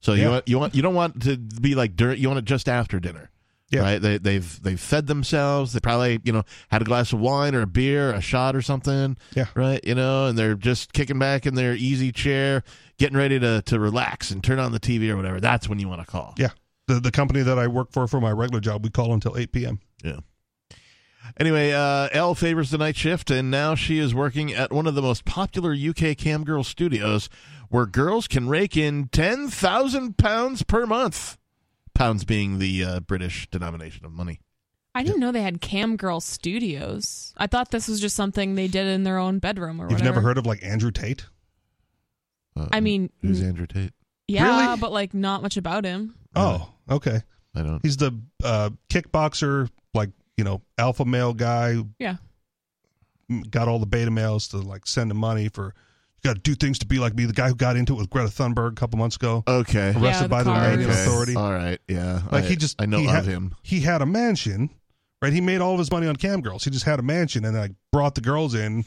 S2: So you
S4: Yeah.
S2: want you want you don't want to be like during you want it just after dinner.
S4: Yeah.
S2: Right? They they've they've fed themselves. They probably, you know, had a glass of wine or a beer, a shot or something.
S4: Yeah.
S2: Right? You know, and they're just kicking back in their easy chair, getting ready to to relax and turn on the TV or whatever. That's when you want to call.
S4: Yeah. The the company that I work for for my regular job, we call until eight p.m.
S2: Anyway, uh, Elle favors the night shift, and now she is working at one of the most popular UK cam girl studios, where girls can rake in ten thousand pounds per month. Pounds being the uh, British denomination of money.
S3: I didn't know they had Cam Girl Studios. I thought this was just something they did in their own bedroom or
S4: You've
S3: whatever.
S4: never heard of like Andrew Tate?
S2: Uh,
S3: I mean, mm.
S2: who's Andrew Tate?
S3: yeah,
S4: Really?
S3: but like not much about him.
S4: Oh, okay.
S2: I don't.
S4: He's the uh, kickboxer, like you know, alpha male guy.
S3: Yeah.
S4: M- Got all the beta males to like send him money for. You got to do things to be like me. The guy who got into it with Greta Thunberg a couple months ago,
S2: Okay.
S3: Yeah,
S4: arrested
S3: the
S4: by the
S3: cars.
S4: Romanian
S3: Okay.
S4: authority.
S2: All right. Yeah.
S4: Like
S2: I-
S4: he just
S2: I know
S4: he
S2: of
S4: had,
S2: him.
S4: He had a mansion, right? He made all of his money on cam girls. He just had a mansion and like brought the girls in,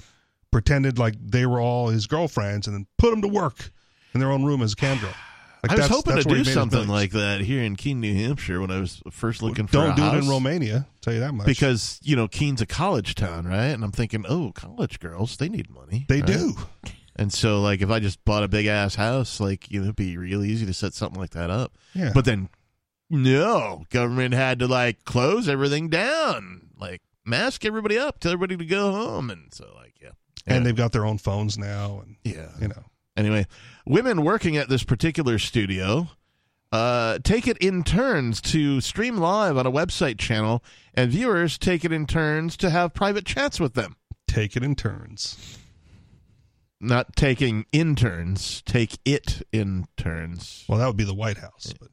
S4: pretended like they were all his girlfriends, and then put them to work in their own room as a cam
S2: (sighs)
S4: girl. Like
S2: I was
S4: that's-
S2: hoping
S4: that's
S2: to
S4: where he
S2: do
S4: made his
S2: something
S4: millions.
S2: like that here in Keene, New Hampshire, when I was first looking for
S4: Don't
S2: a
S4: do it
S2: house.
S4: in Romania. Tell you that much.
S2: because you know Keene's a college town, right? And I'm thinking, oh, college girls, they need money.
S4: they
S2: right?
S4: do.
S2: And so, like, if I just bought a big ass house, like, you know, it'd be real easy to set something like that up.
S4: Yeah.
S2: But then, no, government had to like close everything down, like mask everybody up, tell everybody to go home, and so like, yeah,
S4: and they've got their own phones now, and
S2: yeah.
S4: you know,
S2: Anyway, women working at this particular studio uh, take it in turns to stream live on a website channel, and viewers take it in turns to have private chats with them.
S4: take it in turns.
S2: not taking interns, take it in turns.
S4: Well, that would be the White House. But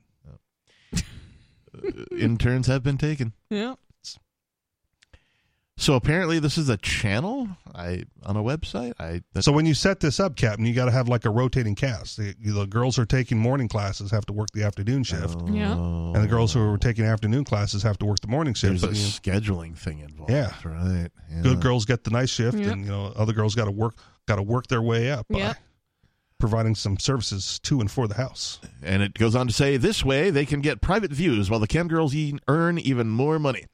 S2: interns Uh, have been taken.
S3: Yeah.
S2: So apparently, this is a channel I on a website. I that's
S4: so when you set this up, Captain, you got to have like a rotating cast. The, the girls who are taking morning classes have to work the afternoon shift.
S2: Oh.
S3: Yeah.
S4: and the girls who are taking afternoon classes have to work the morning shift.
S2: there's a
S4: But, you know,
S2: scheduling thing involved.
S4: Yeah.
S2: right. Yeah.
S4: good girls get the night shift,
S3: Yep.
S4: and you know other girls got to work got to work their way up by
S3: Yep.
S4: providing some services to and for the house.
S2: And it goes on to say this way they can get private views while the cam girls e- earn even more money.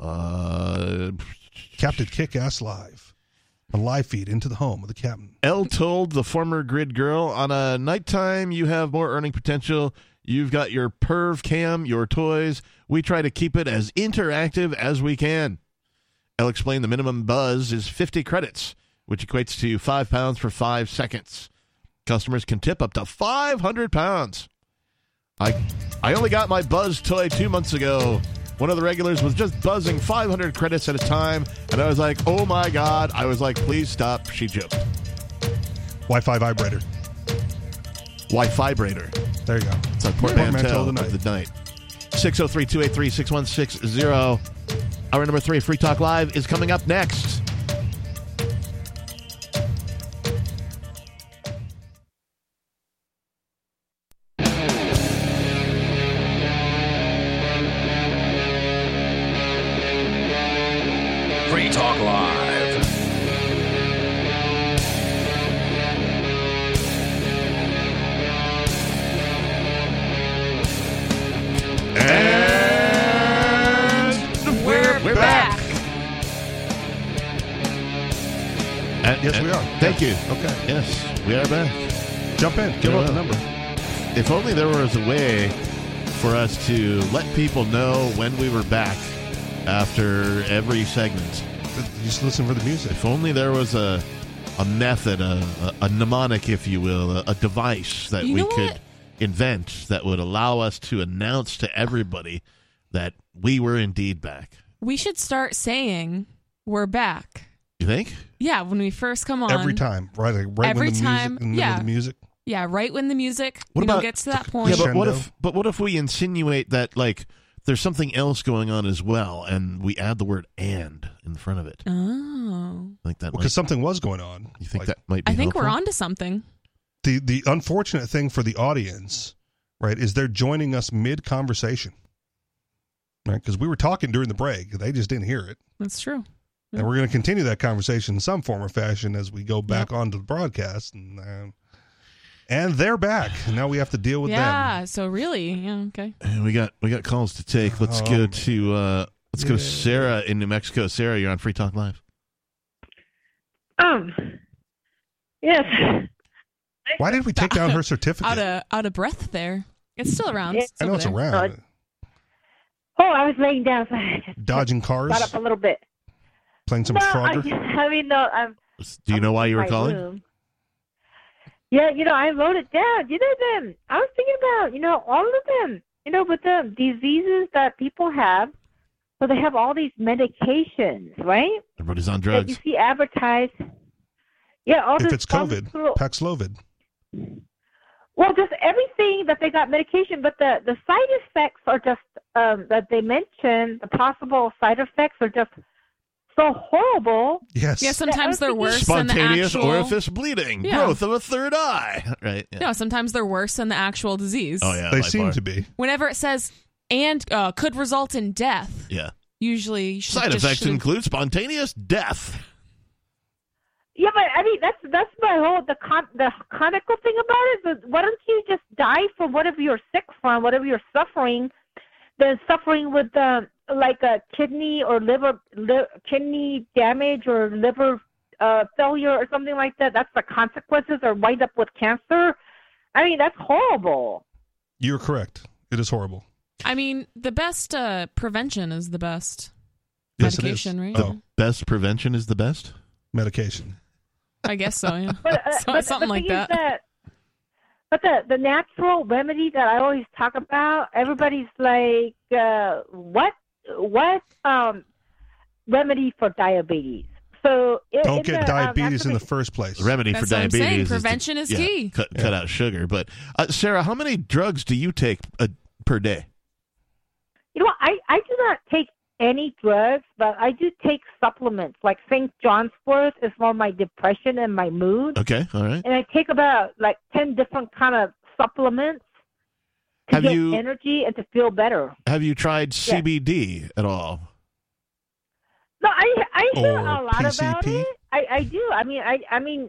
S2: Uh,
S4: Captain Kick Ass Live, a live feed into the home of the captain.
S2: L told the former grid girl, on a nighttime, you have more earning potential. You've got your perv cam, your toys. We try to keep it as interactive as we can. L explained the minimum buzz is 50 credits, which equates to five pounds for five seconds. Customers can tip up to 500 pounds. I, I only got my Buzz toy two months ago. One of the regulars was just buzzing 500 credits at a time, and I was like, oh my God. I was like, please stop. She joked.
S4: Wi Fi vibrator.
S2: Why vibrator?
S4: There you go.
S2: It's a portmanteau of the night. 603 283 6160. Hour number three, Free Talk Live, is coming up next.
S7: Free Talk Live.
S2: And we're,
S4: Yes, we are.
S2: Thank you.
S4: Okay.
S2: Yes, we are back.
S4: Jump in. Give
S2: Yeah.
S4: out the number.
S2: If only there was a way for us to let people know when we were back after every segment.
S4: Just listen for the music.
S2: If only there was a a method, a, a, a mnemonic, if you will, a, a device that
S3: You
S2: we
S3: know
S2: could
S3: what?
S2: invent that would allow us to announce to everybody that we were indeed back.
S3: We should start saying we're back.
S2: You think?
S3: Yeah, when we first come on.
S4: Every time, right? Like right
S3: Every
S4: when the
S3: time,
S4: music, in the middle
S3: yeah.
S4: of the music.
S3: Yeah, right when the music
S2: What
S3: you know,
S2: about-
S3: gets to that
S2: Yeah,
S3: point.
S2: but what
S4: Crescendo.
S2: if? But what if we insinuate that like there's something else going on as well, and we add the word "and" in front of it?
S3: oh.
S2: I think that.
S4: Because
S2: might,
S4: something was going on.
S2: you think
S4: Like,
S2: that might be?
S3: I think we're
S2: helpful?
S3: on to something.
S4: the the unfortunate thing for the audience, right, is they're joining us mid conversation, right? Because we were talking during the break, they just didn't hear it,
S3: That's true.
S4: and we're going to continue that conversation in some form or fashion as we go back onto the broadcast, and um, and they're back. Now we have to deal with
S3: yeah,
S4: them.
S3: so really, yeah, okay.
S2: And we got we got calls to take. Let's go
S4: Oh.
S2: to uh let's go to Sarah in New Mexico. Sarah, you're on Free Talk Live.
S8: Um. Yes.
S4: Why did we take down her certificate?
S3: Out of out of breath there. It's still around.
S8: Yeah.
S4: I
S3: over
S4: know it's
S3: there.
S4: around.
S8: Oh, I was laying down. (laughs) So I just
S4: Dodging cars,
S8: got up a little bit.
S4: playing some
S8: no,
S4: Frogger.
S8: (laughs) I, I mean, no. I'm.
S2: Do you
S8: I'm
S2: know why
S8: in
S2: you were
S8: my
S2: calling?
S8: room. Yeah, you know, I wrote it down. You know them. I was thinking about, you know, all of them. You know, but the diseases that people have. So they have all these medications, right?
S2: Everybody's on
S8: That you
S2: drugs.
S8: see advertised. Yeah, all
S4: If
S8: this
S4: it's
S8: all this
S4: COVID,
S8: little-
S4: Paxlovid.
S8: Well, just everything that they got medication, but the the side effects are just um, that they mentioned. The possible side effects are just so horrible.
S4: Yes.
S3: Yeah, sometimes they're worse than the
S2: Spontaneous
S3: actual
S2: orifice bleeding,
S3: Yeah.
S2: growth of a third eye. (laughs) Right. Yeah.
S3: No, sometimes they're worse than the actual disease.
S2: Oh yeah.
S4: they
S2: by
S4: seem
S2: far.
S4: to be.
S3: Whenever it says and uh, could result in death,
S2: Yeah.
S3: usually you should
S2: Side
S3: just
S2: effects
S3: should-
S2: include spontaneous death.
S8: Yeah, but I mean that's that's my whole the con the conical thing about it. But why don't you just die from whatever you're sick from, whatever you're suffering, than suffering with um, like a kidney or liver li- kidney damage or liver uh, failure or something like that. That's the consequences, or wind up with cancer. I mean that's horrible.
S4: You're correct. It is horrible.
S3: I mean, the best uh, prevention is the best
S4: Yes, it is.
S3: medication, right?
S4: Oh,
S2: Best prevention is the best.
S4: medication.
S3: I guess so. Yeah.
S8: (laughs) But, uh,
S3: So-
S8: but the
S3: something like
S8: thing is
S3: that.
S8: But the the natural remedy that I always talk about, everybody's like, uh, what what um, remedy for diabetes? So i-
S4: Don't
S8: in
S4: get
S8: the, um,
S4: diabetes in the
S8: after-
S4: first place.
S2: The remedy for
S3: That's what I'm
S2: diabetes.
S3: saying.
S2: is to-
S3: Prevention is
S2: yeah,
S3: key.
S2: Cut, cut out sugar. But uh, Sarah, how many drugs do you take a, per day?
S8: You know, what? I I do not take any drugs, but I do take supplements. Like St. John's Wort is for my depression and my mood,
S2: Okay. All right.
S8: and I take about like ten different kind of supplements to
S2: Have
S8: get
S2: you-
S8: energy and to feel better.
S2: Have you tried CBD at all?
S8: No, I I hear
S4: Or
S8: a lot about
S4: PCP?
S8: it. I I do. I mean, I I mean,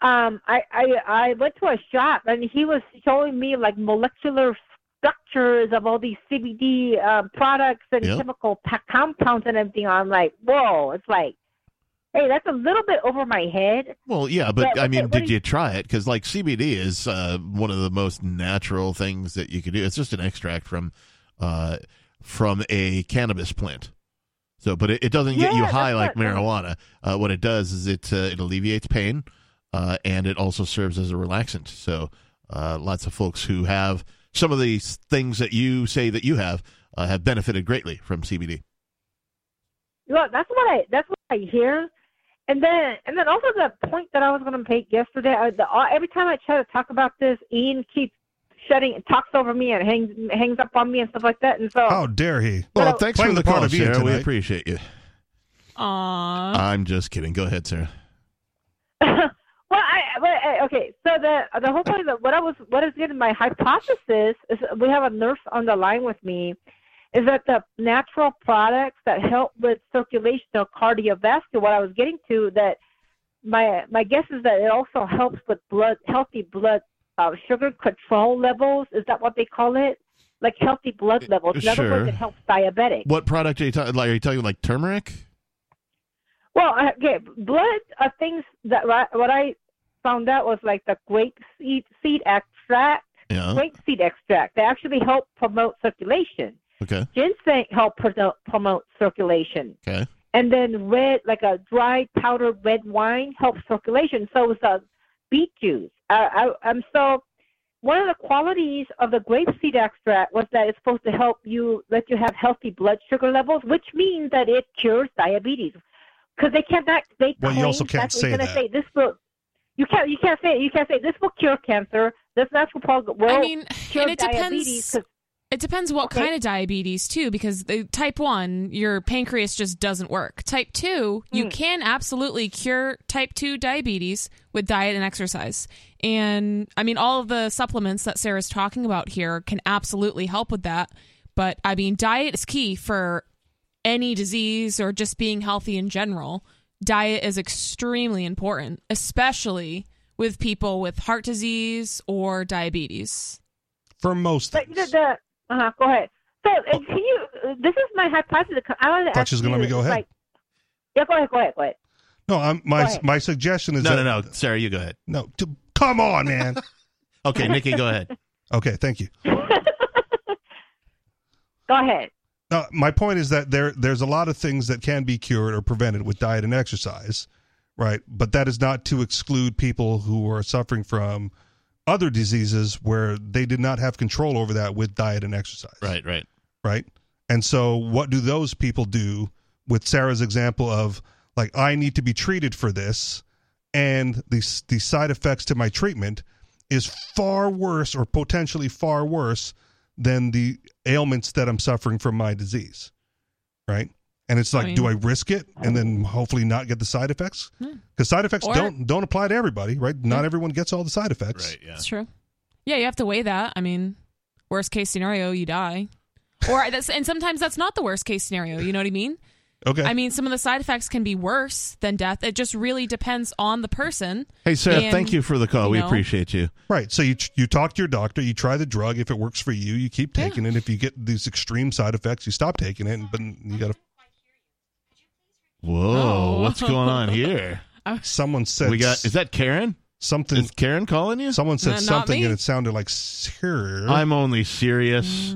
S8: um, I I I went to a shop and he was showing me like molecular structures of all these CBD um, products and
S2: Yeah.
S8: chemical pa- compounds and everything. I'm like, whoa! It's like, hey, that's a little bit over my head.
S2: Well, yeah, but
S8: But
S2: I
S8: what-
S2: mean,
S8: what
S2: did
S8: do you-
S2: you try it? Because like CBD is uh, one of the most natural things that you could do. It's just an extract from uh, from a cannabis plant. So, but it, it doesn't get you
S8: Yeah,
S2: high
S8: that's
S2: like
S8: what-
S2: marijuana. Uh, what it does is it uh, it alleviates pain.
S7: uh, and it also serves as a relaxant. So uh, lots of folks who have some of these things that you say that you have uh, have benefited greatly from CBD.
S8: Well, that's what I that's what I hear, and then and then also the point that I was going to make yesterday. I, the, every time I try to talk about this, Ian keeps shutting talks over me and hangs hangs up on me and stuff like that. And so
S4: How dare he?
S7: Well, thanks
S4: Playing
S7: for the,
S4: the part
S7: call,
S4: of Ian
S7: Sarah. We
S4: tonight.
S7: appreciate you.
S3: Aww.
S7: I'm just kidding. Go ahead, Sarah.
S8: well, I, well, I- okay. So the the whole point of what I was what is getting my hypothesis is we have a nurse on the line with me, is that the natural products that help with circulation or cardiovascular. What I was getting to that my my guess is that it also helps with blood healthy blood uh, sugar control levels. Is that what they call it? Like healthy blood levels. In other
S7: sure.
S8: words, it helps diabetics.
S7: What product are you talking? Like, are you talking like turmeric?
S8: Well, okay, blood are things that right- what I found out was like the grape seed, seed extract,
S7: Yeah.
S8: grape seed extract. They actually help promote circulation.
S7: Okay.
S8: Ginseng help promote, promote circulation.
S7: Okay.
S8: And then red, like a dried powdered red wine, helps circulation. So it's a beet juice. I, I, I'm so. One of the qualities of the grape seed extract was that it's supposed to help you let you have healthy blood sugar levels, which means that it cures diabetes. Because they cannot, they
S4: Well, you
S8: claim
S4: also can't
S8: that's what
S4: say
S8: you're gonna
S4: that.
S8: Say, this will, you can't, you can't say, you can't say this will cure cancer. This natural product will
S3: I mean,
S8: cure
S3: and it depends.
S8: diabetes. 'cause-
S3: It depends what
S8: Okay.
S3: kind of diabetes too, because the type one, your pancreas just doesn't work. Type two,
S8: Hmm.
S3: you can absolutely cure type two diabetes with diet and exercise. And I mean, all of the supplements that Sarah's talking about here can absolutely help with that. But I mean, diet is key for any disease or just being healthy in general. Diet is extremely important, especially with people with heart disease or diabetes.
S4: For most
S8: But the,
S4: things.
S8: the uh go ahead. So uh, can you? uh, This is my hypothesis. I want to
S4: Thought
S8: ask
S4: she was Oh. gonna
S8: you,
S4: let me go ahead.
S8: Like, yeah, go ahead, go ahead, go ahead.
S4: No, I'm,
S8: Go
S4: my
S8: ahead.
S4: my suggestion is
S7: No,
S4: that,
S7: no, no. Sarah, you go ahead.
S4: no. t- come on, man.
S7: Okay, Nikki, go ahead.
S4: okay, thank you.
S8: Go ahead.
S4: No, my point is that there there's a lot of things that can be cured or prevented with diet and exercise, right? But that is not to exclude people who are suffering from other diseases where they did not have control over that with diet and exercise.
S7: Right, right.
S4: right? And so, what do those people do with Sarah's example of like I need to be treated for this, and the s- the side effects to my treatment is far worse or potentially far worse than the ailments that I'm suffering from my disease, right? And it's like,
S3: I mean- Hmm.
S4: do I risk it and then hopefully not get the side effects? Because side effects
S3: Or-
S4: don't don't apply to everybody, right? Not everyone gets all the side effects.
S7: Right, yeah.
S3: That's true. Yeah, you have to weigh that. I mean, worst case scenario, you die. Or (laughs) that's and sometimes that's not the worst case scenario. You know what I mean?
S4: Okay.
S3: I mean, some of the side effects can be worse than death. It just really depends on the person.
S7: Hey, Sarah,
S3: And,
S7: thank you for the call.
S3: you
S7: we
S3: know-
S7: appreciate you.
S4: Right. So you you talk to your doctor, you try the drug. If it works for you, you keep taking it. If you get these extreme side effects, you stop taking it. But you
S7: (laughs)
S4: got to.
S7: Whoa,
S3: Oh. (laughs)
S7: what's going on here?
S4: (laughs) Someone said
S7: we got. Is that Karen?
S4: something.
S7: Is Karen calling you?
S4: Someone said
S3: Not
S4: something,
S3: me.
S4: and it sounded like sir.
S7: I'm only serious.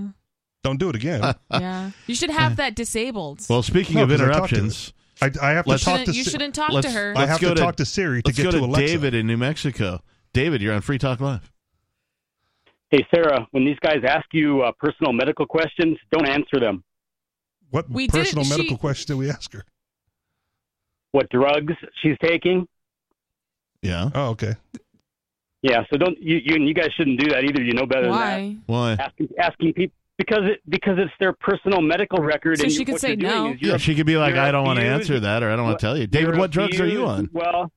S4: Don't do it
S3: (laughs)
S4: again.
S3: Mm.
S7: (laughs)
S3: Yeah, you should have that disabled.
S7: Well, speaking
S4: No,
S7: of
S4: 'cause I talked to
S7: interruptions,
S4: I, I have to
S7: Let's-
S3: you
S4: talk
S3: shouldn't,
S4: to.
S3: you
S4: Si-
S3: shouldn't talk to
S7: let's-
S3: her.
S4: I
S7: let's
S4: have
S7: go
S4: to,
S7: to-
S4: talk to Siri to
S7: let's
S4: get
S7: go to,
S4: Alexa.
S7: David in New Mexico. David, you're on Free Talk Live.
S9: Hey, Sarah, when these guys ask you uh, personal medical questions, don't answer them.
S4: What
S3: We did it-
S4: personal medical
S3: she-
S4: question did we ask her?
S9: What drugs she's taking?
S7: Yeah.
S4: Oh, okay.
S9: Yeah, so don't you, you you guys shouldn't do that either. You know better than
S3: Why?
S7: Why?
S9: that. Asking asking people because it because it's their personal medical record.
S3: So
S9: and
S3: she
S9: you,
S3: could
S9: what
S3: say
S9: you're doing
S3: no.
S9: is you're
S7: Yeah, she could be like,
S9: you're
S7: I don't want to
S9: abused-
S7: answer that, or I don't want to tell you. David,
S9: you're
S7: what drugs are you on?
S9: abused- Well,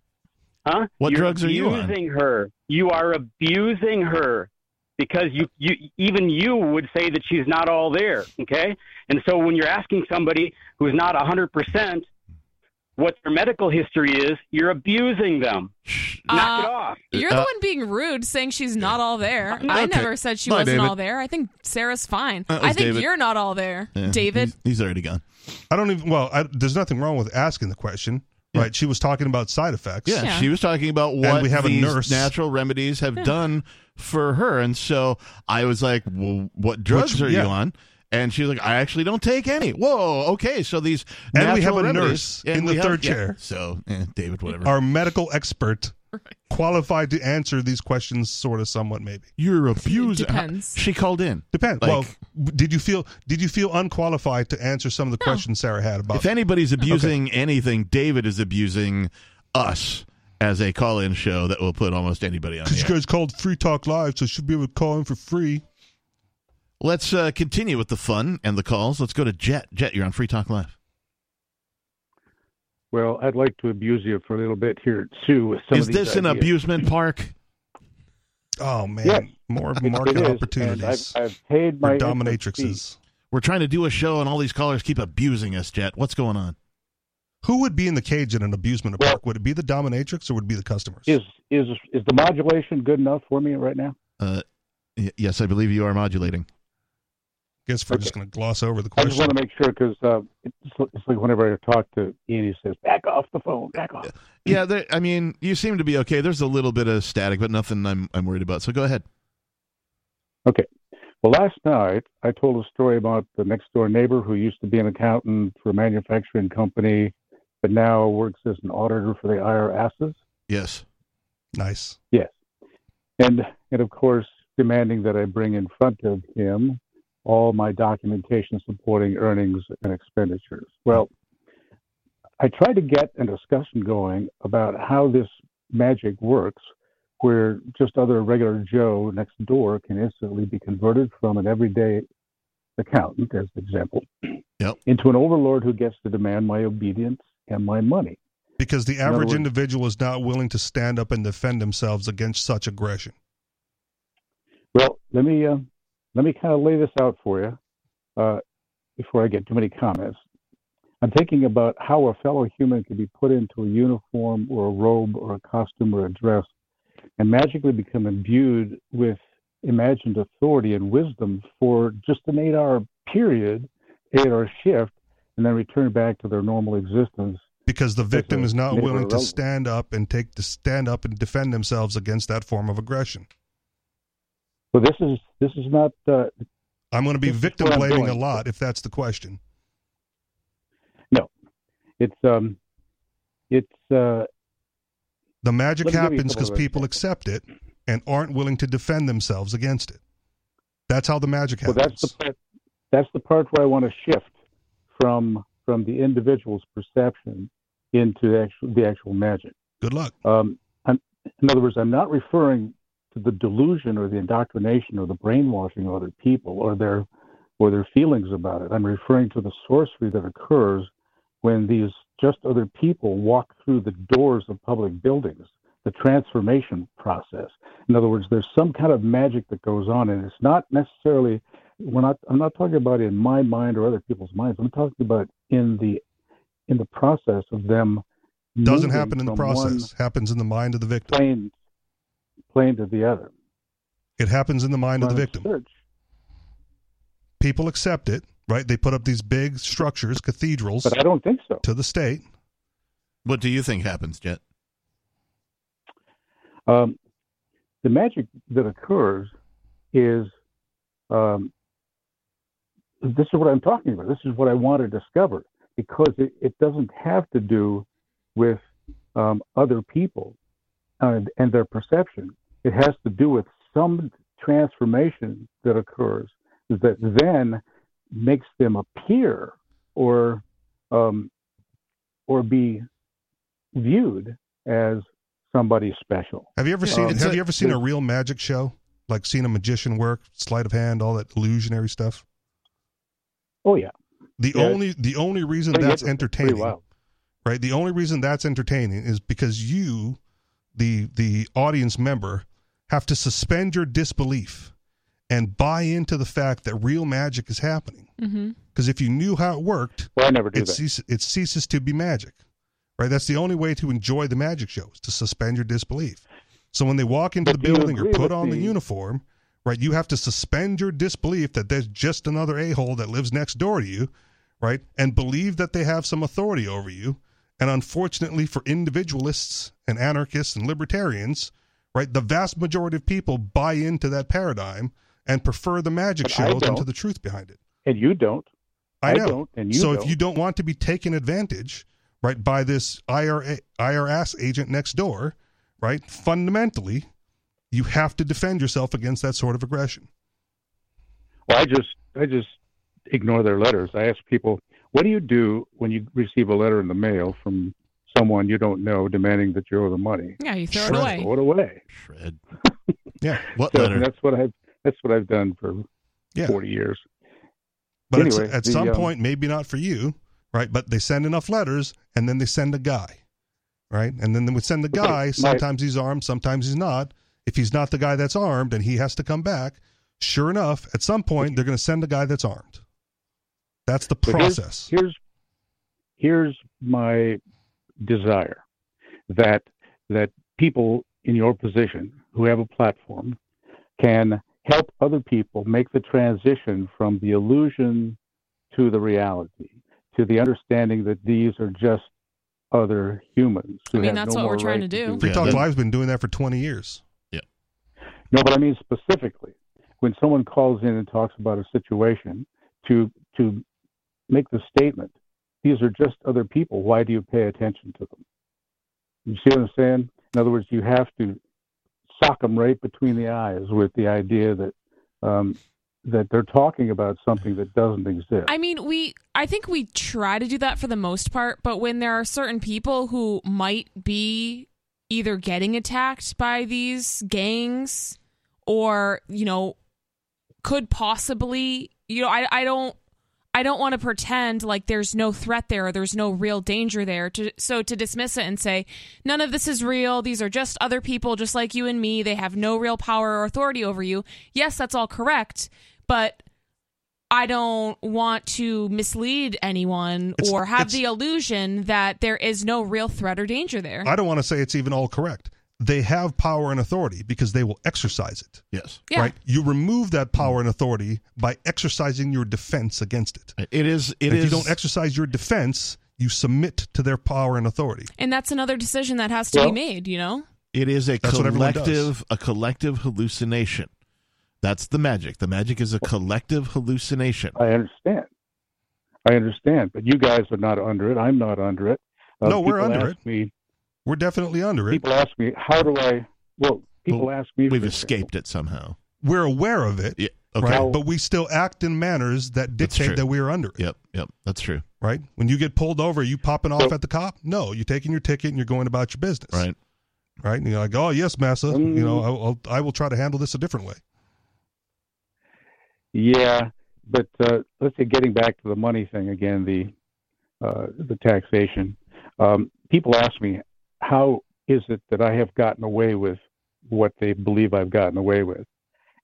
S9: huh?
S7: What
S9: You're
S7: drugs are you on?
S9: Abusing her. You are abusing her because you you even you would say that she's not all there. Okay, and so when you're asking somebody who's not a hundred percent what their medical history is, you're abusing them.
S7: Shh.
S9: Knock
S3: Uh,
S9: it off.
S3: You're the
S7: Uh,
S3: one being rude, saying she's not all there. I
S7: Okay.
S3: never said she
S7: Bye,
S3: wasn't
S7: David.
S3: all there. I think Sarah's fine.
S7: That
S3: I
S7: was
S3: think
S7: David.
S3: you're not all there,
S7: Yeah,
S3: David.
S7: He's, he's already gone.
S4: I don't even. Well, I, there's nothing wrong with asking the question,
S7: Yeah.
S4: right? She was talking about side effects.
S7: Yeah,
S3: Yeah.
S7: she was talking about what
S4: we have a
S7: these
S4: nurse.
S7: natural remedies have done for her, and so I was like, well, "What drugs
S4: Which-
S7: are
S4: yeah.
S7: you on?" And she was like, "I actually don't take any." Whoa, okay, so these
S4: And we have
S7: natural
S4: a
S7: remedies-
S4: nurse
S7: and
S4: in the
S7: we have-
S4: third
S7: yeah,
S4: chair.
S7: So eh, David, whatever.
S4: Our medical expert qualified to answer these questions, sort of, somewhat, maybe.
S7: You're abused. She called in.
S4: Depends.
S7: Like-
S4: well, w- did you feel did you feel unqualified to answer some of the questions Sarah had about?
S7: If anybody's abusing anything, David is abusing us as a call-in show that will put almost anybody on. The
S4: Because you guys called Free Talk Live, so you should be able to call in for free.
S7: Let's uh, continue with the fun and the calls. Let's go to Jet. Jet, you're on Free Talk Live.
S10: Well, I'd like to abuse you for a little bit here, Sue. With some
S7: Is
S10: of these
S7: this an
S10: ideas.
S7: abusement park?
S4: Oh man,
S10: Yes.
S4: more
S10: It- it
S4: market
S10: is, and
S4: opportunities.
S10: I've, I've paid
S4: for
S10: my
S4: dominatrixes.
S7: We're trying to do a show, and all these callers keep abusing us. Jet, what's going on?
S4: Who would be in the cage in an abusement park? Would it be the dominatrix or would it be the customers?
S10: Is is is the modulation good enough for me right now?
S7: Uh, y- yes, I believe you are modulating.
S10: Mm.
S4: guess we're just going to gloss over the
S10: I
S4: question.
S10: just want to make sure because uh, it's, it's like whenever I talk to Ian, he says, "Back off the phone, back off."
S7: Yeah, there, I mean, you seem to be okay. There's a little bit of static, but nothing I'm I'm worried about. So go ahead.
S10: Okay. Well, last night I told a story about the next door neighbor who used to be an accountant for a manufacturing company, but now works as an auditor for the IRS's.
S7: Yes.
S4: Nice.
S10: Yes. And and of course demanding that I bring in front of him all my documentation supporting earnings and expenditures. Well, I tried to get a discussion going about how this magic works where just other regular Joe next door can instantly be converted from an everyday accountant, as an example, into an overlord who gets to demand my obedience and my money.
S4: Because the
S10: In other
S4: average
S10: words-
S4: individual is not willing to stand up and defend themselves against such aggression.
S10: Well, let me uh, let me kind of lay this out for you uh, before I get too many comments. I'm thinking about how a fellow human can be put into a uniform or a robe or a costume or a dress and magically become imbued with imagined authority and wisdom for just an eight hour period, eight hour shift, and then return back to their normal existence.
S4: Because the victim is not
S10: neighbor
S4: willing to
S10: relative.
S4: stand up and take to stand up and defend themselves against that form of aggression.
S10: Well, this is this is not uh,
S4: I'm going to be
S10: This is
S4: victim
S10: where I'm
S4: blaming a
S10: going.
S4: lot if that's the question.
S10: No, it's um, it's uh,
S4: The magic
S10: Let me give you a
S4: happens
S10: couple
S4: because
S10: of
S4: people accept it and aren't willing to defend themselves against it. That's how the magic
S10: Well,
S4: happens.
S10: that's the part, that's the part where I want to shift from from the individual's perception into the actual the actual magic.
S4: Good luck.
S10: Um, I'm, in other words, I'm not referring to the delusion or the indoctrination or the brainwashing of other people or their or their feelings about it. I'm referring to the sorcery that occurs when these just other people walk through the doors of public buildings, the transformation process. In other words, there's some kind of magic that goes on, and it's not necessarily. We're not. I'm not talking about in my mind or other people's minds. I'm talking about in the in the process of them.
S4: Doesn't
S10: moving
S4: happen in the
S10: from one
S4: process. Happens in the mind of the victim.
S10: Plane, plane to the other.
S4: It happens in the mind of the
S10: Well,
S4: victim.
S10: search.
S4: People accept it, right? They put up these big structures, cathedrals.
S10: But I don't think so.
S4: To the state.
S7: What do you think happens, Jet?
S10: Um, the magic that occurs is um, this is what I'm talking about. This is what I want to discover because it, it doesn't have to do with um, other people and, and their perception. It has to do with some transformation that occurs that then makes them appear or um, or be viewed as somebody special.
S4: Have you ever seen?
S10: Um,
S4: have you ever seen a real magic show? Like seen a magician work, sleight of hand, all that illusionary stuff.
S10: Oh yeah.
S4: The
S10: Yeah,
S4: only the only reason
S10: pretty
S4: that's
S10: interesting, pretty
S4: entertaining,
S10: wild.
S4: right? The only reason that's entertaining is because you, the the audience member, have to suspend your disbelief and buy into the fact that real magic is happening.
S3: Mm-hmm.
S4: Because if you knew how it worked,
S10: Well, I never do
S4: it
S10: that.
S4: ceases it ceases to be magic, right? That's the only way to enjoy the magic show is to suspend your disbelief. So when they walk into
S10: But
S4: the
S10: do you
S4: building or
S10: agree
S4: put
S10: with
S4: on the
S10: the-
S4: uniform, right, you have to suspend your disbelief that there's just another a hole that lives next door to you, right, and believe that they have some authority over you. And unfortunately, for individualists and anarchists and libertarians, right, the vast majority of people buy into that paradigm and prefer the magic
S10: But I
S4: show than to
S10: don't.
S4: the truth behind it.
S10: And you don't.
S4: I,
S10: I
S4: know.
S10: don't, and you
S4: so if
S10: don't.
S4: you don't want to be taken advantage, right, by this IRA, IRS agent next door, right? Fundamentally, you have to defend yourself against that sort of aggression.
S10: Well, I just I just ignore their letters. I ask people, what do you do when you receive a letter in the mail from someone you don't know demanding that you owe them money?
S3: Yeah, you throw
S10: Shred
S3: it away.
S10: Throw it away.
S7: Shred.
S4: (laughs) Yeah.
S7: What
S10: So,
S7: letter?
S10: That's what I've that's what I've done for
S4: Yeah.
S10: forty years.
S4: But at-
S10: Anyway,
S4: at,
S10: the,
S4: some
S10: um,
S4: point, maybe not for you, right? But they send enough letters, and then they send a guy, right? And then they would send the
S10: Okay,
S4: guy.
S10: my-
S4: Sometimes he's armed, sometimes he's not. If he's not the guy that's armed, and he has to come back, sure enough, at some point they're going to send a guy that's armed. That's the
S10: But here's-
S4: process.
S10: Here's here's my desire that that people in your position who have a platform can help other people make the transition from the illusion to the reality, to the understanding that these are just other humans. who
S3: I mean,
S10: have
S3: that's
S10: no
S3: what
S10: more
S3: we're trying
S10: right
S3: to do.
S4: Free
S7: Yeah,
S4: Talk
S7: that-
S4: Live's been doing that for 20 years.
S10: No, but I mean specifically when someone calls in and talks about a situation to to make the statement, these are just other people. Why do you pay attention to them? You see what I'm saying? In other words, you have to sock them right between the eyes with the idea that um, that they're talking about something that doesn't exist.
S3: I mean, we I think we try to do that for the most part, but when there are certain people who might be either getting attacked by these gangs or, you know, could possibly, you know, I I don't I don't want to pretend like there's no threat there or there's no real danger there. To, so to dismiss it and say, none of this is real. These are just other people just like you and me. They have no real power or authority over you. Yes, that's all correct. But I don't want to mislead anyone
S4: It's-
S3: or have
S4: it's-
S3: the illusion that there is no real threat or danger there.
S4: I don't want to say it's even all correct. They have power and authority because they will exercise it.
S7: Yes.
S3: yeah.
S4: Right? You remove that power and authority by exercising your defense against it.
S7: It is. It
S4: if
S7: is.
S4: you don't exercise your defense, you submit to their power and authority.
S3: And that's another decision that has to be
S10: Well-
S3: made, you know?
S7: It is a
S4: That's what everyone does.
S7: collective a collective hallucination. That's the magic. The magic is a collective hallucination.
S10: I understand. I understand, but you guys are not under it. I'm not under it. Uh,
S4: No, we're
S10: people
S4: under
S10: ask Me,
S4: We're definitely under it.
S10: people ask me, how do I? Well, people
S7: Well,
S10: ask me.
S7: We've
S10: for example,
S7: escaped it somehow.
S4: We're aware of it,
S7: Yeah. Okay.
S4: right? But we still act in manners that
S7: That's true.
S4: dictate that we are under it,
S7: Yep. Yep. That's true.
S4: right? When you get pulled over, are you popping off
S10: So-
S4: at the cop? No, you're taking your ticket and you're going about your business,
S7: Right.
S4: Right? And you're like, oh yes, massa,
S10: Mm.
S4: you know, I'll, I'll, I will try to handle this a different way.
S10: Yeah, but uh, let's say getting back to the money thing again, the uh, the taxation. Um, people ask me, how is it that I have gotten away with what they believe I've gotten away with?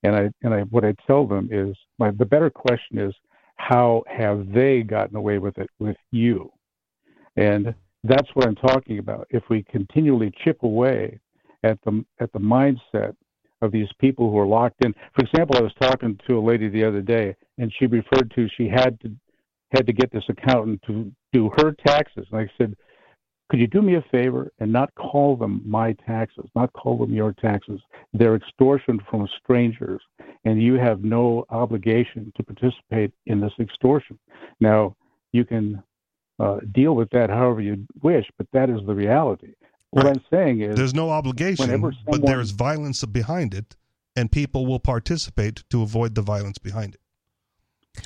S10: And I and I what I tell them is my the better question is how have they gotten away with it with you? And that's what I'm talking about. If we continually chip away at the at the mindset of these people who are locked in. For example, I was talking to a lady the other day, and she referred to she had to had to get this accountant to do her taxes. And I said, "Could you do me a favor and not call them my taxes, not call them your taxes? They're extortion from strangers, and you have no obligation to participate in this extortion." Now, you can uh, deal with that however you wish, but that is the reality. What
S4: Right.
S10: I'm saying is,
S4: There's no obligation,
S10: Whenever
S4: but there
S10: someone-
S4: is violence behind it, and people will participate to avoid the violence behind it.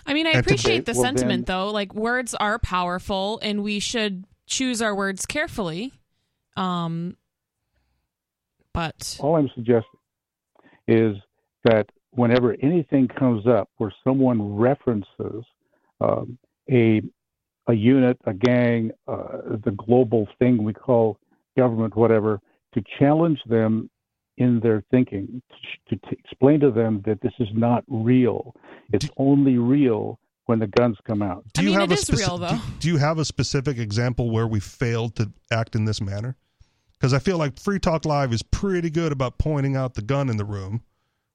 S3: I mean, I
S4: And to-
S3: appreciate the
S10: Well, then-
S3: sentiment, though. Like, words are powerful, and we should choose our words carefully. Um, but
S10: All I'm suggesting is that whenever anything comes up where someone references um, a a unit, a gang, uh, the global thing we call government, whatever, to challenge them in their thinking, to, to explain to them that this is not real. It's only real when the guns come out.
S3: I mean, it
S4: have a
S3: is
S4: specific,
S3: real, though.
S4: Do, do you have a specific example where we failed to act in this manner? Because I feel like Free Talk Live is pretty good about pointing out the gun in the room,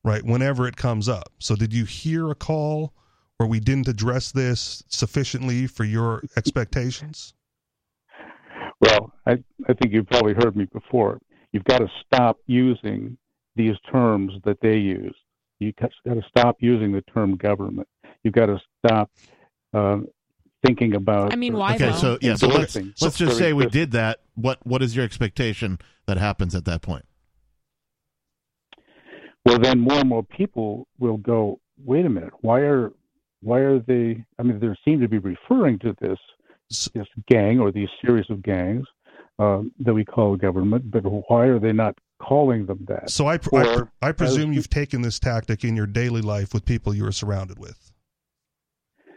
S4: right? Whenever it comes up. So, did you hear a call where we didn't address this sufficiently for your expectations?
S10: Well, I, I think you've probably heard me before. You've got to stop using these terms that they use. You've got got to stop using the term government. You've got to stop um, thinking about.
S3: I mean, why
S7: Okay.
S3: though?
S7: So yeah. So let's
S10: Endorsing.
S7: let's just
S10: Very
S7: say we
S10: good.
S7: did that. What what is your expectation
S2: that happens at that point.
S10: Well, then more and more people will go, wait a minute, why are why are they? I mean, they seem to be referring to this this gang or these series of gangs uh, that we call government, but why are they not calling them that?
S4: So I, pr- I, pr- I presume you've taken this tactic in your daily life with people you are surrounded with.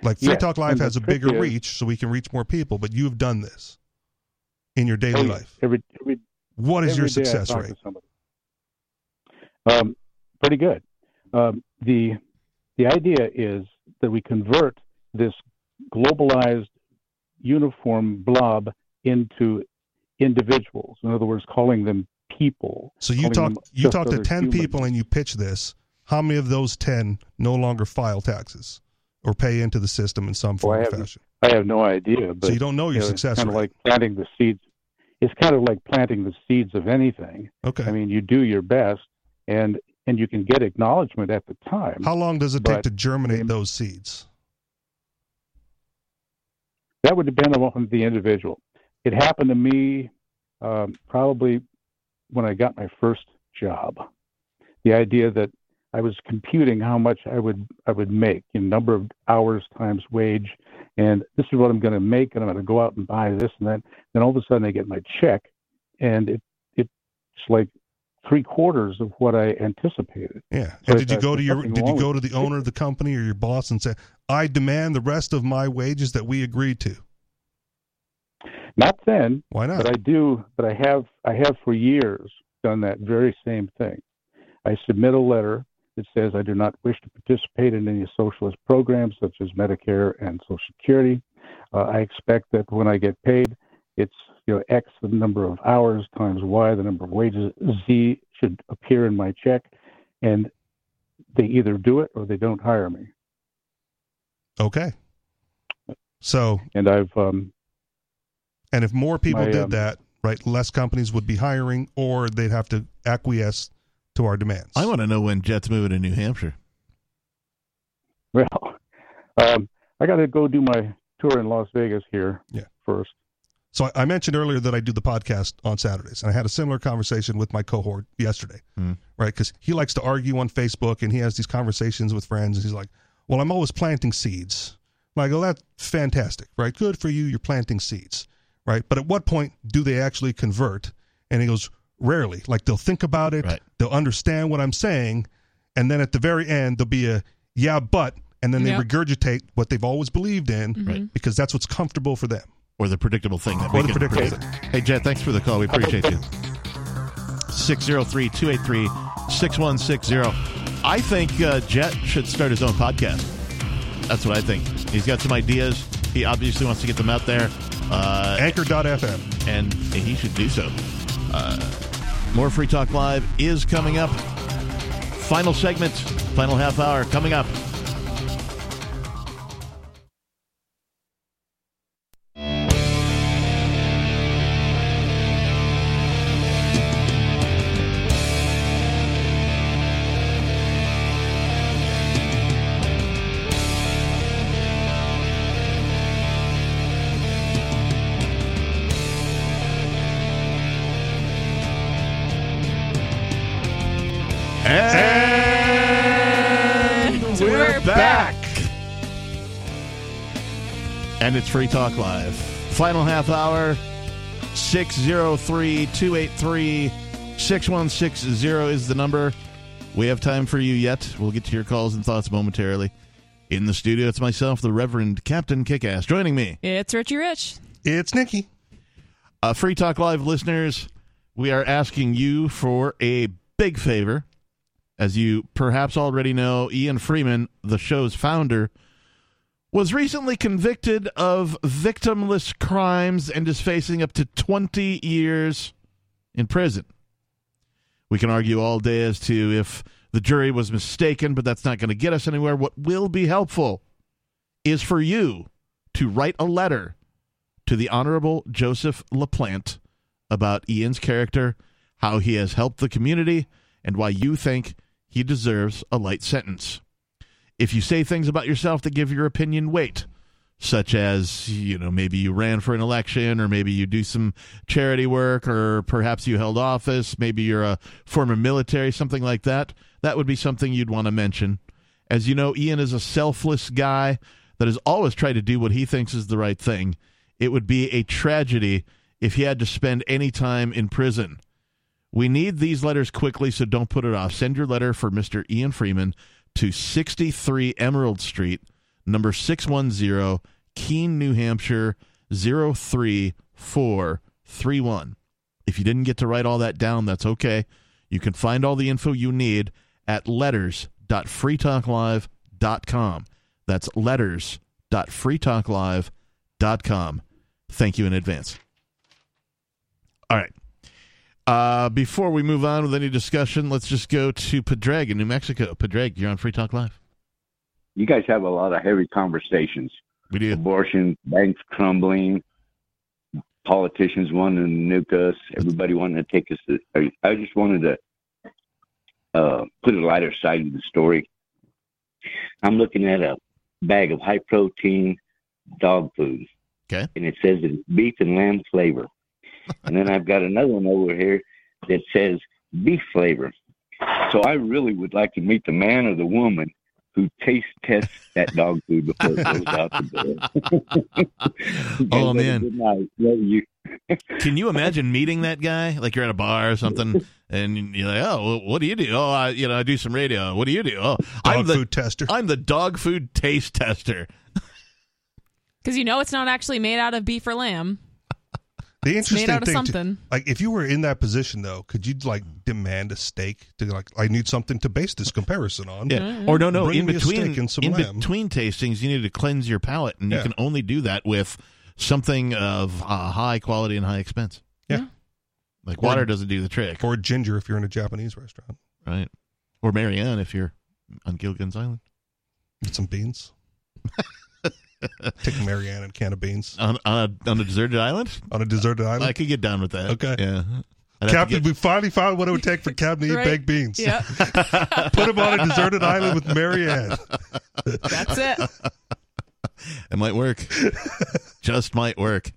S4: Like Free
S10: Yes,
S4: Talk Live
S10: and the
S4: has a
S10: trick
S4: bigger
S10: is-
S4: reach, so we can reach more people. But you've done this in your daily
S10: Every-
S4: life.
S10: Every, every,
S4: What is your
S10: every day I
S4: success
S10: talk to
S4: rate?
S10: somebody. Um, pretty good. Um, the the idea is that we convert this globalized uniform blob into individuals. In other words, calling them people.
S4: So you talk
S10: calling them
S4: you
S10: just
S4: talk to
S10: other
S4: ten
S10: humans.
S4: people and you pitch this. How many of those ten no longer file taxes or pay into the system in some
S10: Well,
S4: form
S10: I
S4: or
S10: have-
S4: fashion?
S10: I have no idea. But
S4: you don't know your success
S10: It's kind of
S4: rate.
S10: like planting the seeds. It's kind of like planting the seeds of anything.
S4: Okay.
S10: I mean, you do your best, and and you can get acknowledgement at the time.
S4: How long does it take
S10: but-
S4: to germinate those seeds?
S10: That would depend on the individual. It happened to me um, probably when I got my first job. The idea that I was computing how much I would I would make in number of hours times wage, and this is what I'm going to make, and I'm going to go out and buy this and that. Then all of a sudden, I get my check, and it it's like three quarters of what I anticipated.
S4: Yeah.
S10: So
S4: And
S10: I
S4: did you
S10: thought,
S4: go to
S10: "There's
S4: your
S10: nothing
S4: did you
S10: wrong
S4: go
S10: with
S4: to the owner of the company or your boss and say, "I demand the rest of my wages that we agreed to"?
S10: Not then.
S4: Why not?
S10: But I do. But I have. I have for years done that very same thing. I submit a letter that says I do not wish to participate in any socialist programs such as Medicare and Social Security. Uh, I expect that when I get paid, it's you know X the number of hours times Y the number of wages Z should appear in my check, and they either do it or they don't hire me.
S4: Okay. So
S10: And I've um,
S4: And if more people
S10: My,
S4: did
S10: um,
S4: that, right, less companies would be hiring or they'd have to acquiesce to our demands.
S2: I want to know when Jets moving to New Hampshire.
S10: Well, um, I got to go do my tour in Las Vegas here
S4: Yeah.
S10: first.
S4: So I, I mentioned earlier that I do the podcast on Saturdays, and I had a similar conversation with my cohort yesterday, right? Because he likes to argue on Facebook and he has these conversations with friends, and he's like, Well, I'm always planting seeds. And I go, That's fantastic, right? Good for you. You're planting seeds, right? But at what point do they actually convert? And he goes, Rarely. Like they'll think about it, they'll understand what I'm saying, and then at the very end, there'll be a, Yeah, but, and then they
S2: Yep.
S4: regurgitate what they've always believed in
S2: Right.
S4: because that's what's comfortable for them.
S2: Or the predictable thing that
S4: Or
S2: we
S4: the
S2: can
S4: predictable
S2: predict. Hey, Jet, thanks for the call. We appreciate you. 603 283 6160. I think uh, Jet should start his own podcast. That's what I think. He's got some ideas. He obviously wants to get them out there. Uh,
S4: Anchor.fm.
S2: And he should do so. Uh, more Free Talk Live is coming up. Final segment, final half hour coming up.
S7: And
S2: we're we're back. And it's Free Talk Live. Final half hour, 603 283 6160 is the number. We have time for you yet. We'll get to your calls and thoughts momentarily. In the studio, it's myself, the Reverend Captain Kickass, joining me.
S3: It's Richie Rich.
S4: It's Nikki.
S2: Uh, Free Talk Live listeners, we are asking you for a big favor. As you perhaps already know, Ian Freeman, the show's founder, was recently convicted of victimless crimes and is facing up to 20 years in prison. We can argue all day as to if the jury was mistaken, but that's not going to get us anywhere. What will be helpful is for you to write a letter to the Honorable Joseph LaPlante about Ian's character, how he has helped the community, and why you think he deserves a light sentence. If you say things about yourself that give your opinion weight, such as you know maybe you ran for an election or maybe you do some charity work or perhaps you held office maybe you're a former military something like that that would be something you'd want to mention as you know ian is a selfless guy that has always tried to do what he thinks is the right thing it would be a tragedy if he had to spend any time in prison we need these letters quickly, so don't put it off. Send your letter for Mr. Ian Freeman to 63 Emerald Street, number 610, Keene, New Hampshire, 03431. If you didn't get to write all that down, that's okay. You can find all the info you need at letters.freetalklive.com. That's letters.freetalklive.com. Thank you in advance. All right. Uh, before we move on with any discussion, let's just go to Pedreg in New Mexico. Pedreg, you're on Free Talk (laughs)
S11: (laughs)
S2: Live.
S11: You guys have a lot of heavy conversations.
S2: We do.
S11: Abortion, banks crumbling, politicians wanting to nuke us, everybody wanting to take us. To, I- I just wanted to uh, put a lighter side to the story. I'm looking at a bag of high protein dog food.
S2: Okay.
S11: And it says it's beef and lamb flavor. and then I've got another one over here that says beef flavor. So I really would like to meet the man or the woman who taste tests that dog food before it goes out the door.
S2: Oh,
S11: Everybody,
S2: man.
S11: good night. Love you.
S2: (laughs) Can you imagine meeting that guy? Like you're at a bar or
S11: (laughs)
S2: something, and you're like, "Oh, wh- what do you do? Oh, I, you know, I do some radio. What do you do? Oh, I'm the food
S4: tester.
S2: I'm the dog food taste tester.
S3: Because you know it's not actually made out of beef or lamb.
S4: The
S3: It's made
S4: interesting
S3: out of
S4: thing, to-
S3: something.
S4: like if you were in that position though, could you like demand a steak to like I need something to base this comparison on?
S2: Yeah. Or no, no.
S4: Bring
S2: in
S4: me a steak
S2: between,
S4: and some
S2: in
S4: lamb.
S2: between tastings, you need to cleanse your palate, and
S4: Yeah.
S2: you can only do that with something of uh, high quality and high expense.
S4: Yeah.
S2: Like water doesn't do the trick.
S4: Or ginger if you're in a Japanese
S2: (laughs)
S4: restaurant.
S2: Right. Or Marianne if you're on Gilligan's Island.
S4: Get some beans. Take Marianne and a can of beans.
S2: On, on, a, on a deserted island?
S4: On a deserted island?
S2: I could get down with that.
S4: Okay.
S2: Yeah. I'd have to
S4: Captain,
S2: get-
S4: we finally found what it would take for Captain to eat
S2: Right.
S4: baked beans. (laughs)
S2: Yep. (laughs)
S4: Put him on a deserted island with Marianne.
S3: That's it.
S2: It might work. Just might work.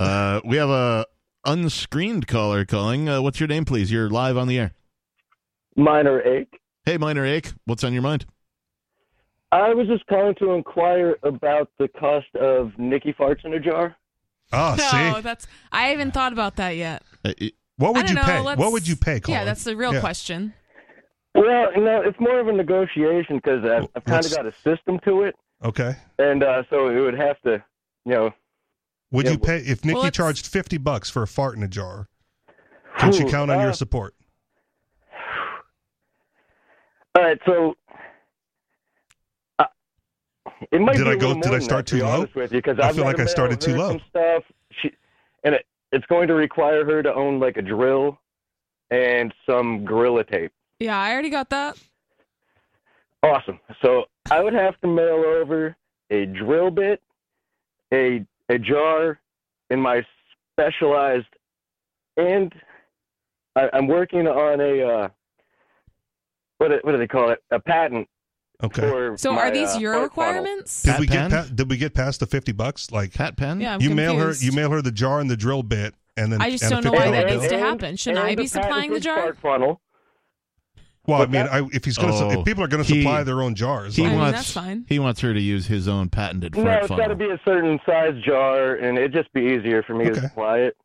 S2: Uh, we have a unscreened caller calling. Uh, what's your name, please? You're live on the air.
S12: Minor ache.
S2: Hey, Minor Ache. What's on your mind?
S12: I was just calling to inquire about the cost of Nicky farts in a jar.
S4: Oh,
S3: no, that's I haven't thought about that yet.
S4: What
S3: I don't know, let's- Yeah,
S12: Colin?
S3: that's the real
S12: Yeah.
S3: question.
S12: Well, no, it's more of a negotiation because I've, I've kind of
S4: let's-
S12: got a system to it,
S4: Okay.
S12: and uh, so it would have to, you know.
S4: Would
S12: Yeah,
S4: you pay if Nikki
S12: well, it's-
S4: charged fifty bucks for a fart in a jar? Could you
S12: Ooh,
S4: count on
S12: uh,
S4: your support?
S12: All right, so uh, it might
S4: Did
S12: be
S4: I
S12: a
S4: go-
S12: little
S4: did
S12: more
S4: I
S12: than
S4: start
S12: that, to be
S4: too low?
S12: honest With you, 'cause
S4: I
S12: I've
S4: feel
S12: got
S4: like
S12: a
S4: I
S12: mail
S4: started too
S12: her
S4: low.
S12: Some stuff, she, and it, it's going to require her to own like a drill and some gorilla tape.
S3: Yeah, I already got that.
S12: Awesome. So I would have to mail over a drill bit, a a jar, and my specialized, and I, I'm working on a uh, what do- what do they call it? A patent.
S4: Okay.
S12: For
S3: So are
S12: my,
S3: these
S12: uh,
S3: your
S12: fart funnel.
S3: requirements?
S4: Did we get pa- did we get past the fifty bucks? Like
S2: Pat Pen?
S3: Yeah, I'm
S4: you mail her
S3: confused.
S4: you mail her the jar and the drill bit, and then
S3: I just
S4: and a
S3: don't know why
S4: $50
S3: that
S4: bill.
S3: needs to happen. Shouldn't
S12: and
S3: I be
S12: the
S3: supplying the
S12: patented
S3: jar?
S12: fart funnel.
S4: Well, I mean, I, if he's going to,
S2: Oh,
S4: if people are going to
S2: he-
S4: supply their own jars,
S2: He
S4: like-
S2: wants
S3: fine.
S2: he wants her to use his own patented
S12: No,
S2: fart
S12: it's got to
S2: funnel.
S12: be a certain size jar, and it'd just be easier for me to supply it.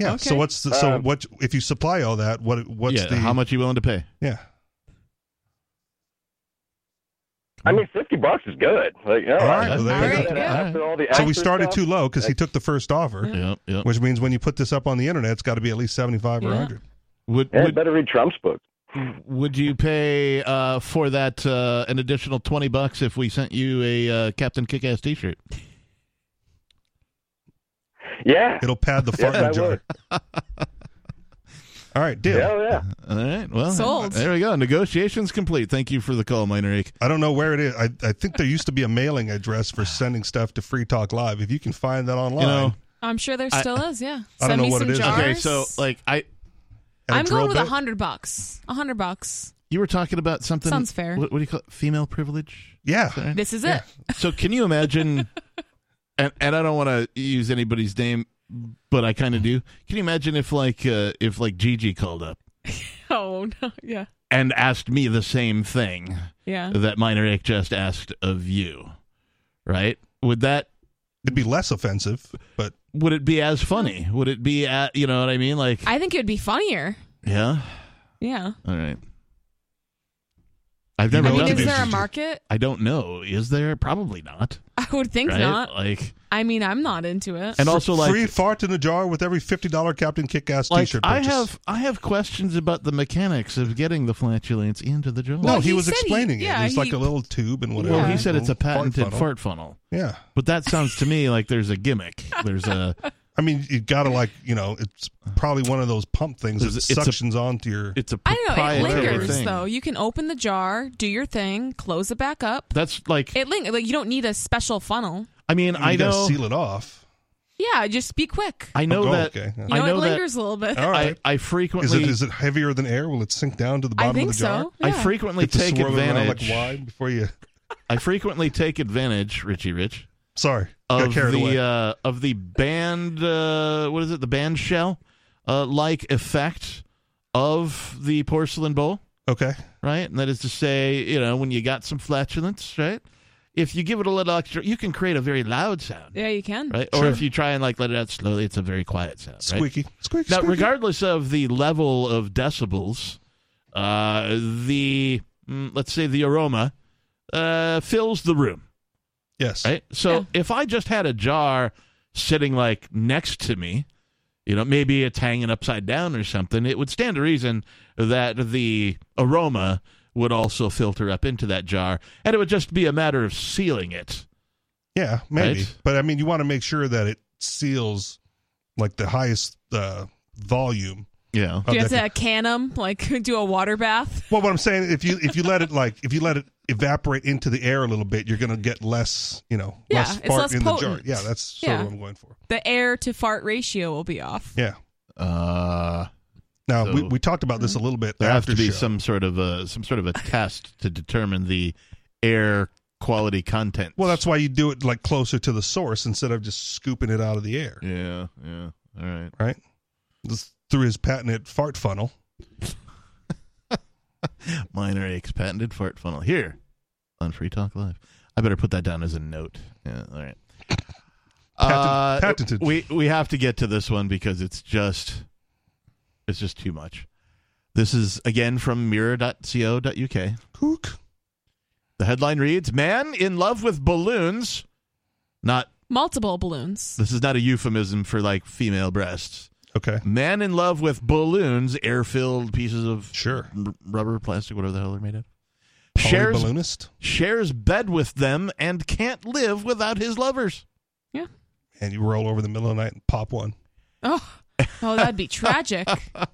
S4: yeah. So what's the,
S12: Um,
S4: so what if you supply all that? What what's
S2: yeah,
S4: the
S2: how much you willing to pay?
S4: Yeah,
S12: I mean, fifty bucks is good. Like, all
S4: right, well, there you go.
S12: After all the
S4: So we
S12: extra
S4: started
S12: stuff,
S4: too low because he took the first offer, which means when you put this up on the internet, it's got to be at least seventy five or
S2: Yeah.
S4: hundred.
S2: Would,
S12: Yeah,
S2: would
S12: better read Trump's book.
S2: would you pay uh, for that uh, an additional twenty bucks if we sent you a uh, Captain Kickass T-shirt?
S12: (laughs) Yeah,
S4: it'll pad the
S2: Yes,
S4: fart in
S2: I
S4: the jar. (laughs) all right, deal.
S12: Yeah, yeah.
S2: All right, well,
S4: Sold.
S2: there we go. Negotiations complete. Thank you for the call, Minor Ake.
S4: I don't know where it is. I, I think there used to be a mailing address for sending stuff to Free Talk Live. If you can find that online,
S2: know,
S3: I'm sure there
S2: I-
S3: still is, yeah.
S4: I don't
S3: Send
S4: know
S3: me
S4: what
S3: some
S4: it is.
S3: jars.
S2: Okay, so like I, (laughs)
S3: I'm going with a hundred bucks. A hundred bucks.
S2: You were talking about something.
S3: Sounds fair.
S2: What, what do you call it? Female privilege?
S4: Yeah.
S3: This is it.
S2: So can
S3: (laughs)
S2: you imagine? and and I don't want to use anybody's name, but I kind of do. Can you imagine if like uh, if like Gigi
S3: (laughs)
S2: called up
S3: Oh no. Yeah.
S2: and asked me the same thing
S3: Yeah.
S2: that Minor Nick just asked of you, right? Would that?
S4: It'd be less offensive, but
S2: would it be as funny? Would it be at you know what I mean? Like
S3: I think it would be funnier.
S2: yeah,
S3: Yeah.
S2: all right. I've never
S3: I mean,
S2: done
S3: is
S2: this.
S3: there a market?
S2: I don't know. Is there? Probably not.
S3: I would think
S2: right?
S3: not.
S2: Like
S3: I mean, I'm not into it.
S4: free fart in a jar with every fifty dollar Captain Kickass
S2: Like,
S4: T-shirt.
S2: I
S4: purchase.
S2: have I have questions about the mechanics of getting the flatulence into the jar.
S4: No, he, was explaining it. There's like a little tube and whatever.
S2: Well, he said it's a
S4: Little
S2: patented fart funnel.
S4: Yeah.
S2: but that sounds to me like there's a gimmick. There's a.
S4: I mean, you gotta like you know, it's probably one of those pump things that
S2: It's- it's a-
S4: suctions onto your.
S2: It's a
S3: I don't know. It lingers though. You can open the jar, do your thing, close it back up.
S2: That's like
S3: It ling like you don't need a special funnel.
S2: I mean
S4: You
S2: I
S4: gotta
S2: know
S4: seal it off.
S3: Yeah, just be quick.
S2: I know
S4: Oh,
S2: that
S4: okay.
S3: You
S2: I
S3: know,
S2: know
S3: it
S2: that-
S3: lingers a little bit.
S4: All right.
S2: I
S4: Is
S2: frequently
S4: it is it heavier than air? Will it sink down to the
S3: I
S4: bottom
S3: think
S4: of the jar?
S3: so, yeah. I
S2: frequently
S4: Get to
S2: take
S4: swirl it around, like,
S2: advantage.
S4: wide before you.
S2: (laughs) I frequently take advantage, Richie Rich.
S4: Sorry, got
S2: of
S4: carried
S2: the
S4: away.
S2: Uh, of the band. Uh, what is it? The band shell, uh, like effect of the porcelain bowl.
S4: Okay,
S2: right, and that is to say, you know, when you got some flatulence, right, if you give it a little extra, you can create a very loud sound.
S3: (laughs) Yeah, you can.
S2: Right, or if you try and like let it out slowly, it's a very quiet sound.
S4: Squeaky.
S2: right?
S4: Squeaky,
S2: Now,
S4: squeaky.
S2: regardless of the level of decibels, uh, the mm, let's say the aroma uh, fills the room.
S4: Yes.
S2: Right. So if I just had a jar sitting like next to me, you know, maybe it's hanging upside down or something, it would stand to reason that the aroma would also filter up into that jar, and it would just be a matter of sealing it.
S4: Yeah, maybe.
S2: Right?
S4: But I mean, you want to make sure that it seals like the highest uh, volume.
S2: Yeah.
S3: Do you have to can them? Like (laughs) do a water bath?
S4: Well, what I'm saying, if you if you let it like if you let it evaporate into the air a little bit, you're gonna get less, you know,
S3: Yeah,
S4: less
S3: it's
S4: fart
S3: less
S4: in
S3: potent.
S4: the jar. Yeah, that's sort
S3: Yeah.
S4: of what I'm going for.
S3: The air to fart ratio will be off.
S4: Yeah.
S2: Uh,
S4: now we,
S2: so-
S4: we talked about this a little bit.
S2: There has
S4: after
S2: to be
S4: show.
S2: some sort of a some sort of a test to determine the air quality content.
S4: Well, that's why you do it like closer to the source instead of just scooping it out of the air.
S2: Yeah, yeah. All right.
S4: Right? Just through his patented fart funnel.
S2: Minor Aches patented fart funnel here on Free Talk Live. I better put that down as a note. Yeah, all right. Uh,
S4: patented.
S2: We we have to get to this one because it's just it's just too much. This is again from mirror.co.uk.
S4: Cook.
S2: The headline reads: Man in love with balloons. Not
S3: Multiple balloons.
S2: this is not a euphemism for like female breasts.
S4: Okay.
S2: Man in love with balloons, air-filled pieces of
S4: sure
S2: r- rubber, plastic, whatever the hell they're made of.
S4: Polyballoonist?
S2: shares bed with them and can't live without his lovers.
S4: And you roll over the middle of the night and pop one.
S3: Oh, oh, that'd be tragic. and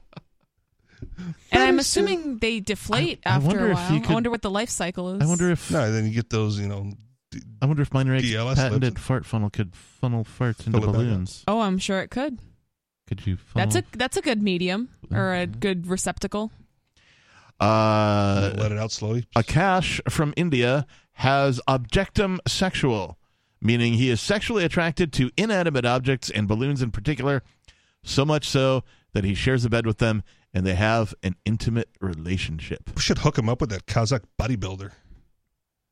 S3: I'm assuming they deflate
S4: I
S3: after
S4: wonder
S3: a
S4: if
S3: while.
S4: you
S3: I
S4: could-
S3: wonder what the life cycle is.
S2: if
S4: no. Then you get those, you know.
S2: I wonder if Minor Ape's
S4: DLS
S2: patented fart funnel could funnel farts into
S4: Fill it back up.
S2: balloons.
S3: Oh, I'm sure it could.
S2: Could you funnel?
S3: That's a that's a good medium
S4: Uh-huh.
S3: or a good receptacle.
S2: Uh,
S4: let it out slowly.
S2: Akash from India has objectum sexual, meaning he is sexually attracted to inanimate objects and balloons in particular, so much so that he shares a bed with them and they have an intimate relationship.
S4: We should hook him up with that Kazakh bodybuilder.
S2: (laughs)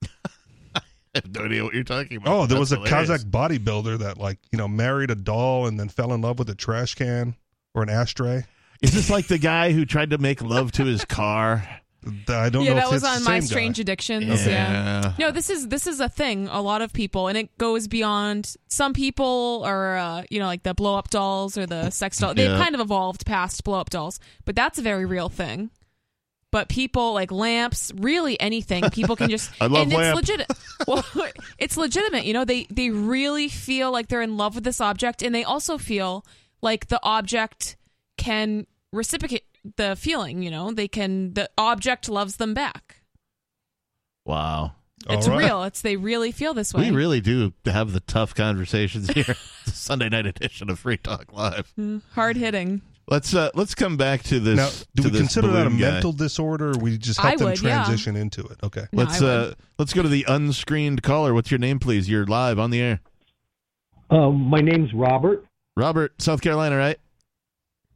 S2: I have no idea what you're talking about.
S4: Oh, there
S2: That's
S4: was a
S2: hilarious.
S4: Kazakh bodybuilder that, like, you know, married a doll and then fell in love with a trash can or an ashtray.
S2: Is this like the guy who tried to make love to his car?
S4: I don't
S3: yeah,
S4: know.
S3: that
S4: if
S3: was
S4: it's
S3: on
S4: the
S3: My
S4: same
S3: Strange
S4: guy.
S3: Addictions.
S2: Okay.
S3: Yeah.
S2: Yeah.
S3: No, this is this is a thing. A lot of people, and it goes beyond some people are uh, you know like the blow up dolls or the sex doll. They've
S7: Yeah.
S3: kind of evolved past blow up dolls, but that's a very real thing. But people like lamps, really anything. People can
S2: (laughs)
S3: just
S7: I love
S3: and
S7: lamp.
S3: it's legit. (laughs) Well, it's legitimate. You know, they they really feel like they're in love with this object, and they also feel like the object can reciprocate the feeling. You know, they can the object loves them back.
S2: Wow.
S3: It's real. It's they really feel this way.
S2: We really do have (laughs) the tough conversations here. It's a Sunday night edition of Free Talk Live.
S3: Hmm. Hard hitting.
S2: Let's uh, let's come back to this.
S4: Now, do
S2: to
S4: we
S2: this
S4: consider that a
S2: balloon guy.
S4: mental disorder, or we just
S2: I
S4: help them
S2: would, yeah.
S4: transition into it? Okay.
S2: Let's uh, let's go to the unscreened caller. What's your name, please? You're live on the air.
S13: Um, my name's Robert.
S2: Robert, South Carolina, right?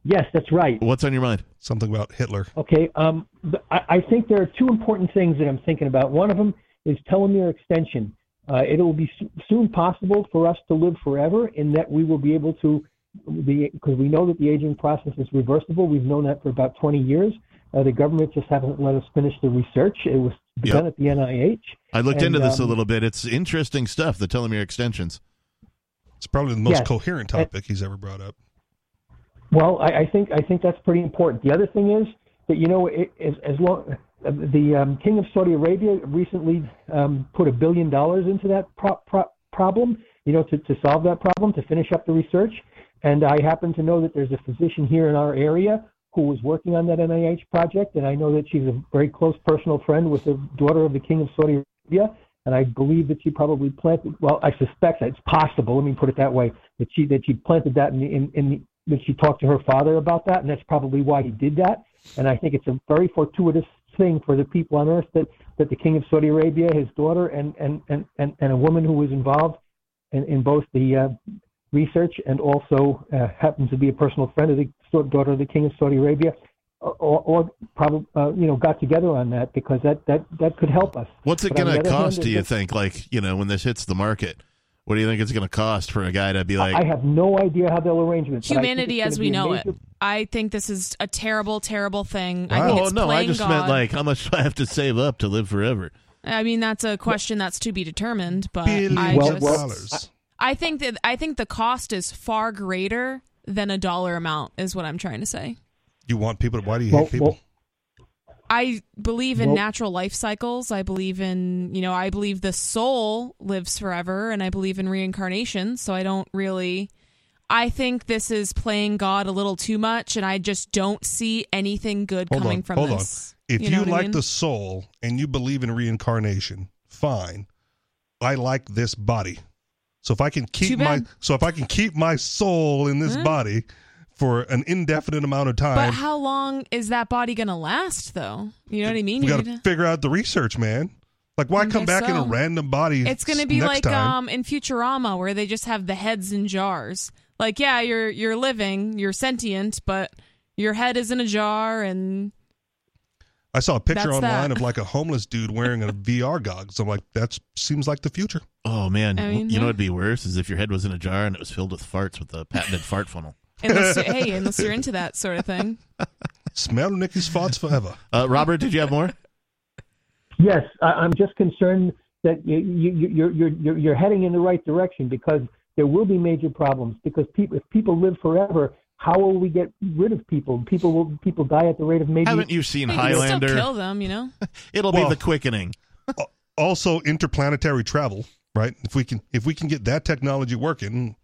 S13: Yes, that's right.
S2: What's on your mind?
S4: Something about Hitler.
S13: Okay. Um, th- I, I think there are two important things that I'm thinking about. One of them is telomere extension. Uh, it will be s- soon possible for us to live forever in that we will be able to, because we know that the aging process is reversible. We've known that for about 20 years. Uh, the government just haven't let us finish the research. It was begun at the NIH.
S2: I looked
S13: And,
S2: into this a
S13: um,
S2: little bit. It's interesting stuff. The telomere extensions.
S4: It's probably the most
S13: Yes.
S4: coherent topic he's ever brought up.
S13: Well, I, I think I think that's pretty important. The other thing is that you know, it, as, as long the um, king of Saudi Arabia recently um, put a billion dollars into that pro- pro- problem, you know, to, to solve that problem, to finish up the research. And I happen to know that there's a physician here in our area who was working on that NIH project, and I know that she's a very close personal friend with the daughter of the king of Saudi Arabia. And I believe that she probably planted. Well, I suspect that it's possible. Let me put it that way: that she that she planted that in the, in, in the, that she talked to her father about that, and that's probably why he did that. And I think it's a very fortuitous thing for the people on earth that that the king of Saudi Arabia, his daughter, and and and and, and a woman who was involved in, in both the uh, research and also uh, happens to be a personal friend of the so- daughter of the king of Saudi Arabia, or, or probably uh, you know got together on that because that that that could help us.
S2: What's it
S13: But on
S2: going
S13: the
S2: to
S13: other hand,
S2: cost? Do
S13: it-
S2: you think? Like you know, when this hits the market, what do you think it's going to cost for a guy to be like?
S13: I have no idea how they'll arrange it. but I think
S3: Humanity
S13: it's
S3: as
S13: gonna
S3: we
S13: be a
S3: know
S13: major
S3: it. I think this is a terrible, terrible thing. I
S2: Wow.
S3: think it's
S2: "Oh, no, I
S3: plain
S2: just
S3: God.
S2: meant like how much do I have to save up to live forever?
S3: I mean, that's a question that's to be determined, but I
S2: Billions of
S3: just,
S2: dollars.
S3: I think that I think the cost is far greater than a dollar amount is what I'm trying to say.
S4: You want people to? Why do you
S13: Well,
S4: hate people?
S3: I believe in
S4: Well-
S3: natural life cycles. I believe in, you know, I believe the soul lives forever and I believe in reincarnation. So I don't really, I think this is playing God a little too much and I just don't see anything good
S4: hold
S3: coming
S4: on,
S3: from
S4: hold
S3: this.
S4: on. If you,
S3: know what I
S4: like
S3: mean?
S4: the soul and you believe in reincarnation, fine. I like this body, so if I can keep my so if I can keep my soul in this body for an indefinite amount of
S3: But
S4: time,
S3: how long is that body going to last though? You know what I mean?
S4: we
S3: You
S4: got
S3: need
S4: to
S3: to-
S4: figure out the research, man. Like, why come
S3: guess
S4: back in a
S3: so.
S4: random body?
S3: It's going to
S4: s-
S3: be
S4: next
S3: like
S4: time?
S3: um in Futurama where they just have the heads in jars. Like yeah, you're you're living, you're sentient, but your head is in a jar and
S4: I saw a picture
S3: That's
S4: online
S3: that.
S4: of like a homeless dude wearing
S3: (laughs)
S4: a VR goggles. I'm like, that seems like the future.
S2: Oh man,
S3: I
S2: w-
S3: mean,
S2: you know
S3: yeah.
S2: what'd be worse is if your head was in a jar and it was filled with farts with the patented fart funnel.
S3: unless you hey, unless you're into that sort of thing.
S4: Smell Nikki's farts forever.
S2: Uh, Robert, did you have more?
S13: Yes, I, I'm just concerned that you, you, you're, you're, you're, you're heading in the right direction because there will be major problems. Because people, if people live forever, how will we get rid of people? People will people die at the rate of maybe.
S2: Haven't you seen
S3: Hey, you can still kill them, you know.
S2: It'll
S4: Well-
S2: be the quickening.
S4: Also, interplanetary travel, right? If we can, if we can get that technology working,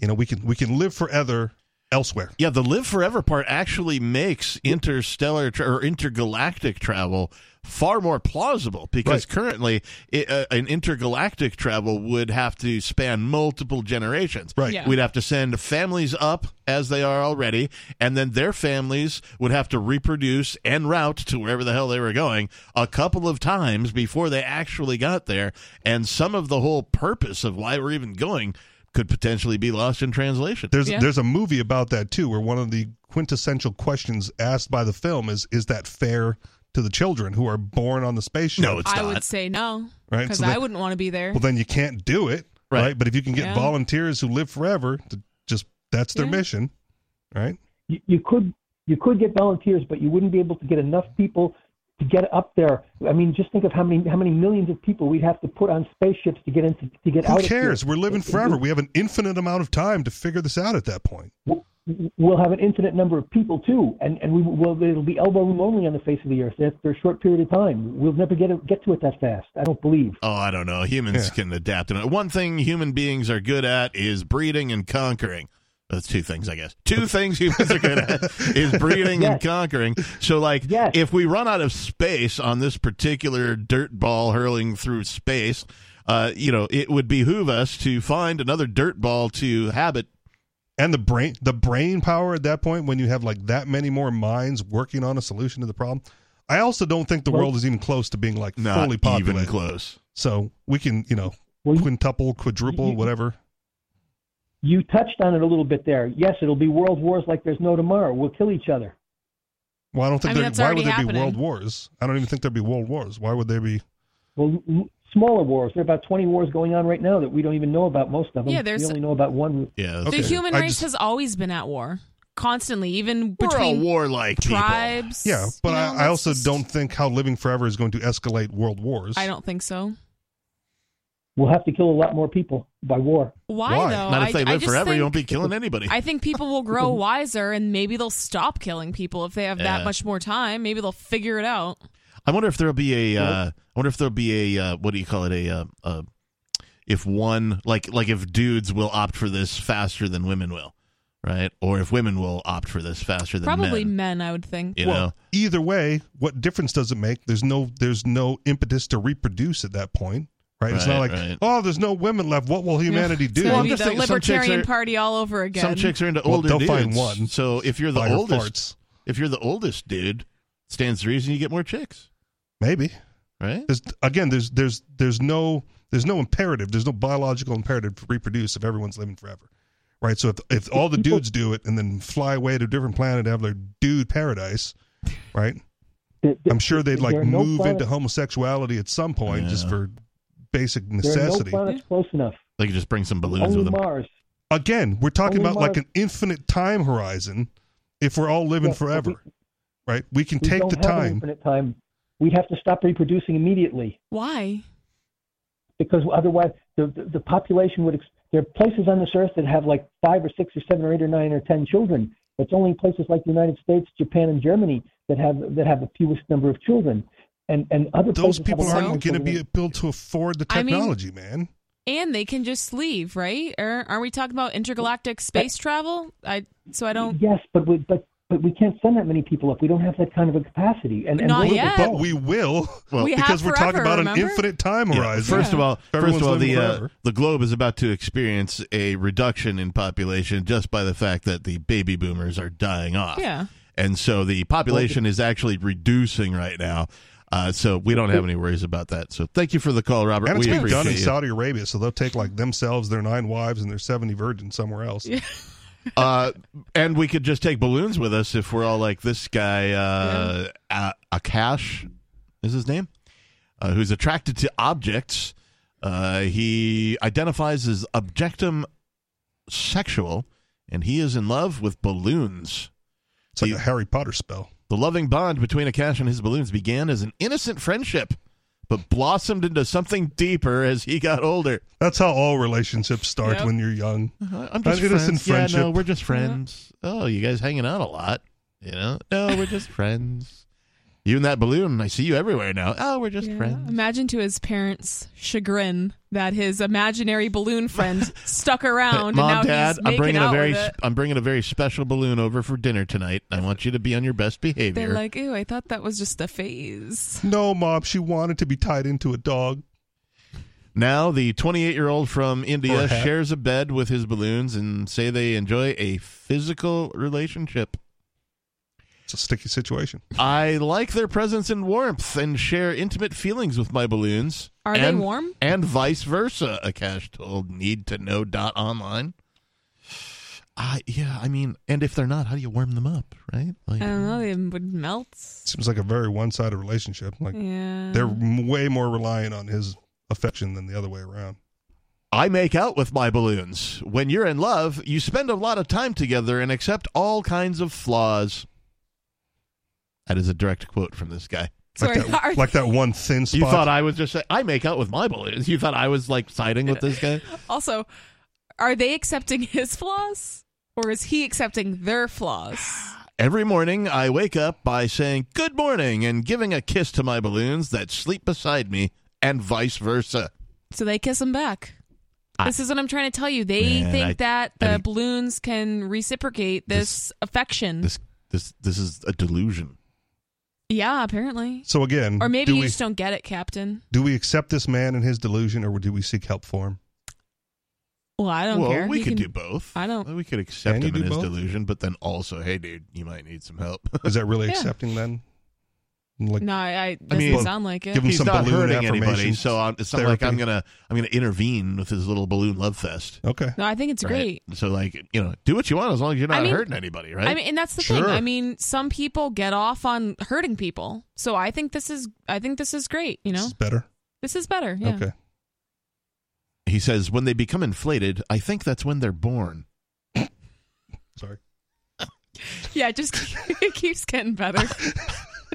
S4: you know, we can we can live forever elsewhere.
S2: Yeah, the live forever part actually makes interstellar tra- or intergalactic travel far more plausible because currently i uh, an intergalactic travel would have to span multiple generations.
S4: Right. Yeah.
S2: We'd have to send families up as they are already and then their families would have to reproduce en route to wherever the hell they were going a couple of times before they actually got there and some of the whole purpose of why we're even going could potentially be lost in translation.
S4: There's there's a movie about that too, where one of the quintessential questions asked by the film is, "Is that fair to the children who are born on the spaceship?" No,
S3: I would say no.
S4: Right,
S3: Cuz
S4: so
S3: I
S4: that-
S3: wouldn't want to be there.
S4: Well, then you can't do it, right? But if you can get
S3: Yeah.
S4: volunteers who live forever, to just that's their
S13: Yeah.
S4: mission, right?
S13: you, you could you could get volunteers, but you wouldn't be able to get enough people to get up there. I mean, just think of how many how many millions of people we'd have to put on spaceships to get into to get
S4: Who
S13: out.
S4: cares?
S13: Of
S4: We're
S13: here.
S4: living
S13: It- it-
S4: forever. We have an infinite amount of time to figure this out at that point.
S13: we'll have an infinite number of people too, and and we will it'll be elbow room only on the face of the earth after a short period of time. We'll never get it, get to it that fast. I don't believe.
S2: Oh, I don't know. Humans can adapt. And one thing human beings are good at is breeding and conquering. That's two things, I guess.
S4: (laughs)
S2: Two things humans are good at is breeding and conquering. So, like, if we run out of space on this particular dirt ball hurling through space, uh, you know, it would behoove us to find another dirt ball to habit
S4: and the brain the brain power at that point when you have like that many more minds working on a solution to the problem. I also don't think the
S2: Well-
S4: world is even close to being like
S2: Not
S4: fully populated.
S2: even close.
S4: So we can, you know, quintuple, quadruple,
S13: you-
S4: whatever.
S13: You touched on it a little bit there. Yes, it'll be world wars like there's no tomorrow. We'll kill each other.
S4: Well, I don't think
S13: I mean,
S4: there,
S13: that's
S4: why
S13: already
S4: would there be
S13: happening.
S4: world wars? I don't even think there'd be world wars. Why would there be?
S13: Well, l- l- smaller wars. There are about 20 wars going on right now that we don't even know about most of them.
S3: Yeah, there's-
S13: we only know about one.
S2: Yeah.
S3: The human race has always been at war, constantly, even
S2: We're all
S3: between
S2: warlike people.
S3: tribes.
S4: Yeah, but I, I also don't think how living forever is going to escalate world wars.
S3: I don't think so.
S13: We'll have to kill a lot more people by war.
S3: Why, though?
S2: Not if
S3: I-
S2: they
S3: I
S2: live
S3: just
S2: forever.
S3: think-
S2: You won't be
S3: (laughs)
S2: killing anybody.
S3: I think people will
S2: (laughs)
S3: grow wiser and maybe they'll stop killing people if they have
S2: Yeah.
S3: that much more time. Maybe they'll figure it out.
S2: I wonder if there'll be a. Uh, I wonder if there'll be a. Uh, what do you call it? A. Uh, uh, if one like like if dudes will opt for this faster than women will, right? Or if women will opt for this faster than
S3: Probably
S2: men.
S3: men, I would think.
S2: You know.
S4: either way, what difference does it make? There's no there's no impetus to reproduce at that point, right? it's not
S2: Right,
S4: like
S2: right.
S4: oh, there's no women left. What will humanity
S3: It's
S4: do?
S3: gonna be the Libertarian Party all over again.
S2: Some chicks are into
S4: Well,
S2: older
S4: they'll
S2: dudes.
S4: find one
S2: So if you're the
S4: by her
S2: oldest,
S4: farts.
S2: if you're the oldest dude, stands to reason you get more chicks.
S4: Maybe
S2: right.
S4: There's, again, there's there's there's no there's no imperative. There's no biological imperative to reproduce if everyone's living forever, right? So if if
S2: (laughs)
S4: all the dudes do it and then fly away to a different planet to have their dude paradise, right? I'm sure they'd like
S13: there are no
S4: move
S13: planets-
S4: into homosexuality at some point just for basic
S13: There are no
S4: necessity.
S13: planets close enough.
S2: They could just bring some balloons
S4: Oh
S13: Only
S2: with them.
S13: Mars.
S4: Again, we're talking
S13: Only
S4: about like
S13: Mars-
S4: an infinite time horizon. If we're all living forever, right? We can
S13: We
S4: take
S13: don't
S4: the
S13: have an
S4: time.
S13: infinite time. We'd have to stop reproducing immediately.
S3: Why?
S13: because otherwise the, the, the population would. Ex- there are places on this earth that have like five or six or seven or eight or nine or ten children. It's only places like the United States, Japan, and Germany that have that have the fewest number of children, and and other
S4: Those
S13: places have a
S4: people
S13: lot
S4: aren't
S13: more
S4: going to
S13: children.
S4: be able to afford the
S3: I mean-
S4: technology, man.
S3: And they can just leave, right? Or are we talking about intergalactic space travel? I so I don't.
S13: Yes, but we but but we can't send that many people up. We don't have that kind of a capacity. And, and
S3: Not
S13: where do they
S3: yet.
S13: go?
S4: But we will
S2: Well- We have
S4: because we're talking
S3: forever,
S4: about an
S3: remember?
S4: infinite time
S2: Yeah.
S4: horizon.
S2: First of all, first
S4: Everyone's
S2: of all,
S4: living
S2: the uh,
S4: forever.
S2: the globe is about to experience a reduction in population just by the fact that the baby boomers are dying off.
S3: Yeah.
S2: and so the population is actually reducing right now. Uh, so we don't have any worries about that. So thank you for the call, Robert.
S4: and it's
S2: we
S4: being done in
S2: appreciate you.
S4: Saudi Arabia, so they'll take like themselves, their nine wives, and their seventy virgins somewhere else.
S2: uh, and we could just take balloons with us if we're all like this guy, uh, A- Akash, is his name, uh, who's attracted to objects. Uh, he identifies as objectum sexual, and he is in love with balloons.
S4: It's like a Harry Potter spell.
S2: The loving bond between Akash and his balloons began as an innocent friendship, but blossomed into something deeper as he got older.
S4: That's how all relationships start
S2: Yep. Uh-huh.
S4: when you're young.
S2: I'm just
S4: An innocent
S2: friends. Yeah,
S4: friendship.
S2: no, we're just friends. Oh, you guys hanging out a lot,
S3: (laughs)
S2: you know? No, we're just friends. You and that balloon, I see you everywhere now. Oh, we're just
S3: Yeah.
S2: friends.
S3: Imagine to his parents' chagrin that his imaginary balloon
S2: (laughs)
S3: friend stuck around.
S2: Mom,
S3: Oh, and now
S2: Dad,
S3: he's
S2: I'm
S3: making
S2: bringing a
S3: out
S2: very,
S3: with
S2: s-
S3: it.
S2: I'm bringing a very special balloon over for dinner tonight. I want you to be on your best behavior.
S3: They're like, ooh, I thought that was just a phase.
S4: No, mom, she wanted to be tied into a dog.
S2: Now, the 28 year old from
S4: Or
S2: India
S4: a hat.
S2: shares a bed with his balloons and say they enjoy a physical relationship.
S4: It's a sticky situation.
S2: I like their presence and warmth and share intimate feelings with my balloons.
S3: Are they
S2: and,
S3: warm?
S2: And vice versa, Akash told Need to Know dot online. I yeah, I mean, and if they're not, how do you warm them up, right?
S3: I
S2: Like,
S3: don't know. They would melt.
S4: Seems like a very one-sided relationship. Like
S3: Yeah.
S4: they're m- way more reliant on his affection than the other way around.
S2: I make out with my balloons. When you're in love, you spend a lot of time together and accept all kinds of flaws. That is a direct quote from this guy.
S4: Like Sorry,
S3: (laughs)
S4: that- are- like that one thin
S2: You
S4: spot.
S2: thought I was just saying, I make out with my balloons. You thought I was like siding with this
S3: (laughs)
S2: guy?
S3: Also, are they accepting (laughs) his flaws? Or is he accepting their flaws?
S2: Every morning, I wake up by saying good morning and giving a kiss to my balloons that sleep beside me, and vice versa.
S3: So they kiss him back.
S2: I-
S3: this is what I'm trying to tell you. They
S2: Man,
S3: think
S2: I-
S3: that
S2: I
S3: the
S2: mean-
S3: balloons can reciprocate this, affection.
S2: This, this, this is a delusion.
S3: yeah, apparently.
S4: So again,
S3: Or maybe
S4: do
S3: you
S4: we
S3: just don't get it, Captain.
S4: do we accept this man and his delusion, or do we seek help for him?
S3: Well, I don't
S2: well,
S3: care.
S2: we
S3: He
S2: could
S3: can-
S2: do both.
S3: I don't.
S2: We could accept
S4: Can you
S2: him in
S4: do
S2: his
S4: both?
S2: delusion, but then also, hey, dude, you might need some help.
S4: Is that
S3: (laughs)
S4: really
S3: Yeah.
S4: accepting then? Like,
S3: no, I, I doesn't sound like it.
S2: He's not
S4: balloon
S2: hurting anybody,
S4: affirmation
S2: so I'm, it's not like
S4: therapy.
S2: I'm gonna I'm gonna intervene with his little balloon love fest.
S4: Okay.
S3: No, I think it's great.
S2: So like you know, do what you want as long as you're not hurting anybody, right?
S3: I mean, and that's the
S2: Sure.
S3: thing. I mean, some people get off on hurting people, so I think this is I think this is great. You know,
S4: better.
S3: this is better. Yeah.
S2: He says when they become inflated, I think that's when they're born.
S3: (laughs) Yeah, it just (laughs) it keeps getting
S4: (laughs)
S3: better.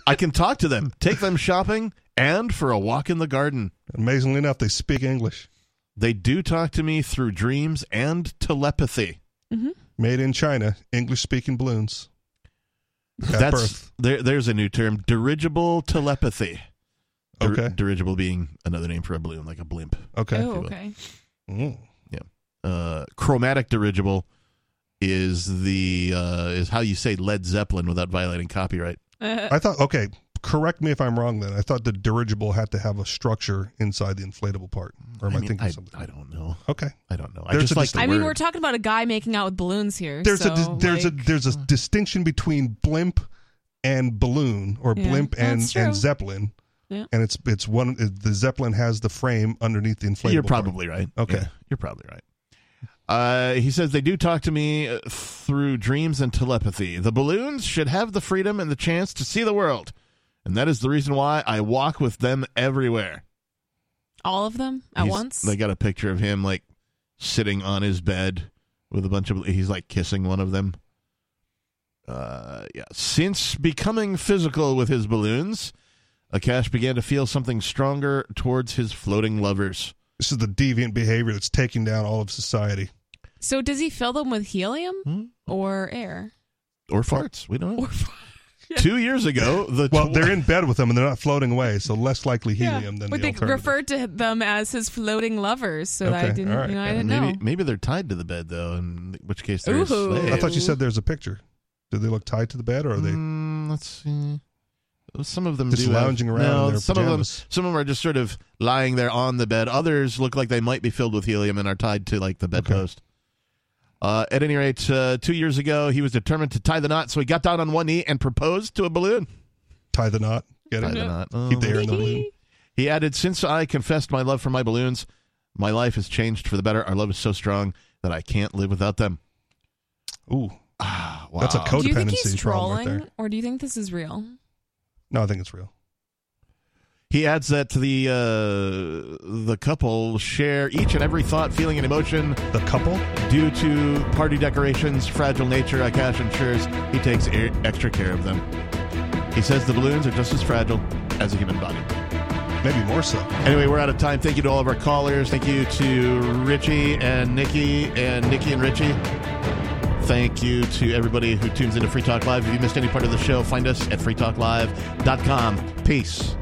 S2: I can talk to them, take them shopping, and for a walk in the garden.
S4: Amazingly enough, they speak English.
S2: They do talk to me through dreams and telepathy.
S4: Made in China, English speaking balloons. At
S2: That's
S4: birth.
S2: there. There's a new term: dirigible telepathy. Dir-
S4: Okay.
S2: Dirigible being another name for a balloon, like a blimp.
S4: Okay. Mm.
S2: if you will. Yeah. Uh, chromatic dirigible is the uh, is how you say Led Zeppelin without violating copyright.
S4: I thought okay, correct me if I'm wrong then. I thought the dirigible had to have a structure inside the inflatable part. Or am I,
S2: mean,
S4: thinking
S2: I-
S4: something?
S2: I don't know.
S4: Okay.
S2: I don't know. I
S4: There's
S2: just
S4: a
S2: like the
S3: I mean,
S2: word.
S3: we're talking about a guy making out with balloons here.
S4: There's
S3: so,
S4: a dis- there's
S3: like-
S4: a there's a distinction between blimp and balloon or
S3: Yeah,
S4: blimp and,
S3: that's true.
S4: and zeppelin.
S3: Yeah.
S4: And it's it's one the zeppelin has the frame underneath the inflatable.
S2: You're
S4: part.
S2: probably right.
S4: Okay.
S2: Yeah, you're probably right. Uh, he says they do talk to me uh, through dreams and telepathy. The balloons should have the freedom and the chance to see the world, and that is the reason why I walk with them everywhere.
S3: all of them at
S2: He's-
S3: once.
S2: They got a picture of him like sitting on his bed with a bunch of. He's like kissing one of them. Uh, yeah. Since becoming physical with his balloons, Akash began to feel something stronger towards his floating lovers.
S4: This is the deviant behavior that's taking down all of society.
S3: so does he fill them with helium
S4: Hmm?
S3: or air?
S2: Or farts. We don't know.
S3: (laughs)
S2: Two years ago, the
S4: well, they're in bed with them and they're not floating away, so less likely helium than
S3: but they
S4: the alternative.
S3: referred to them as his floating lovers, so I didn't. You know, I didn't
S2: maybe,
S3: know.
S2: Maybe they're tied to the bed though, in which case they're. a
S3: Ooh.
S2: slave.
S4: I thought you said there's a picture. Do they look tied to the bed, or are they?
S2: Mm, let's see. Some of them
S4: just
S2: do have-
S4: lounging around.
S2: No,
S4: in their
S2: some
S4: pajamas.
S2: of them, some of them are just sort of lying there on the bed. Others look like they might be filled with helium and are tied to like the bedpost. Uh, at any rate, uh, two years ago, he was determined to tie the knot, so he got down on one knee and proposed to a balloon.
S4: Tie the knot. Get
S2: tie
S4: it?
S2: the knot. Oh,
S4: Keep the air in the
S2: that's-
S4: balloon.
S2: (laughs) He added, "Since I confessed my love for my balloons, my life has changed for the better. Our love is so strong that I can't live without them." Ah,
S4: Ooh,
S2: wow.
S4: That's a codependency
S3: do you think he's
S4: problem right
S3: trolling,
S4: there.
S3: or do you think this is real?
S4: No, I think it's real.
S2: He adds that the uh, the couple share each and every thought, feeling, and emotion.
S4: The couple,
S2: due to party decorations, fragile nature, Akash ensures he takes e- extra care of them. He says the balloons are just as fragile as a human body.
S4: Maybe more so.
S2: Anyway, we're out of time. Thank you to all of our callers. Thank you to Richie and Nikki and Nikki and Richie. Thank you to everybody who tunes into Free Talk Live. If you missed any part of the show, find us at freetalklive.com. Peace.